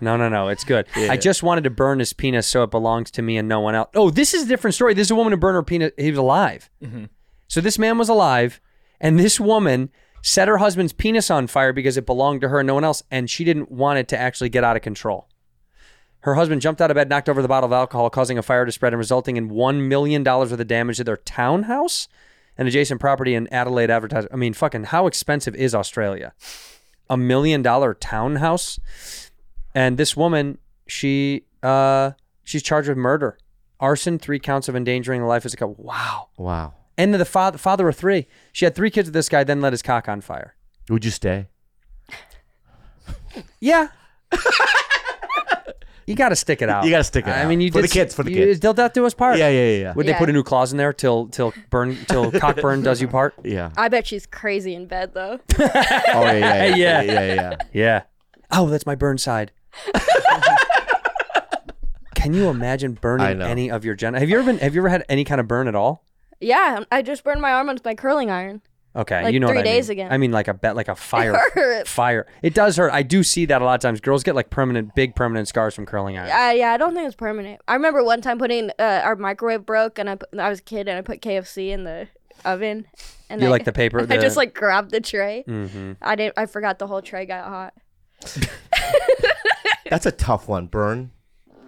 Speaker 5: No, no, no. It's good. I just wanted to burn his penis so it belongs to me and no one else. Oh, this is a different story. This is a woman who burned her penis. He was alive. So this man was alive, and this woman set her husband's penis on fire because it belonged to her and no one else, and she didn't want it to actually get out of control. Her husband jumped out of bed, knocked over the bottle of alcohol, causing a fire to spread and resulting in $1 million worth of damage to their townhouse and adjacent property in Adelaide advertising. I mean, fucking, how expensive is Australia? A million dollar townhouse? And this woman, she uh she's charged with murder, arson, three counts of endangering the life as a couple. Wow.
Speaker 6: Wow.
Speaker 5: And the father, father of three. She had three kids with this guy, then let his cock on fire.
Speaker 6: Would you stay?
Speaker 5: Yeah. you got to stick it out.
Speaker 6: You gotta stick it
Speaker 5: I
Speaker 6: out.
Speaker 5: mean, you
Speaker 6: For the
Speaker 5: did,
Speaker 6: kids, for the
Speaker 5: you-
Speaker 6: kids.
Speaker 5: They'll not do us part.
Speaker 6: Yeah, yeah, yeah,
Speaker 5: Would they
Speaker 7: Yeah.
Speaker 5: put a new clause in there till till burn till cockburn does you part?
Speaker 6: yeah.
Speaker 7: I bet she's crazy in bed though.
Speaker 6: Oh yeah, yeah, yeah,
Speaker 5: Yeah.
Speaker 6: yeah, yeah, yeah.
Speaker 5: Yeah. Oh, that's my burn side. Can you imagine
Speaker 6: I
Speaker 5: burning
Speaker 6: know.
Speaker 5: any of your gen? Have you ever been? Have you ever had any kind of burn at all?
Speaker 7: yeah, I just burned my arm with my curling iron.
Speaker 5: Okay,
Speaker 7: Like
Speaker 5: you know
Speaker 7: three
Speaker 5: what I
Speaker 7: days
Speaker 5: mean.
Speaker 7: ago.
Speaker 5: I mean, like a bet, like a fire,
Speaker 7: hurts.
Speaker 5: fire. It does hurt. I do see that a lot of times. Girls get like permanent, big permanent scars from curling iron.
Speaker 7: Uh, yeah, I don't think it's permanent. I remember one time putting uh, our microwave broke, and I put, I was a kid, and I put KFC in the oven. And
Speaker 5: You
Speaker 7: I,
Speaker 5: like the paper?
Speaker 7: I
Speaker 5: the-
Speaker 7: just like grabbed the tray.
Speaker 5: Mhm.
Speaker 7: I didn't. I forgot the whole tray got hot.
Speaker 6: That's a tough one. Burn.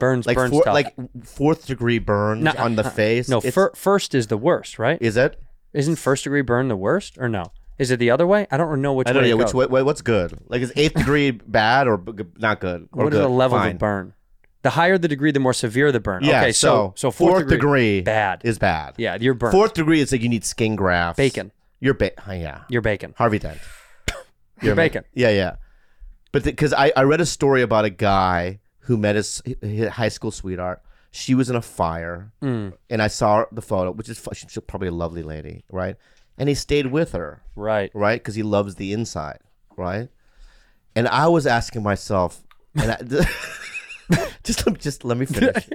Speaker 5: burns,
Speaker 6: Like
Speaker 5: burns
Speaker 6: four,
Speaker 5: tough.
Speaker 6: like fourth degree burn
Speaker 5: No, uh,
Speaker 6: on the face.
Speaker 5: no,
Speaker 6: It's-
Speaker 5: fir- first is the worst, right?
Speaker 6: is it?
Speaker 5: Isn't first degree burn the worst or no? Is it the other way? I don't know which
Speaker 6: I don't
Speaker 5: way.
Speaker 6: know
Speaker 5: to
Speaker 6: which
Speaker 5: go.
Speaker 6: way, way- what's good. Like is eighth degree bad or b- g- not good? Or
Speaker 5: What is
Speaker 6: good?
Speaker 5: the level
Speaker 6: Fine.
Speaker 5: of burn? The higher the degree, the more severe the burn.
Speaker 6: Yeah,
Speaker 5: okay, so so fourth,
Speaker 6: degree,
Speaker 5: bad.
Speaker 6: is bad.
Speaker 5: yeah, you're burned.
Speaker 6: Fourth degree is like you need skin grafts.
Speaker 5: Bacon.
Speaker 6: You're ba- oh, yeah.
Speaker 5: You're bacon.
Speaker 6: Harvey Dent.
Speaker 5: You're
Speaker 6: ma-
Speaker 5: bacon.
Speaker 6: Yeah, yeah. But because I, I read a story about a guy who met his, his high school sweetheart. She was in a fire,
Speaker 5: Mm.
Speaker 6: and I saw the photo, which is fu- she's probably a lovely lady, right? And he stayed with her,
Speaker 5: Right.
Speaker 6: right? Because he loves the inside, right? And I was asking myself, and I, just let me just let me finish.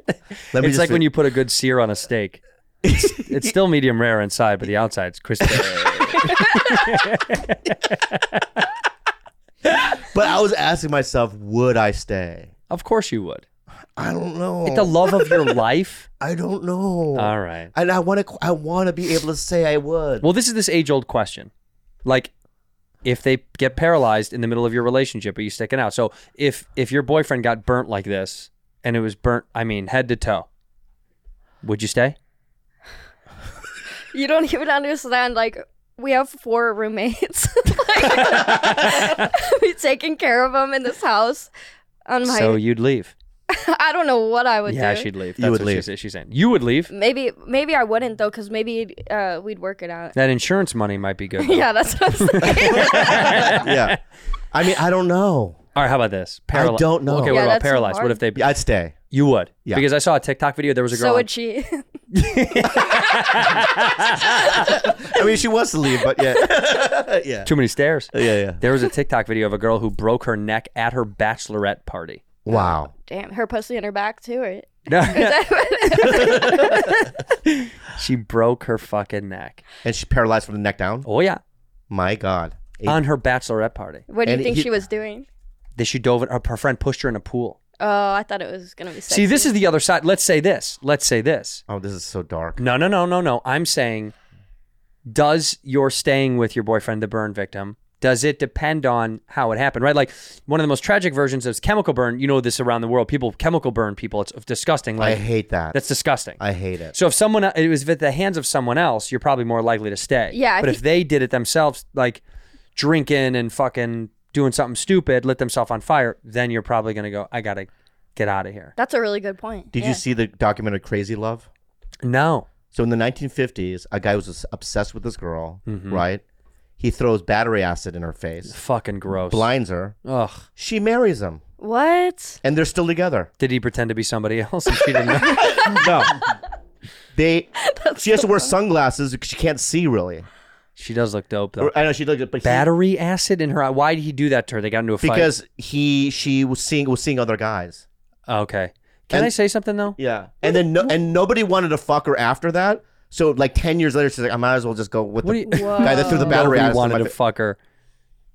Speaker 6: Let
Speaker 5: It's
Speaker 6: me just
Speaker 5: like when
Speaker 6: fin-
Speaker 5: you put a good sear on a steak. It's, it's still medium rare inside, but the outside's crispy.
Speaker 6: But I was asking myself, would I stay?
Speaker 5: of course you would.
Speaker 6: I don't know.
Speaker 5: The love of your life.
Speaker 6: I don't know.
Speaker 5: All right.
Speaker 6: And I want to. I want to be able to say I would.
Speaker 5: Well, this is this age old question. Like, if they get paralyzed in the middle of your relationship, are you sticking out? So if if your boyfriend got burnt like this and it was burnt, I mean, head to toe, would you stay?
Speaker 7: You don't even understand. Like we have four roommates. like, we taking care of them in this house. On my,
Speaker 5: So you'd leave.
Speaker 7: I don't know what I would Mm.
Speaker 5: yeah,
Speaker 7: do.
Speaker 5: she'd leave.
Speaker 6: You
Speaker 5: That's
Speaker 6: would
Speaker 5: what
Speaker 6: leave.
Speaker 5: She's, she's saying. You would leave.
Speaker 7: Maybe maybe I wouldn't though, because maybe uh, we'd work it out.
Speaker 5: That insurance money might be good. though.
Speaker 7: yeah, that's what I'm saying.
Speaker 6: yeah. I mean, I don't know.
Speaker 5: All right. How about this?
Speaker 6: I don't know.
Speaker 5: Okay.
Speaker 6: Yeah,
Speaker 5: what about
Speaker 7: that's so
Speaker 5: paralyzed? What
Speaker 7: hard.
Speaker 5: if they?
Speaker 6: Yeah, I'd stay.
Speaker 5: You would.
Speaker 6: Yeah.
Speaker 5: Because I saw a TikTok video. There was a girl.
Speaker 7: so
Speaker 5: on-
Speaker 7: would she.
Speaker 6: I mean, she wants to leave, but yeah, yeah,
Speaker 5: too many stairs.
Speaker 6: yeah, yeah.
Speaker 5: There was a TikTok video of a girl who broke her neck at her bachelorette party.
Speaker 6: Wow.
Speaker 7: Damn, her pussy in her back too, right?
Speaker 5: she broke her fucking neck.
Speaker 6: And she paralyzed from the neck down.
Speaker 5: Oh Uh, yeah.
Speaker 6: My God. Eight-
Speaker 5: on her bachelorette party.
Speaker 7: What do you
Speaker 6: And
Speaker 7: think
Speaker 6: he-
Speaker 7: she was doing?
Speaker 5: That she dove in, her, her friend pushed her in a pool.
Speaker 7: Oh, I thought it was gonna be. Sexy.
Speaker 5: See, this is the other side. Let's say this. Let's say this.
Speaker 6: oh, this is so dark.
Speaker 5: No, no, no, no, no. I'm saying, does your staying with your boyfriend, the burn victim, does it depend on how it happened, right? Like one of the most tragic versions is chemical burn. You know this around the world. People chemical burn people. It's disgusting.
Speaker 6: I
Speaker 5: Like
Speaker 6: hate that.
Speaker 5: that's disgusting.
Speaker 6: I hate it.
Speaker 5: So if someone it was at the hands of someone else, you're probably more likely to stay.
Speaker 7: Yeah, I
Speaker 5: But if
Speaker 7: think-
Speaker 5: they did it themselves, like drinking and fucking doing something stupid, lit themselves on fire, then you're probably gonna go. I gotta get out of here.
Speaker 7: That's a really good point.
Speaker 6: Did
Speaker 7: Yeah.
Speaker 6: you see the documentary Crazy Love?
Speaker 5: No.
Speaker 6: So in the 1950s, a guy was obs- obsessed with this girl,
Speaker 5: Mm-hmm.
Speaker 6: right? He throws battery acid in her face,
Speaker 5: Fucking gross.
Speaker 6: blinds her.
Speaker 5: Ugh.
Speaker 6: She marries him,
Speaker 7: what?
Speaker 6: and they're still together.
Speaker 5: Did he pretend to be somebody else? And she didn't know?
Speaker 6: No. They, she has to wear sunglasses because she can't see really.
Speaker 5: she does look dope though.
Speaker 6: I know she looked, but he-
Speaker 5: Battery acid in her eye. Why did he do that to her? They got into a fight.
Speaker 6: because he she was seeing was seeing other guys.
Speaker 5: Oh, okay. Can
Speaker 6: And-
Speaker 5: I say something though?
Speaker 6: Yeah, and then no, and nobody wanted to fuck her after that. So like ten years later, she's like, I might as well just go with
Speaker 5: What do
Speaker 6: the
Speaker 5: you?
Speaker 6: guy that threw the battery.
Speaker 5: Nobody
Speaker 6: acid in
Speaker 5: wanted
Speaker 6: my
Speaker 5: to
Speaker 6: fa-
Speaker 5: fuck her.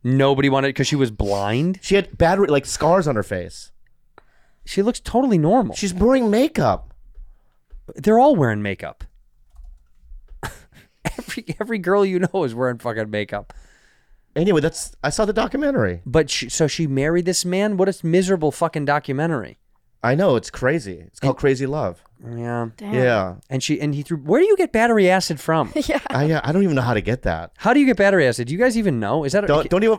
Speaker 5: Nobody wanted because she was blind.
Speaker 6: She had battery like scars on her face.
Speaker 5: She looks totally normal.
Speaker 6: She's wearing makeup.
Speaker 5: they're all wearing makeup. every every girl you know is wearing fucking makeup.
Speaker 6: Anyway, that's I saw the documentary.
Speaker 5: But she, so she married this man. What a miserable fucking documentary.
Speaker 6: I know it's crazy. It's called Crazy Love.
Speaker 5: Yeah.
Speaker 6: Yeah,
Speaker 5: And she and he threw. Where do you get battery acid from?
Speaker 6: I yeah, I don't even know how to get that.
Speaker 5: How do you get battery acid? Do you guys even know? Is that
Speaker 6: Don't don't even.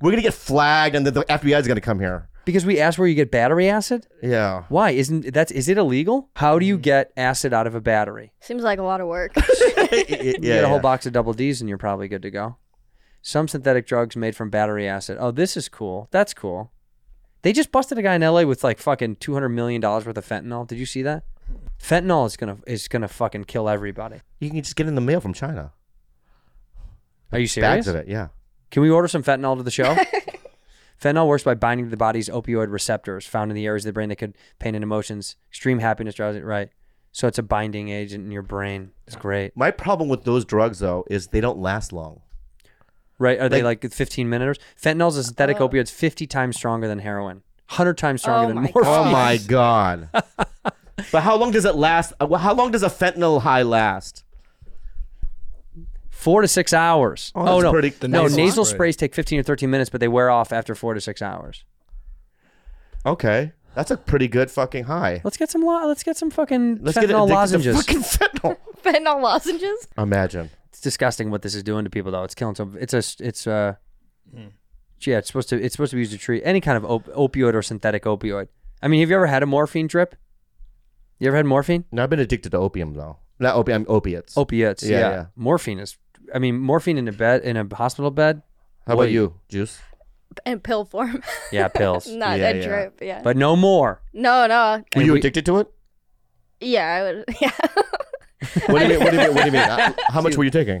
Speaker 6: We're gonna get flagged, and the, the FBI is gonna come here.
Speaker 5: because we asked where you get battery acid?
Speaker 6: Yeah.
Speaker 5: Why isn't that's is it illegal? How do
Speaker 6: Mm.
Speaker 5: you get acid out of a battery?
Speaker 7: Seems like a lot of work.
Speaker 6: yeah,
Speaker 5: You get a whole box of double D's and you're probably good to go. Some synthetic drugs made from battery acid. Oh, this is cool. That's cool. They just busted a guy in LA with like fucking two hundred million dollars worth of fentanyl. Did you see that? Fentanyl is gonna is gonna fucking kill everybody.
Speaker 6: You can just get it in the mail from China.
Speaker 5: Are you serious?
Speaker 6: Bags of it, yeah.
Speaker 5: Can we order some fentanyl to the show? fentanyl works by binding to the body's opioid receptors found in the areas of the brain that could pain and emotions, extreme happiness, drowsy. Right. So it's a binding agent in your brain. It's great.
Speaker 6: My problem with those drugs though is they don't last long.
Speaker 5: Right? Are they like 15 minutes? Fentanyl's a synthetic opioid 50 times stronger than heroin, 100 times stronger
Speaker 7: Oh
Speaker 5: than
Speaker 7: my
Speaker 5: morphine.
Speaker 6: Oh my god. but how long does it last? uh, How long does a fentanyl high last?
Speaker 5: Four to six hours.
Speaker 6: Oh, that's
Speaker 5: no.
Speaker 6: pretty- the
Speaker 5: no,
Speaker 6: nasal
Speaker 5: nasal,
Speaker 8: spray.
Speaker 5: sprays take 15 or 13 minutes, but they wear off after four to six hours.
Speaker 6: Okay, that's a pretty good fucking high.
Speaker 5: Let's get some lo- let's get some fucking
Speaker 6: Let's get
Speaker 5: fentanyl
Speaker 6: addicted
Speaker 5: lozenges.
Speaker 6: to fucking fentanyl.
Speaker 7: Fentanyl lozenges.
Speaker 6: Imagine.
Speaker 5: It's disgusting what this is doing to people though. It's killing some it's a it's uh yeah, it's supposed to it's supposed to be used to treat any kind of op- opioid or synthetic opioid. I mean, have you ever had a morphine drip? You ever had morphine?
Speaker 6: Now I've been addicted to opium though. Not opium, opiates.
Speaker 5: Opiates,
Speaker 6: Yeah,
Speaker 5: yeah.
Speaker 6: yeah.
Speaker 5: Morphine is I mean, morphine in a bed in a hospital bed,
Speaker 6: How about
Speaker 5: wait.
Speaker 6: you, Juice?
Speaker 7: In pill form.
Speaker 5: Yeah, pills.
Speaker 7: Not
Speaker 6: Yeah,
Speaker 7: a
Speaker 6: yeah.
Speaker 7: drip. Yeah.
Speaker 5: but no more.
Speaker 7: no, no.
Speaker 6: Were
Speaker 5: And
Speaker 6: you
Speaker 5: we-
Speaker 6: addicted to it?
Speaker 7: Yeah, I would. Yeah.
Speaker 6: What do you mean? What do you mean? What do you mean? Uh, How much were you taking?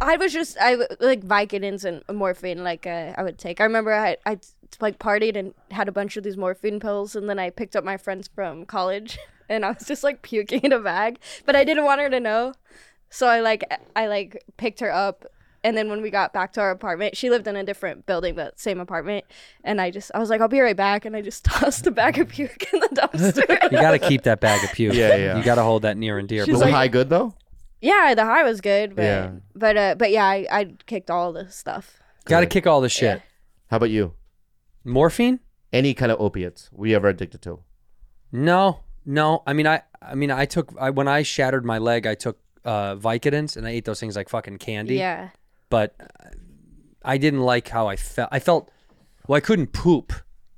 Speaker 7: I was just I w- like Vicodins and morphine like uh, I would take. I remember I I like partied and had a bunch of these morphine pills, and then I picked up my friends from college, and I was just like puking in a bag, but I didn't want her to know, so I like I like picked her up. And then when we got back to our apartment, she lived in a different building, but same apartment. And I just, I was like, I'll be right back. And I just tossed the bag of puke in the dumpster.
Speaker 5: You got to keep that bag of puke.
Speaker 6: Yeah, yeah.
Speaker 5: You got to hold that near and dear.
Speaker 7: She's
Speaker 6: Was
Speaker 5: But
Speaker 6: the
Speaker 7: like-
Speaker 6: high good though?
Speaker 7: yeah, the high was good, but
Speaker 6: Yeah.
Speaker 7: but uh, but yeah, I, I kicked all the stuff.
Speaker 5: got to kick all the shit.
Speaker 6: How about you?
Speaker 5: Morphine?
Speaker 6: Any kind of opiates were you ever addicted to?
Speaker 5: No, no. I mean, I, I mean, I took I, when I shattered my leg, I took uh, Vicodins and I ate those things like fucking candy.
Speaker 7: Yeah.
Speaker 5: But uh, I didn't like how I felt. I felt well. I couldn't poop.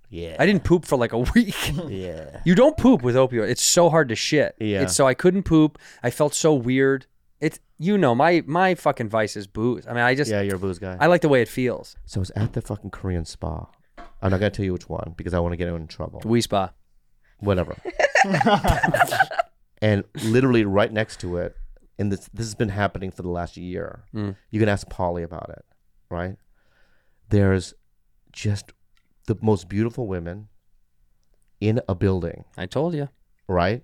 Speaker 6: Yeah.
Speaker 5: I didn't poop for like a week.
Speaker 6: yeah.
Speaker 5: you don't poop with opioid. It's so hard to shit.
Speaker 6: Yeah.
Speaker 5: It's so I couldn't poop. I felt so weird. It's you know my my fucking vice is booze. I mean, I just
Speaker 6: Yeah, you're a booze guy.
Speaker 5: I like the way it feels.
Speaker 6: So I was at the fucking Korean spa. I'm not gonna tell you which one because I want to get in trouble.
Speaker 5: We spa.
Speaker 6: Whatever. and literally right next to it, and this this has been happening for the last year.
Speaker 5: Mm.
Speaker 6: You can ask Polly about it, right? There's just the most beautiful women in a building,
Speaker 5: I told you.
Speaker 6: right?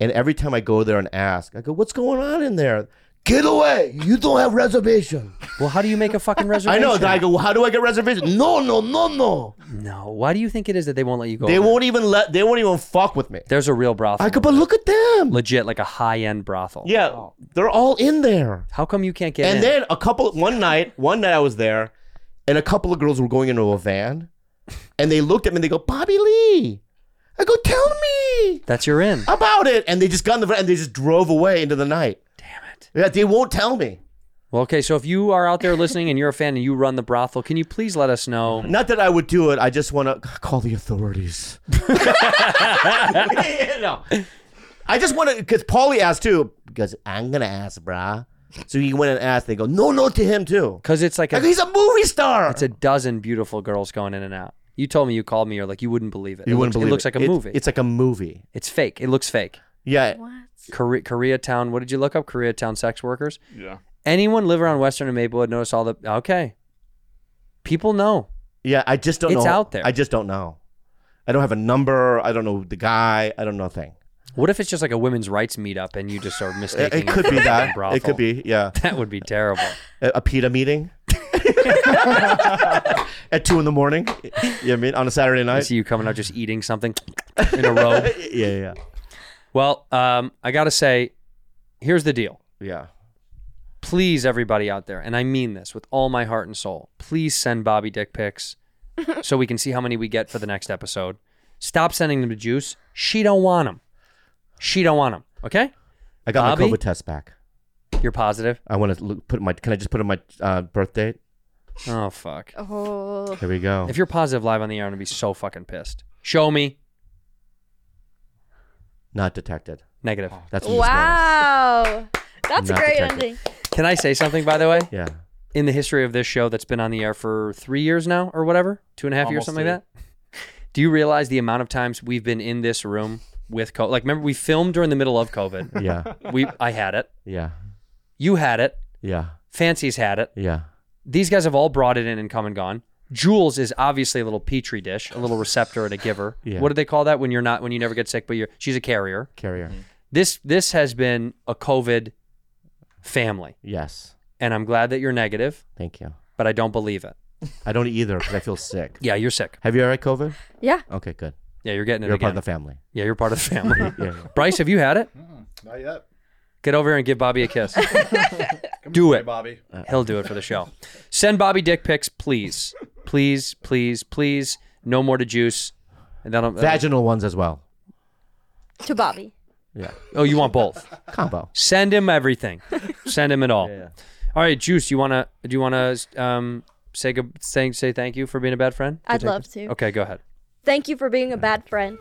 Speaker 6: And every time I go there and ask, I go, "What's going on in there?" Get away! You don't have reservation.
Speaker 5: Well, how do you make a fucking
Speaker 6: I
Speaker 5: reservation?
Speaker 6: know. Then I go, "How do I get reservation?" No, no, no, no.
Speaker 5: No. Why do you think it is that they won't let you go?
Speaker 6: They
Speaker 5: over?
Speaker 6: won't even let. They won't even fuck with me.
Speaker 5: There's a real brothel.
Speaker 6: I go, but look at them.
Speaker 5: legit like a high end brothel.
Speaker 6: yeah, they're all in there.
Speaker 5: How come you can't get
Speaker 6: and
Speaker 5: in?
Speaker 6: then a couple. One night, one night I was there, and a couple of girls were going into a van, and they looked at me and they go, Bobby Lee. I go, tell me
Speaker 5: That's your in.
Speaker 6: about it. And they just got in the van and they just drove away into the night. Damn
Speaker 5: it.
Speaker 6: Yeah, they won't tell me.
Speaker 5: Well, okay. So if you are out there listening and you're a fan and you run the brothel, can you please let us know?
Speaker 6: Not that I would do it. I just want to call the authorities. no. I just want to, because Paulie asked too, because I'm going to ask, brah. So he went and asked. They go, no, no to him too.
Speaker 5: Because it's like
Speaker 6: Like,
Speaker 5: a,
Speaker 6: he's a movie star.
Speaker 5: it's a dozen beautiful girls going in and out. You told me you called me. You're like you wouldn't believe it.
Speaker 6: you
Speaker 5: it
Speaker 6: wouldn't
Speaker 5: looks,
Speaker 6: believe
Speaker 5: it looks like a movie.
Speaker 6: It's like a movie.
Speaker 5: It's fake. It looks fake.
Speaker 6: Yeah.
Speaker 5: Kore- Koreatown. What did you look up? Koreatown sex workers.
Speaker 8: Yeah.
Speaker 5: Anyone live around Western and Maplewood? Notice all the okay. People know.
Speaker 6: Yeah. I just don't know.
Speaker 5: It's out there.
Speaker 6: I just don't know. I don't have a number. I don't know the guy. I don't know a thing.
Speaker 5: What if it's just like a women's rights meetup and you just are
Speaker 6: It,
Speaker 5: mistaking?
Speaker 6: it could be
Speaker 5: for a
Speaker 6: that.
Speaker 5: brothel?
Speaker 6: It could be, yeah.
Speaker 5: That would be terrible.
Speaker 6: A, a PETA meeting. At two in the morning, you know what I mean? On a Saturday
Speaker 5: I
Speaker 6: night.
Speaker 5: see you coming out just eating something in a row.
Speaker 6: yeah, yeah,
Speaker 5: Well, um, I gotta say, here's the deal.
Speaker 6: yeah.
Speaker 5: Please, everybody out there, and I mean this with all my heart and soul. Please send Bobby dick pics so we can see how many we get for the next episode. Stop sending them to Juice. She don't want them. She don't want them. Okay,
Speaker 6: I got
Speaker 5: Bobby?
Speaker 6: my COVID test back.
Speaker 5: you're positive.
Speaker 6: I want to look, put my. Can I just put in my uh, birth date?
Speaker 5: Oh fuck.
Speaker 7: Oh,
Speaker 6: Here we go.
Speaker 5: If you're positive live on the air, I'm gonna be so fucking pissed. Show me
Speaker 6: Not detected.
Speaker 5: negative.
Speaker 6: Oh. That's what this one is.
Speaker 7: wow. That's a
Speaker 6: Not
Speaker 7: great
Speaker 6: detected.
Speaker 7: ending.
Speaker 5: Can I say something by the way?
Speaker 6: Yeah.
Speaker 5: in the history of this show that's been on the air for three years now or whatever, two and a half years,
Speaker 8: Almost
Speaker 5: something like
Speaker 8: three.
Speaker 5: that. Do you realize the amount of times we've been in this room with COVID? Like, remember we filmed during the middle of COVID.
Speaker 6: Yeah.
Speaker 5: we, I had it.
Speaker 6: Yeah.
Speaker 5: You had it.
Speaker 6: Yeah.
Speaker 5: Fancy's had it.
Speaker 6: Yeah.
Speaker 5: These guys have all brought it in and come and gone. Jules is obviously a little petri dish, a little receptor and a giver.
Speaker 6: Yeah.
Speaker 5: What do they call that when you're not when you never get sick, but you're she's a carrier.
Speaker 6: Carrier.
Speaker 5: This this has been a COVID family,
Speaker 6: Yes.
Speaker 5: and I'm glad that you're negative,
Speaker 6: Thank you.
Speaker 5: but I don't believe it.
Speaker 6: I don't either because I feel sick.
Speaker 5: Yeah, you're sick.
Speaker 6: Have you all right, COVID?
Speaker 7: Yeah.
Speaker 6: Okay, good.
Speaker 5: Yeah, you're getting it
Speaker 6: You're a
Speaker 5: again.
Speaker 6: part of the family.
Speaker 5: yeah, you're part of the family.
Speaker 6: Yeah.
Speaker 5: Bryce, have you had it?
Speaker 9: Not yet.
Speaker 5: Get over here and give Bobby a kiss. do it.
Speaker 9: Bobby.
Speaker 5: He'll do it for the show. Send Bobby dick pics, please, please, please, please. No more to juice. And that'll,
Speaker 6: Vaginal ones as well.
Speaker 7: To Bobby.
Speaker 6: Yeah.
Speaker 5: Oh, you want both?
Speaker 6: Combo.
Speaker 5: Send him everything. Send him it all. All right, Juice. You wanna? Do you wanna um, say good, say say thank you for being a bad friend?
Speaker 7: I'd
Speaker 5: Take
Speaker 7: love
Speaker 5: this?
Speaker 7: to.
Speaker 5: Okay, go ahead.
Speaker 7: Thank you for being a bad friend.